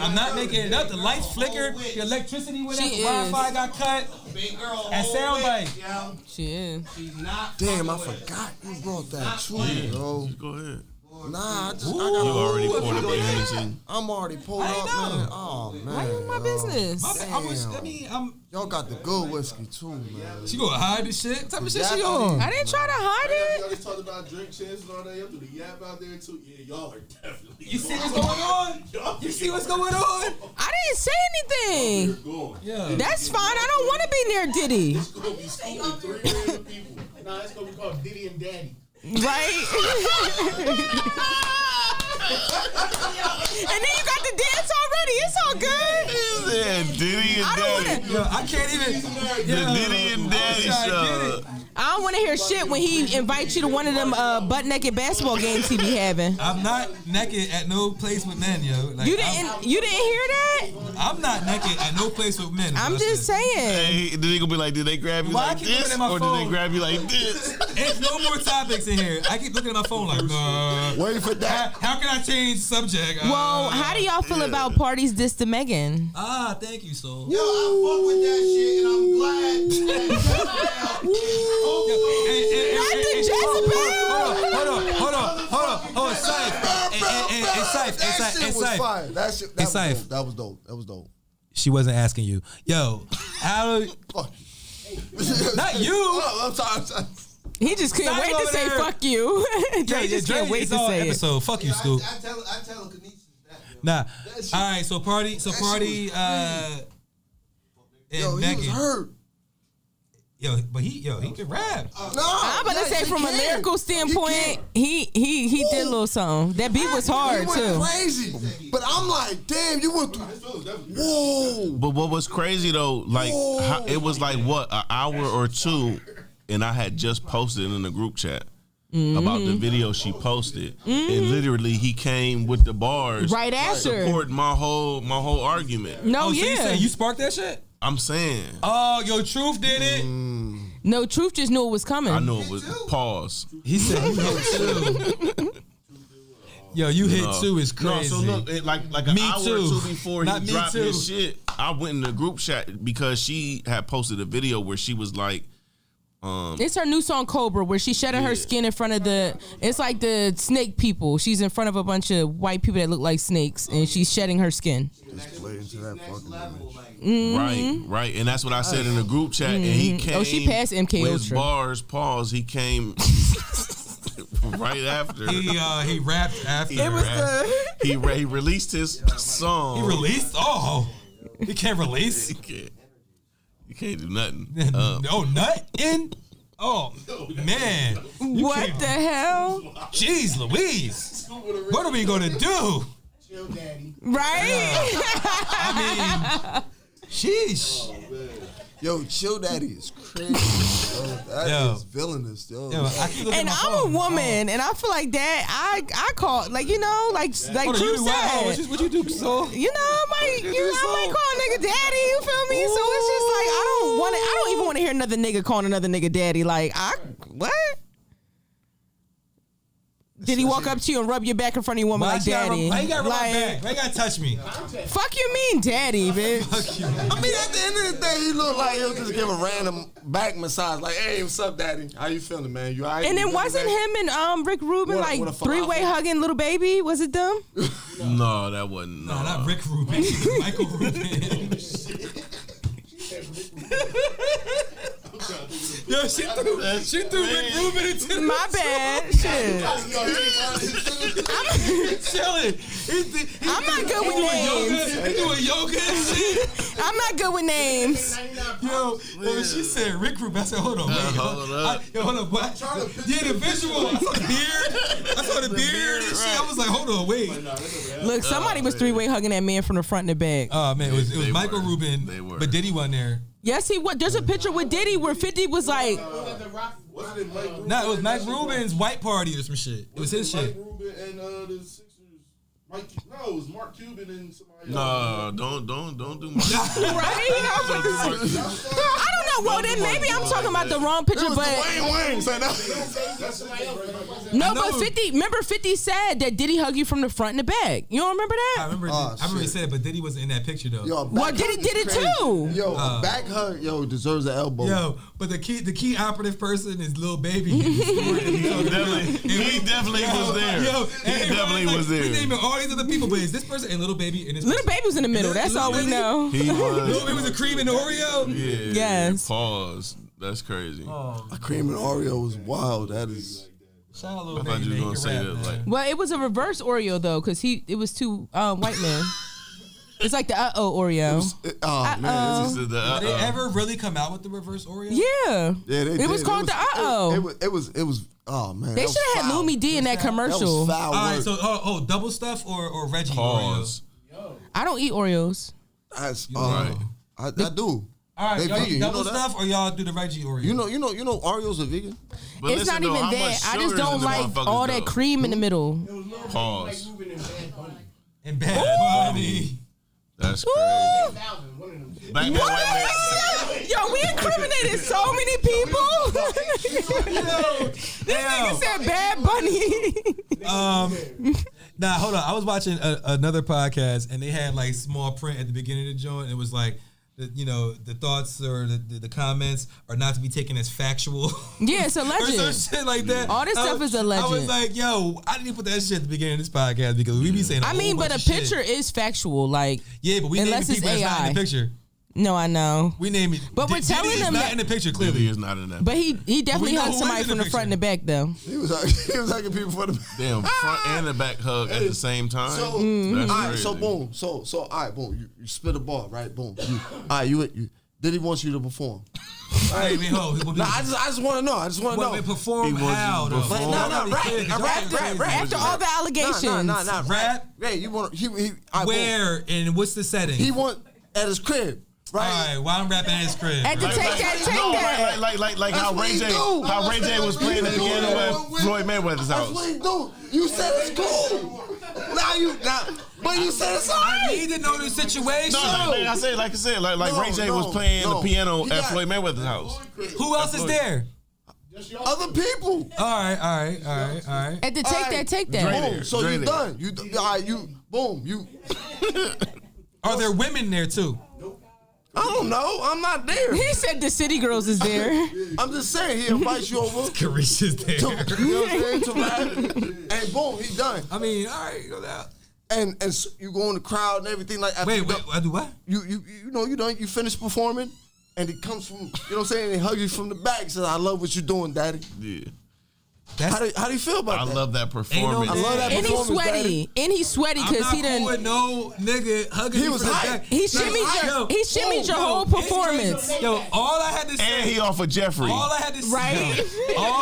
I'm not making it up. The lights flickered. The electricity went out. The
She is.
Wi-Fi got cut.
Big girl.
At soundbite.
Yeah,
Shit.
she's not.
Damn, I forgot you brought that tweet, yo.
Go ahead.
Nah, I just I
You
got.
already poured up your Hennessy.
I'm already pulled
I
up,
know.
man. Oh man.
Why you in my
yo.
business?
My, I was. I
Damn.
mean, I'm.
Y'all got the good whiskey too, man.
She gonna hide this shit. What type of shit she
Exactly.
on?
I didn't try to hide it.
just talked about drink chances and all that. Y'all do the yap out there too. Yeah, y'all are definitely.
You see what's going on? You see what's going on?
I didn't say anything.
going.
Yeah.
That's fine. I don't want to be near Diddy.
It's gonna be schooling three million people.
Nah, it's gonna be called Diddy and Daddy.
Right? and then you got the dance already. It's all good.
Yeah, Diddy and
I don't
Daddy.
wanna.
Yo, I can't even.
The
Yo,
Diddy and Daddy
I tried to
show.
get it.
I don't want to hear shit when he invites you to one of them uh, butt naked basketball games he be having.
I'm not naked at no place with men, yo. Like,
You
I'm,
didn't. You didn't hear that?
I'm not naked at no place with men. is
I'm
what I
just
said.
saying.
Hey, did they gonna be like, did they grab you
Why I
like
keep looking
this,
at my
or did
phone?
they grab you like this?
There's no more topics in here. I keep looking at my phone like, uh,
Wait for
how,
that.
how can I change subject? Uh,
Well, how do y'all feel about parties this to Megan?
Ah, thank you, soul.
Yo, I fuck with that shit, and I'm glad.
Not the
Hold
Jezebel!
on, hold on, hold on, hold on, hold on, safe. It's safe,
That shit
it's
was
safe,
fire. That shit. That
It's
was
safe.
dope. That was dope. That was dope.
She wasn't asking you, yo. How? do-
Fuck.
Not you.
Oh, I'm sorry. I'm sorry.
He just couldn't
Stop
wait
over
to say
there.
"fuck you." Dre just
Dre
can't wait
is
to
on
say it.
episode. Fuck you, Scoop.
I tell, I tell Kinesis that. Yo.
Nah.
That shit-
All right. So party. So
that shit
party.
was
Uh, and
Yo, he was
Megan.
hurt.
Yo, but he yo he can rap.
Nah,
I'm about to
yes,
say
he
from a
can.
lyrical standpoint,
can.
he he he did a little something. That beat was
he
hard
went
too.
crazy. But I'm like, damn, you went. Whoa.
But what was crazy though, like
Whoa.
how, it was like what an hour or two, and I had just posted in the group chat about
Mm-hmm.
the video she posted, and literally he came with the bars
Right after.
supporting my whole my whole argument.
No,
oh, so you
yeah.
saying you sparked that shit?
I'm saying
Oh, yo, Truth did it.
no, Truth just knew it was coming.
I know it was pause.
He said you hit two. yo, you hit
No.
two is crazy.
No, so look, it, like like an
Me
hour
too.
or two before
Not
he
me
dropped
too.
his shit, I went in the group chat because she had posted a video where she was like.
It's her new song Cobra, where she shedding her skin in front of the. It's like the snake people. She's in front of a bunch of white people that look like snakes, and she's shedding her skin.
Just play into that fucking
Right,
image.
right, and that's what I said in the group chat. And he came.
Mm-hmm. Oh, she passed MK
with his
Ultra.
bars. Pause. He came right after. He,
he uh he rapped after.
It was he, re- he released his song.
He released. Oh, he can't release.
released. You can't do nothing. Uh,
oh, nut in? Oh, man.
What the hell?
Jeez Louise. What are we going to do?
Chill, daddy.
Right?
I mean, sheesh.
Yo, chill daddy is crazy. yo, that is
Yo. villainous,
villainous, yo.
Yeah, I keep looking
and
at my
I'm a
phone.
woman, and I feel like that. I I call like you know like like
What do you do?
Drew
Wow,
said.
what you- what you do, so?
you know, I might, you know,
do
I might
so.
call a nigga daddy. You feel me? So it's just like I don't want to. I don't even want to hear another nigga calling another nigga daddy. Like I what? Did he walk up to you and rub your back in front of your woman
Why
like
you gotta-
daddy?
Why you got to
like,
back? Why you got to touch me?
Fuck you mean daddy, bitch.
Fuck you.
I mean, at the end of the day, he looked like he'll just give a random back massage. Like, hey, what's up, daddy? How you feeling, man? You all right?
And
You
then
feeling
wasn't
bad?"
him and um Rick Rubin
What a-
like
what a
three way
falafel.
hugging little baby? Was it them?
no, that wasn't. No,
No, not Rick Rubin. Michael Rubin. Yo, she threw, she threw Rick Rubin into
My bad. Shit.
chilling. He, he, he
I'm not good with
doing
names.
yoga. He doing yoga and shit.
I'm not good with names.
Yo, when she said Rick Rubin, I said, hold on, wait,
hold up.
I, yo, hold up, what? Yeah, the visual. I saw the beard. I saw the, beard, and shit. I was like, hold on, wait.
Look, somebody was three way hugging that man from the front and the back.
Oh man, it was, it was
They
Michael
were.
Rubin,
They were.
but Diddy wasn't there.
Yes, he was. There's a picture with Diddy where 50 was like,
Wasn't it Rock? Wasn't it
Uh,
Mike Rubin?
No, it was Mike Rubin's white party or some shit. It was his
Mike
shit.
Rubin and uh, the Sixers. Mike, no, it was Mark Cuban and somebody.
no, uh, don't, don't, don't do my.
right? I was like, I don't know. Well, then maybe I'm talking about the wrong picture, but
Wayne Wayne said that.
That's somebody else. but it wasn't-
no,
know.
but 50. Remember, 50 said that Diddy hug you from the front and the back. You don't remember
I
that?
remember.
Oh,
I remember he
shit.
said it, but Diddy wasn't in that picture though.
Yo, a back
Well, Diddy
hug
did
is
it
crazy.
too.
Yo, a back hug, yo, deserves an elbow.
Uh. Yo,
Oh.
but the key the key operative person is little baby. definitely,
he definitely was there. He definitely was
We
there.
naming all these other people, but it's this person and little baby and this
Little
person.
Baby was in the middle. That's all we know.
He
Little baby
was.
was a cream and Oreo.
Yeah.
Yes.
Pause. That's crazy.
Oh,
A cream and Oreo is wild. That is.
shout out
I
little
thought
baby.
you was
man. He can
gonna say that,
rap,
like-
man.
Well, it was a reverse Oreo, though, because he it was two uh, white men. It's like the uh oh Oreo.
Oh man,
Uh-oh.
this
This
is,
is the,
Did
uh-uh.
they ever really come out with the reverse Oreo?
Yeah.
yeah, they
It was
did.
called the
it-
uh-oh.
It was, it was, it was. Oh man,
They should have had Lumi D in that
That
commercial.
was
All
foul
right,
work.
so oh, oh, double stuff or or Reggie
Pause.
Oreos.
I don't eat Oreos.
That's
know.
uh, I, I do.
All right,
They
y'all
vegan,
do
you
double
know that?
stuff or y'all do the Reggie Oreo?
You know, you know, you know, Oreos are vegan.
But
it's
listen,
not
though,
even
how much
that. I
sugar
just
is in
don't
them
like
motherfuckers,
all that
though?
cream in the middle.
It was Lil Baby,
Pause.
Mike Rubin and Bad Bunny.
and Bad Bunny.
That's
Ooh.
crazy.
Thousand, one of them.
Back that way, man.
Yo, we incriminated so many people. this nigga said Bad Bunny.
Um, nah, hold on. I was watching a, another podcast and they had like small print at the beginning of the joint. It was like, the, you know, the thoughts or the, the, the comments are not to be taken as factual.
yeah, it's a
Or some
legend.
shit like that.
All this
I
stuff
was-
is a
I was
legend.
like, yo, I didn't put that shit at the beginning of this podcast because we be saying. I
I mean, but a picture is factual. Like,
Yeah, but we naming
unless it's
people that's not in the
AI.
picture.
no, I know.
We name it.
But we're
Diddy
telling
is
them
not
that-
in the picture
Clearly,
clearly.
is not in that.
But he he definitely
know
hugged
who is
somebody
in the
from the front and the back, though.
He was like, he was hugging people for the.
damn front and the back hug at the same time.
Ah, So,
Mm-hmm.
That's
all right,
crazy.
so boom, so so all right, boom. You, you spit a ball, right? Boom. You, all right, you, you. Did he want you to perform?
Hey, wait, hold.
No, I just I just want to know. I just want to
Wait,
know.
wait, perform
He wants you
how
to
though?
perform.
No, no,
Y'all
rap,
crazy.
rap,
Y'all
rap,
crazy.
rap.
After all the allegations,
Nah, nah, nah, nah.
Rap?
Yeah, you want he he. all right, boom.
Where and what's the setting?
He want at his crib,
All
right?
right, while I'm rapping at his crib.
At the
right?
Take that, take
no,
that.
Like, like, like, like
That's
how
what
Ray
he
J,
do.
how Ray J was playing at the beginning with Floyd Mayweather's
That's what
house.
he do. You said it's cool. Now you now, but you said it's
I
alright.
need to know the situation.
No, like, like I said, like I said, like, like
No,
Ray J
no,
was playing
no.
the piano
You
at
got-
Floyd Mayweather's house.
Who else is there?
Other people.
All right, all right, all right, all right.
At the take that,
right.
take that.
Drake.
Boom. So
Dre
you
there.
done. You d- all right? You boom. You.
Are there women there too?
I don't know. I'm not there.
He said the city girls is there.
I'm just saying he invites you over. To,
Carisha's there.
you know what I'm saying? To ride. and boom, he done.
I mean, all right, go down.
And and so you go in the crowd and everything like. after
Wait,
you
wait,
done-
I do what?
you you you know you done you finished performing, and it comes from you know what I'm saying. And he hugs you from the back. Says I love what you're doing, daddy.
Yeah.
That's
How do, how do you feel about
I
that?
love that
no
performance.
I love that
And he's
performance, Daddy.
sweaty. And he's sweaty
I'm
because
not
he done.
cool with no nigga hugging
He
me
was
for the
hype.
back.
He shimmied your- he shimmied your whole
it's
performance.
crazy. Yo, all I had to say,
And he off of Jeffrey.
all I had to say,
Right?
all, all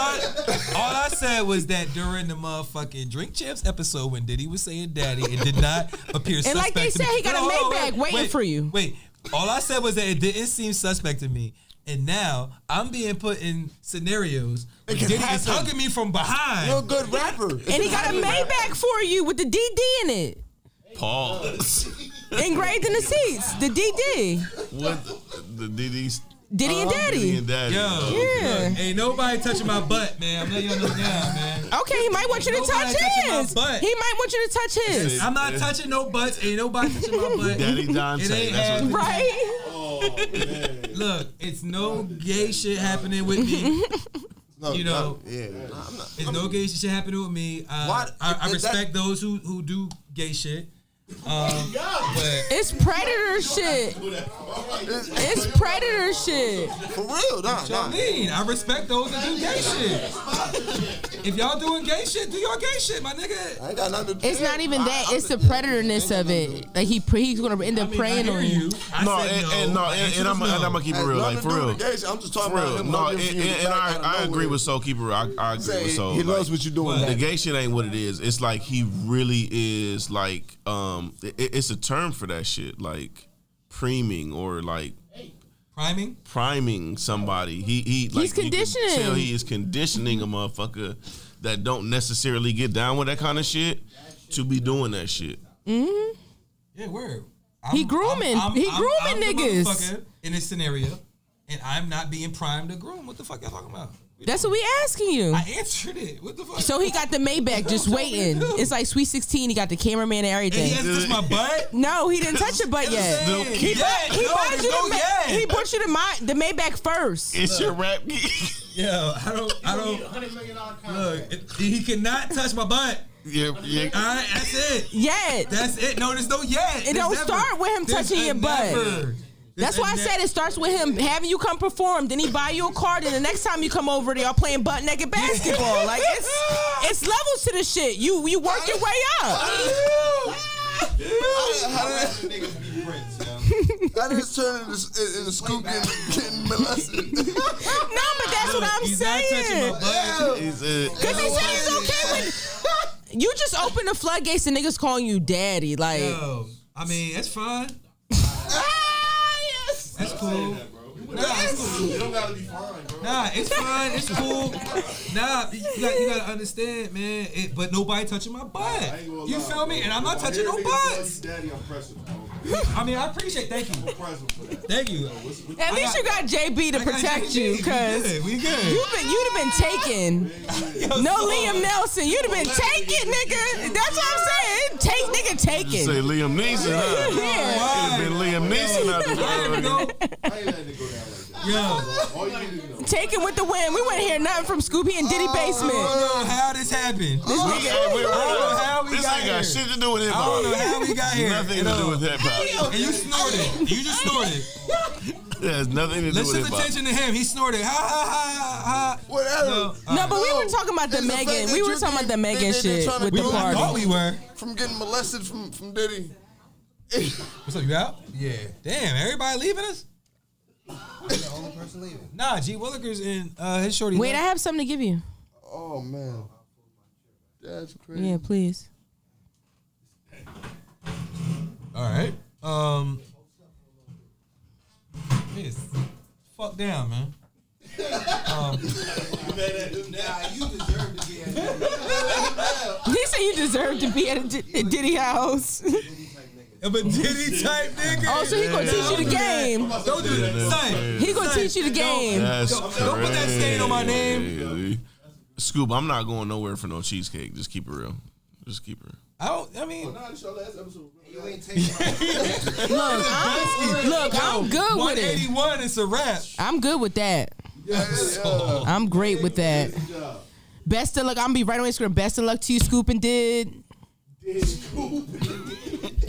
I, all I said was that during the motherfucking Drink Champs episode when Diddy was saying daddy, it did not appear suspect
And like they
to me.
said, he got
No,
a
hold on,
Maybach
wait,
waiting
wait,
for you.
Wait, all I said was that it didn't seem suspect to me. And now I'm being put in scenarios where
It can
Diddy is
happen.
hugging me from behind.
You're a good rapper.
and he got a Maybach for you with the DD in it,
Pause.
engraved in the seats. The DD,
what the, the Diddy's
Diddy and
Diddy
Daddy.
and Daddy?
Yo,
Yeah.
look, ain't nobody touching my butt, man. I'm letting y'all know now, man.
Okay, he might want you to
Nobody
touch
touching my
his. He
butt.
might want you to touch his.
I'm not touching no butts. Ain't nobody touching my butt.
Daddy
It
Dante.
ain't
That's what,
Right?
Look, it's no gay shit happening with me.
No,
You know,
no, yeah. nah, I'm not-
It's no gay shit happening with me. Uh,
Why-
I, I
that-
respect those who who do gay shit. Um, but
It's predator shit. It's predator shit.
For real, nah,
I
nah.
mean, I respect those that do gay shit. If y'all doing gay shit, do your gay shit, my nigga.
I ain't got nothing to
It's not even that. It's the predatorness of it. Like he pre- he's gonna end
I
up
mean,
preying
I
on
hear
you.
you. I
no,
said
and, and no,
My
and,
answer
and I'm,
was
and
no.
I'm gonna keep it
Has
real,
nothing
like
to
for
do with
real,
the gay shit. I'm just talking
for
about
real.
him
No, and,
hugging
and,
you
and
back out of
I, I agree
nowhere.
with Soul Keeper. I, I agree
Say,
with Soul.
he loves
like,
what you're doing.
The
Daddy.
gay shit ain't what it is. It's like he really is like um it, it's a term for that shit like preening or like
priming.
priming somebody. He he like you can
conditioning.
tell he is conditioning a motherfucker that don't necessarily get down with that kind of shit to be doing that shit.
Yeah, word.
He grooming. He grooming niggas.
motherfucker in this scenario, and I'm not being primed to groom. What the fuck y'all talking about?
That's what we asking you.
I answered it. What the fuck?
So he got the Maybach just waiting. It's like Sweet 16. He got the cameraman and
And he
everything.
has to touch my butt.
No, he didn't touch your butt yet.
No,
Hey,
he-
yeah,
He
no,
bought
there's
you
no
the, Ma-
yeah.
he bought you the, Mi- the Maybach first.
It's your rap. game.
Yeah, I don't.
You
I
need a
don't.
hundred million dollar contract.
Look, it- he cannot touch my butt.
your, your,
All right, that's it.
Yet.
That's it. No, there's no yet. There's
don't
never.
start with him
There's
touching
a
your butt.
never.
That's
There's
why
a
I
ne-
said it starts with him having you come perform. Then he buy you a card, and the next time you come over, they all playing butt naked basketball. Like it's it's levels to the shit. You you work your way up.
How did,
Niggas be Prince, yo.
how did this turn into, into Scoop getting, getting molested?
No, but that's what I'm
He's not touching
saying.
my butt.
it's a-
Because he said he's okay with. You just open the floodgates and niggas calling you daddy. Like,
Yo, I mean, that's fine.
ah,
That's cool. Nah, it's cool.
You don't gotta be fine, bro.
Nah, it's fine. It's cool. Nah, you got you gotta understand, man. It, but nobody touching my butt. You feel me? And I'm not touching no butts.
Daddy, I'm pressing.
I mean, I appreciate. Thank you.
Pressing for that.
Thank you.
at least you got JB to
I got
protect
JG.
you, because.
we good. We good.
You've been, you'd have been taken. No Liam Nelson, you'd have been taken, nigga. That's what I'm saying. Take, nigga,
you say
taken.
Liam Neeson. Huh?
Yeah.
It's been
Why?
Liam Neeson out
Why you
there.
know?
I ain't letting it go down like that.
Yo,
All you need to know.
Taken with the wind. We wouldn't hear nothing from Scooby and Diddy
I
Basement.
don't know how this happened.
We got- we-
I don't know how we
This
got
ain't got
here.
shit to do with hip
I don't know how
hop.
we got here.
Nothing
at
to do
all.
with hip hop.
And you snorted. You just snorted.
It has nothing to do
Let's
with hip
shift
hop.
attention to him. He snorted. Ha ha ha ha.
Whatever.
No,
No, but we were talking about the
It's fact
Megan.
that
We were
you're
talking about
getting-
the Megan
they- they- they
shit
trying
with
to
the
We were, I
protect
thought
party.
we were.
From getting molested from, from Diddy.
What's up, you out? Yeah. Damn, everybody leaving us?
The only person leaving.
Nah, G Willikers and uh, his shorty.
Wait, I
left.
have something to give you.
Oh, man. That's crazy.
Yeah, please.
All right. Um. Yes. Fuck down, man.
Nah, you deserve to be at that
He said you deserve to be at a D- a Diddy house.
But Diddy type nigga.
Oh, so he gonna teach you the game.
Don't do that. Son,
He gonna
son,
teach you the
don't-
game.
That's
Don't- don't put that stain on my name.
crazy. Scoop, I'm not going nowhere for no cheesecake. Just keep it real. Just keep it real.
I don't. I mean,
You ain't taking my
Look, I'm, look, I'm good with it.
181. It's a wrap.
I'm good with that.
So,
I'm great with that. Best of luck. I'm gonna be right on Instagram. Best of luck to you, Scoop and Did.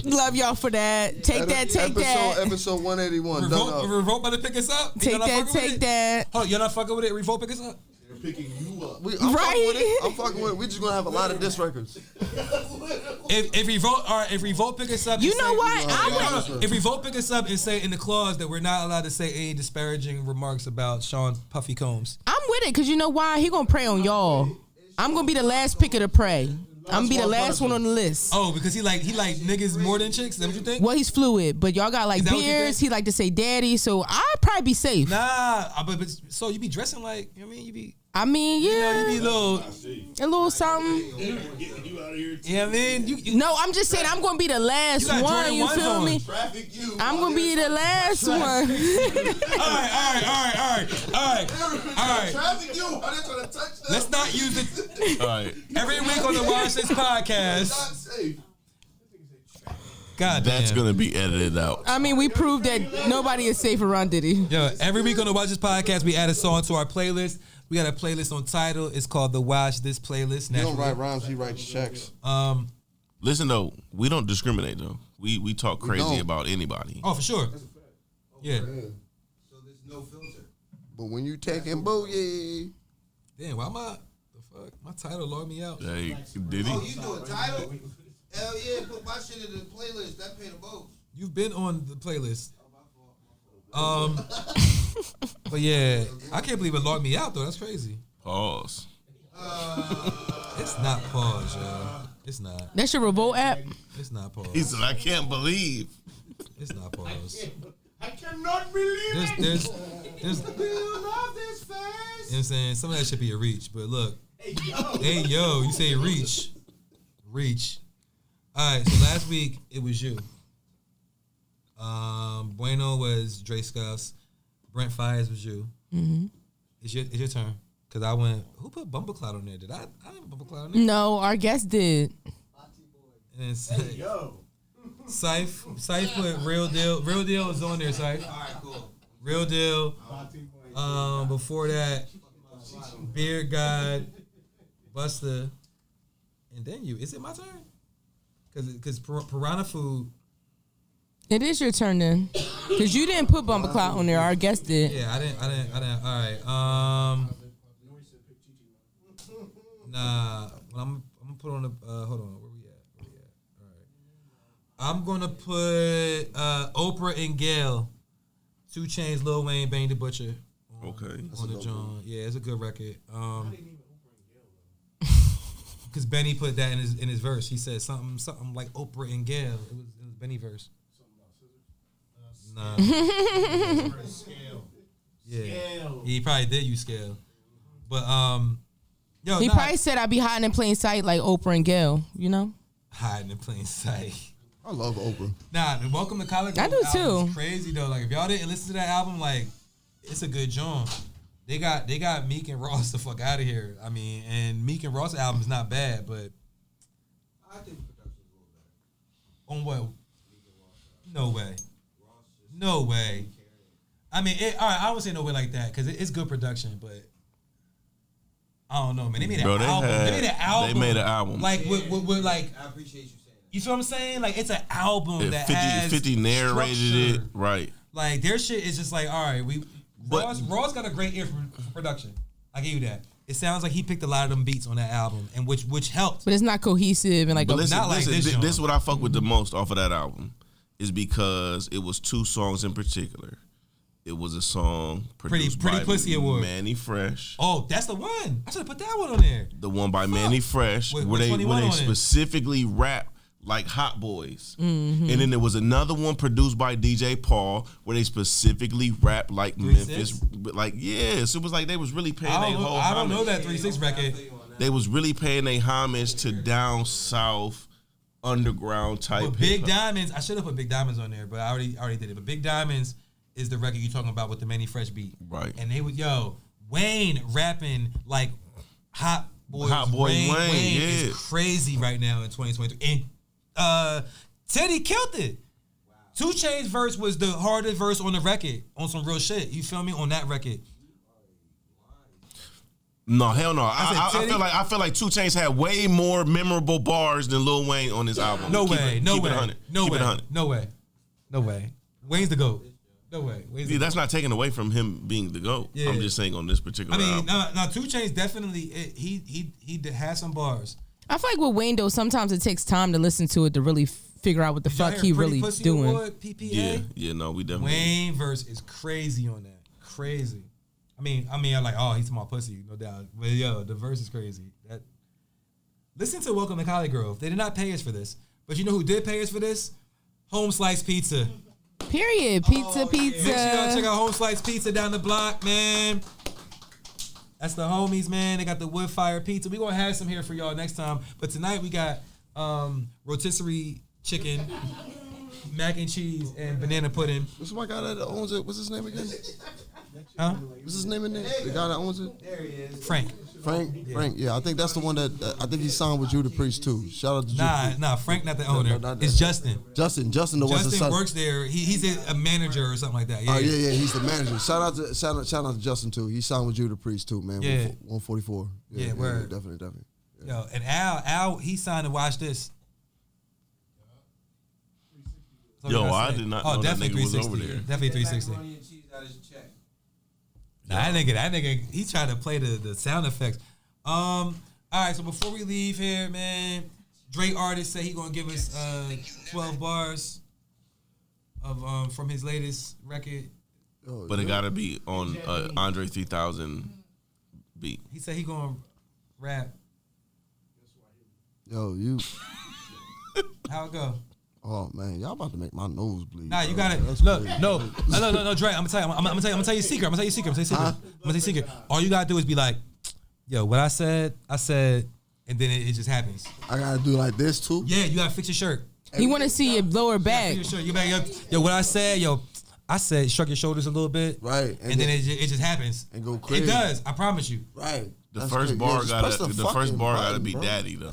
Love y'all for that. Take
e-
that, take
episode,
that.
Episode 181. Done
revolt,
up.
revolt about to pick us up.
Take
Y'all not
that,
fucking with
take
it?
that.
Hold on, y'all not fucking with it. Revolt pick us up.
picking you up.
We, I'm Fucking with
Right.
it. I'm fucking with it. We just gonna have a lot of diss records.
If if revolt or if revolt pick us up,
You
and
know
say-
what?
No, no,
I
no,
would.
no. If revolt pick us up and say in the clause that we're not allowed to say any disparaging remarks about Sean Puffy Combs,
I'm with it because you know why? He gonna prey on y'all. I'm gonna be the last picker to prey. I'm gonna be the last one on the list.
oh, because he like he like niggas more than chicks. Is that what you think?
Well, he's fluid, but y'all got like
Is that what you
beards.
think?
He like to say daddy, so I'd probably be safe.
Nah, I- but, but so you be dressing like you know what I mean you be
I mean,
you know
yeah,
you be little
a little something.
Getting you out of here.
you know what I mean you, you
No, I'm just saying I'm gonna be the last
You got
one.
Jordan
You
ones
feel
on.
me?
Traffic you.
I'm gonna be the last one.
all right all right all right all right all right all right.
Traffic you. I'm not trying to touch that.
Let's not use it
All right.
every week on the Wild Six
Not
podcast.
safe.
God
That's
damn.
gonna be edited out.
I mean, we proved that nobody is safe around Diddy.
Yo, every week on the Watch This Podcast, we add a song to our playlist. We got a playlist on title. It's called the Watch This Playlist.
You don't
Naturally.
write rhymes, he writes checks.
Um,
Listen though, we don't discriminate though. We we talk crazy
don't.
about anybody.
oh, for sure. Yeah.
So there's no filter.
But when you taking booty,
Damn, why am I? The fuck? My title logged me out.
Hey, did
Oh,
he?
you do a title? Hell yeah, put my shit in the playlist. That pay the most.
You've been on the playlist. Um, but yeah, I can't believe it logged me out though. That's crazy.
Pause.
It's not pause, yo. It's not.
That's your revolt app.
It's not
He
pause.
said, "I can't believe."
It's not pause.
I cannot believe
There's,
it.
there's, there's. You know
You love this face.
what I'm saying some of that should be a reach, but look,
Hey, yo.
Hey yo, you say reach, reach. All right, so last week it was you. Um, Bueno was Dre Scuffs. Brent Fires was you. Mm-hmm. It's your it's your turn because I went. Who put Bumble Cloud on there? Did I? I didn't Bumble Cloud on there.
No, our guest did.
And then Sy-
Yo.
Syph, Syph put Real Deal. Real Deal is on there. Syph.
All right, cool.
Real Deal.
Bati boy.
Um, before that, Beer God, Buster, and then you. Is it my turn? Because because Piranha Food.
It is your turn then, because you didn't put Bumper Cloud on there. Our guest did.
Yeah, I didn't. I didn't. I didn't. All right. Um. Nah. Well, I'm. I'm gonna put on the. Uh, hold on. Where we at? Where we at? All right. I'm gonna put uh, Oprah and Gail, Two Chains, Lil Wayne, Bang the Butcher. on-
Okay.
On the John. Yeah, it's a good record. Um. Because Benny put that in his in his verse. He said something something like Oprah and Gail. It was it was Benny verse. Nah.
Scale.
Yeah.
Scale.
He probably did use scale, but um, yo,
He
nah,
probably said I'd be hiding in plain sight like Oprah and Gail. You know,
hiding in plain sight.
I love Oprah.
Nah, the Welcome to College.
I do
Grove album
too.
is Crazy though, like if y'all didn't listen to that album, like it's a good joint. They got they got Meek and Ross the fuck out of here. I mean, and Meek and Ross album is not bad, but
I think production's a little better.
on what? No way. No way. I mean, it, all right, I would say no way like that because it, it's good production, but I don't know, man. They made an
Bro, they
album.
had-
they made an
they
album.
made an album.
Like with, with, with like
I appreciate you saying
you feel what I'm saying? Like it's an album
And
that
50,
has
50 narrated it
structure.
right.
Like their shit is just like all right. We
But-
Ross, Ross got a great ear for, for production. I give you that. It sounds like he picked a lot of them beats on that album, and which which helped.
but it's not cohesive and like.
But
A,
listen,
not like
listen,
this
thi-
joint.
this is what I fuck with the most off of that album is because it was two songs in particular. It was a song produced
Pretty
by
Pussy Award.
Manny Fresh.
Oh, that's the one. I should have put that one on there.
The one by Manny Fresh,
With-
where
with
they
21
where they
on it.
specifically rap like Hot Boys,
Mm-hmm.
and then there was another one produced by DJ Paul, where they specifically rap like
Three
Memphis,
Six?
like yes, it was like they was really paying
I
their
don't, know,
whole.
I don't
homage.
know that three six record.
They was really paying their homage to down south underground type.
But Big
hip-hop.
Diamonds, I should have put Big Diamonds on there, but I already I already did it. But Big Diamonds is the record you talking about with the Manny Fresh beat,
Right.
And they would yo Wayne rapping like Hot Boy
Hot Boy
Wayne,
Wayne,
Wayne
yeah.
is crazy right now in 2023. And uh, Teddy killed it. Two Chainz verse was the hardest verse on the record on some real shit. You feel me on that record?
No, hell no. I,
said
I, I
Teddy.
feel like I feel like Two Chains had way more memorable bars than Lil Wayne on his album.
No
Keep
way,
it-
no
keep it
way,
100.
no
Keep it
way,
100.
no way, no way. Wayne's the goat. No way. Wait a
Yeah, that's not taken away from him being the goat.
Yeah.
I'm just saying on this particular.
I mean,
album.
now, now Two Chains definitely it, he he he did, had some bars.
I feel like with Wayne though, sometimes it takes time to listen to it to really f- figure out what the fuck he really doing.
PPA.
yeah, yeah, no, we definitely.
Wayne verse is crazy on that. Crazy. I mean, I mean, I'm like, oh, he's my pussy, no doubt. But yo, the verse is crazy. That listen to Welcome to Collie Grove. They did not pay us for this, but you know who did pay us for this? Home Slice Pizza.
Period.
Oh,
Pizza, pizza.
Make sure y'all check out Home Slice Pizza down the block, man. That's the homies, man. They got the wood fire pizza. We gonna have some here for y'all next time. But tonight we got um, rotisserie chicken, mac and cheese, and banana pudding.
What's my guy that owns it? What's his name again?
Huh?
What's his name in there? The guy that owns it?
There he is.
Frank.
Frank. Frank. Yeah, I think that's the one that that- I think he signed with Judah Priest too. Shout out to
Nah,
Judah.
nah, Frank not the
No,
owner.
no, not
it's
that.
Justin.
Justin. Justin, the one's the
Justin
son.
works there. He, he's a, a manager or something like that. Yeah.
Oh yeah, yeah, he's the manager. Shout out to shout out, shout out to Justin too. He signed with Judah Priest too, man.
Yeah.
one forty four.
Yeah, word.
definitely, definitely.
Yo, and Al, Al, he signed to watch this. That's all
Yo,
gotta
I
say.
did not know that nigga was over there.
Definitely 360.
Macaroni and cheese out his check.
Nah, that nigga, that nigga, he tried to play the, the sound effects. Um, all right, so before we leave here, man, Drake artist said he gonna give us uh 12 bars of um from his latest record.
Oh,
But it
yeah.
gotta be on uh, Andre 3000 beat.
He said he gonna rap.
Yo, you.
How it go?
Oh man, y'all about to make my nose bleed.
Nah, you
bro.
gotta
That's
look.
crazy.
No, no, no, no, no, Dre. I'm gonna tell you. I'm, I'm gonna tell you. I'm gonna tell you a secret. I'm gonna tell you a secret. I'm gonna tell you a secret. I'm gonna tell you a secret. All you gotta do is be like, "Yo, what I said, I said," and then it, it just happens.
I gotta do like this too.
Yeah, you gotta fix your shirt.
You want to see your lower back.
Fix your shirt. You better, yo, yo, what I said, yo, I said, shrug your shoulders a little bit,
Right,
and, then, it, ju- it just happens.
and go crazy.
It does. I promise you.
Right.
The
That's
first
crazy.
bar
Yo, just
gotta
press
the, first
fucking
bar gotta
button,
be
bro.
daddy though.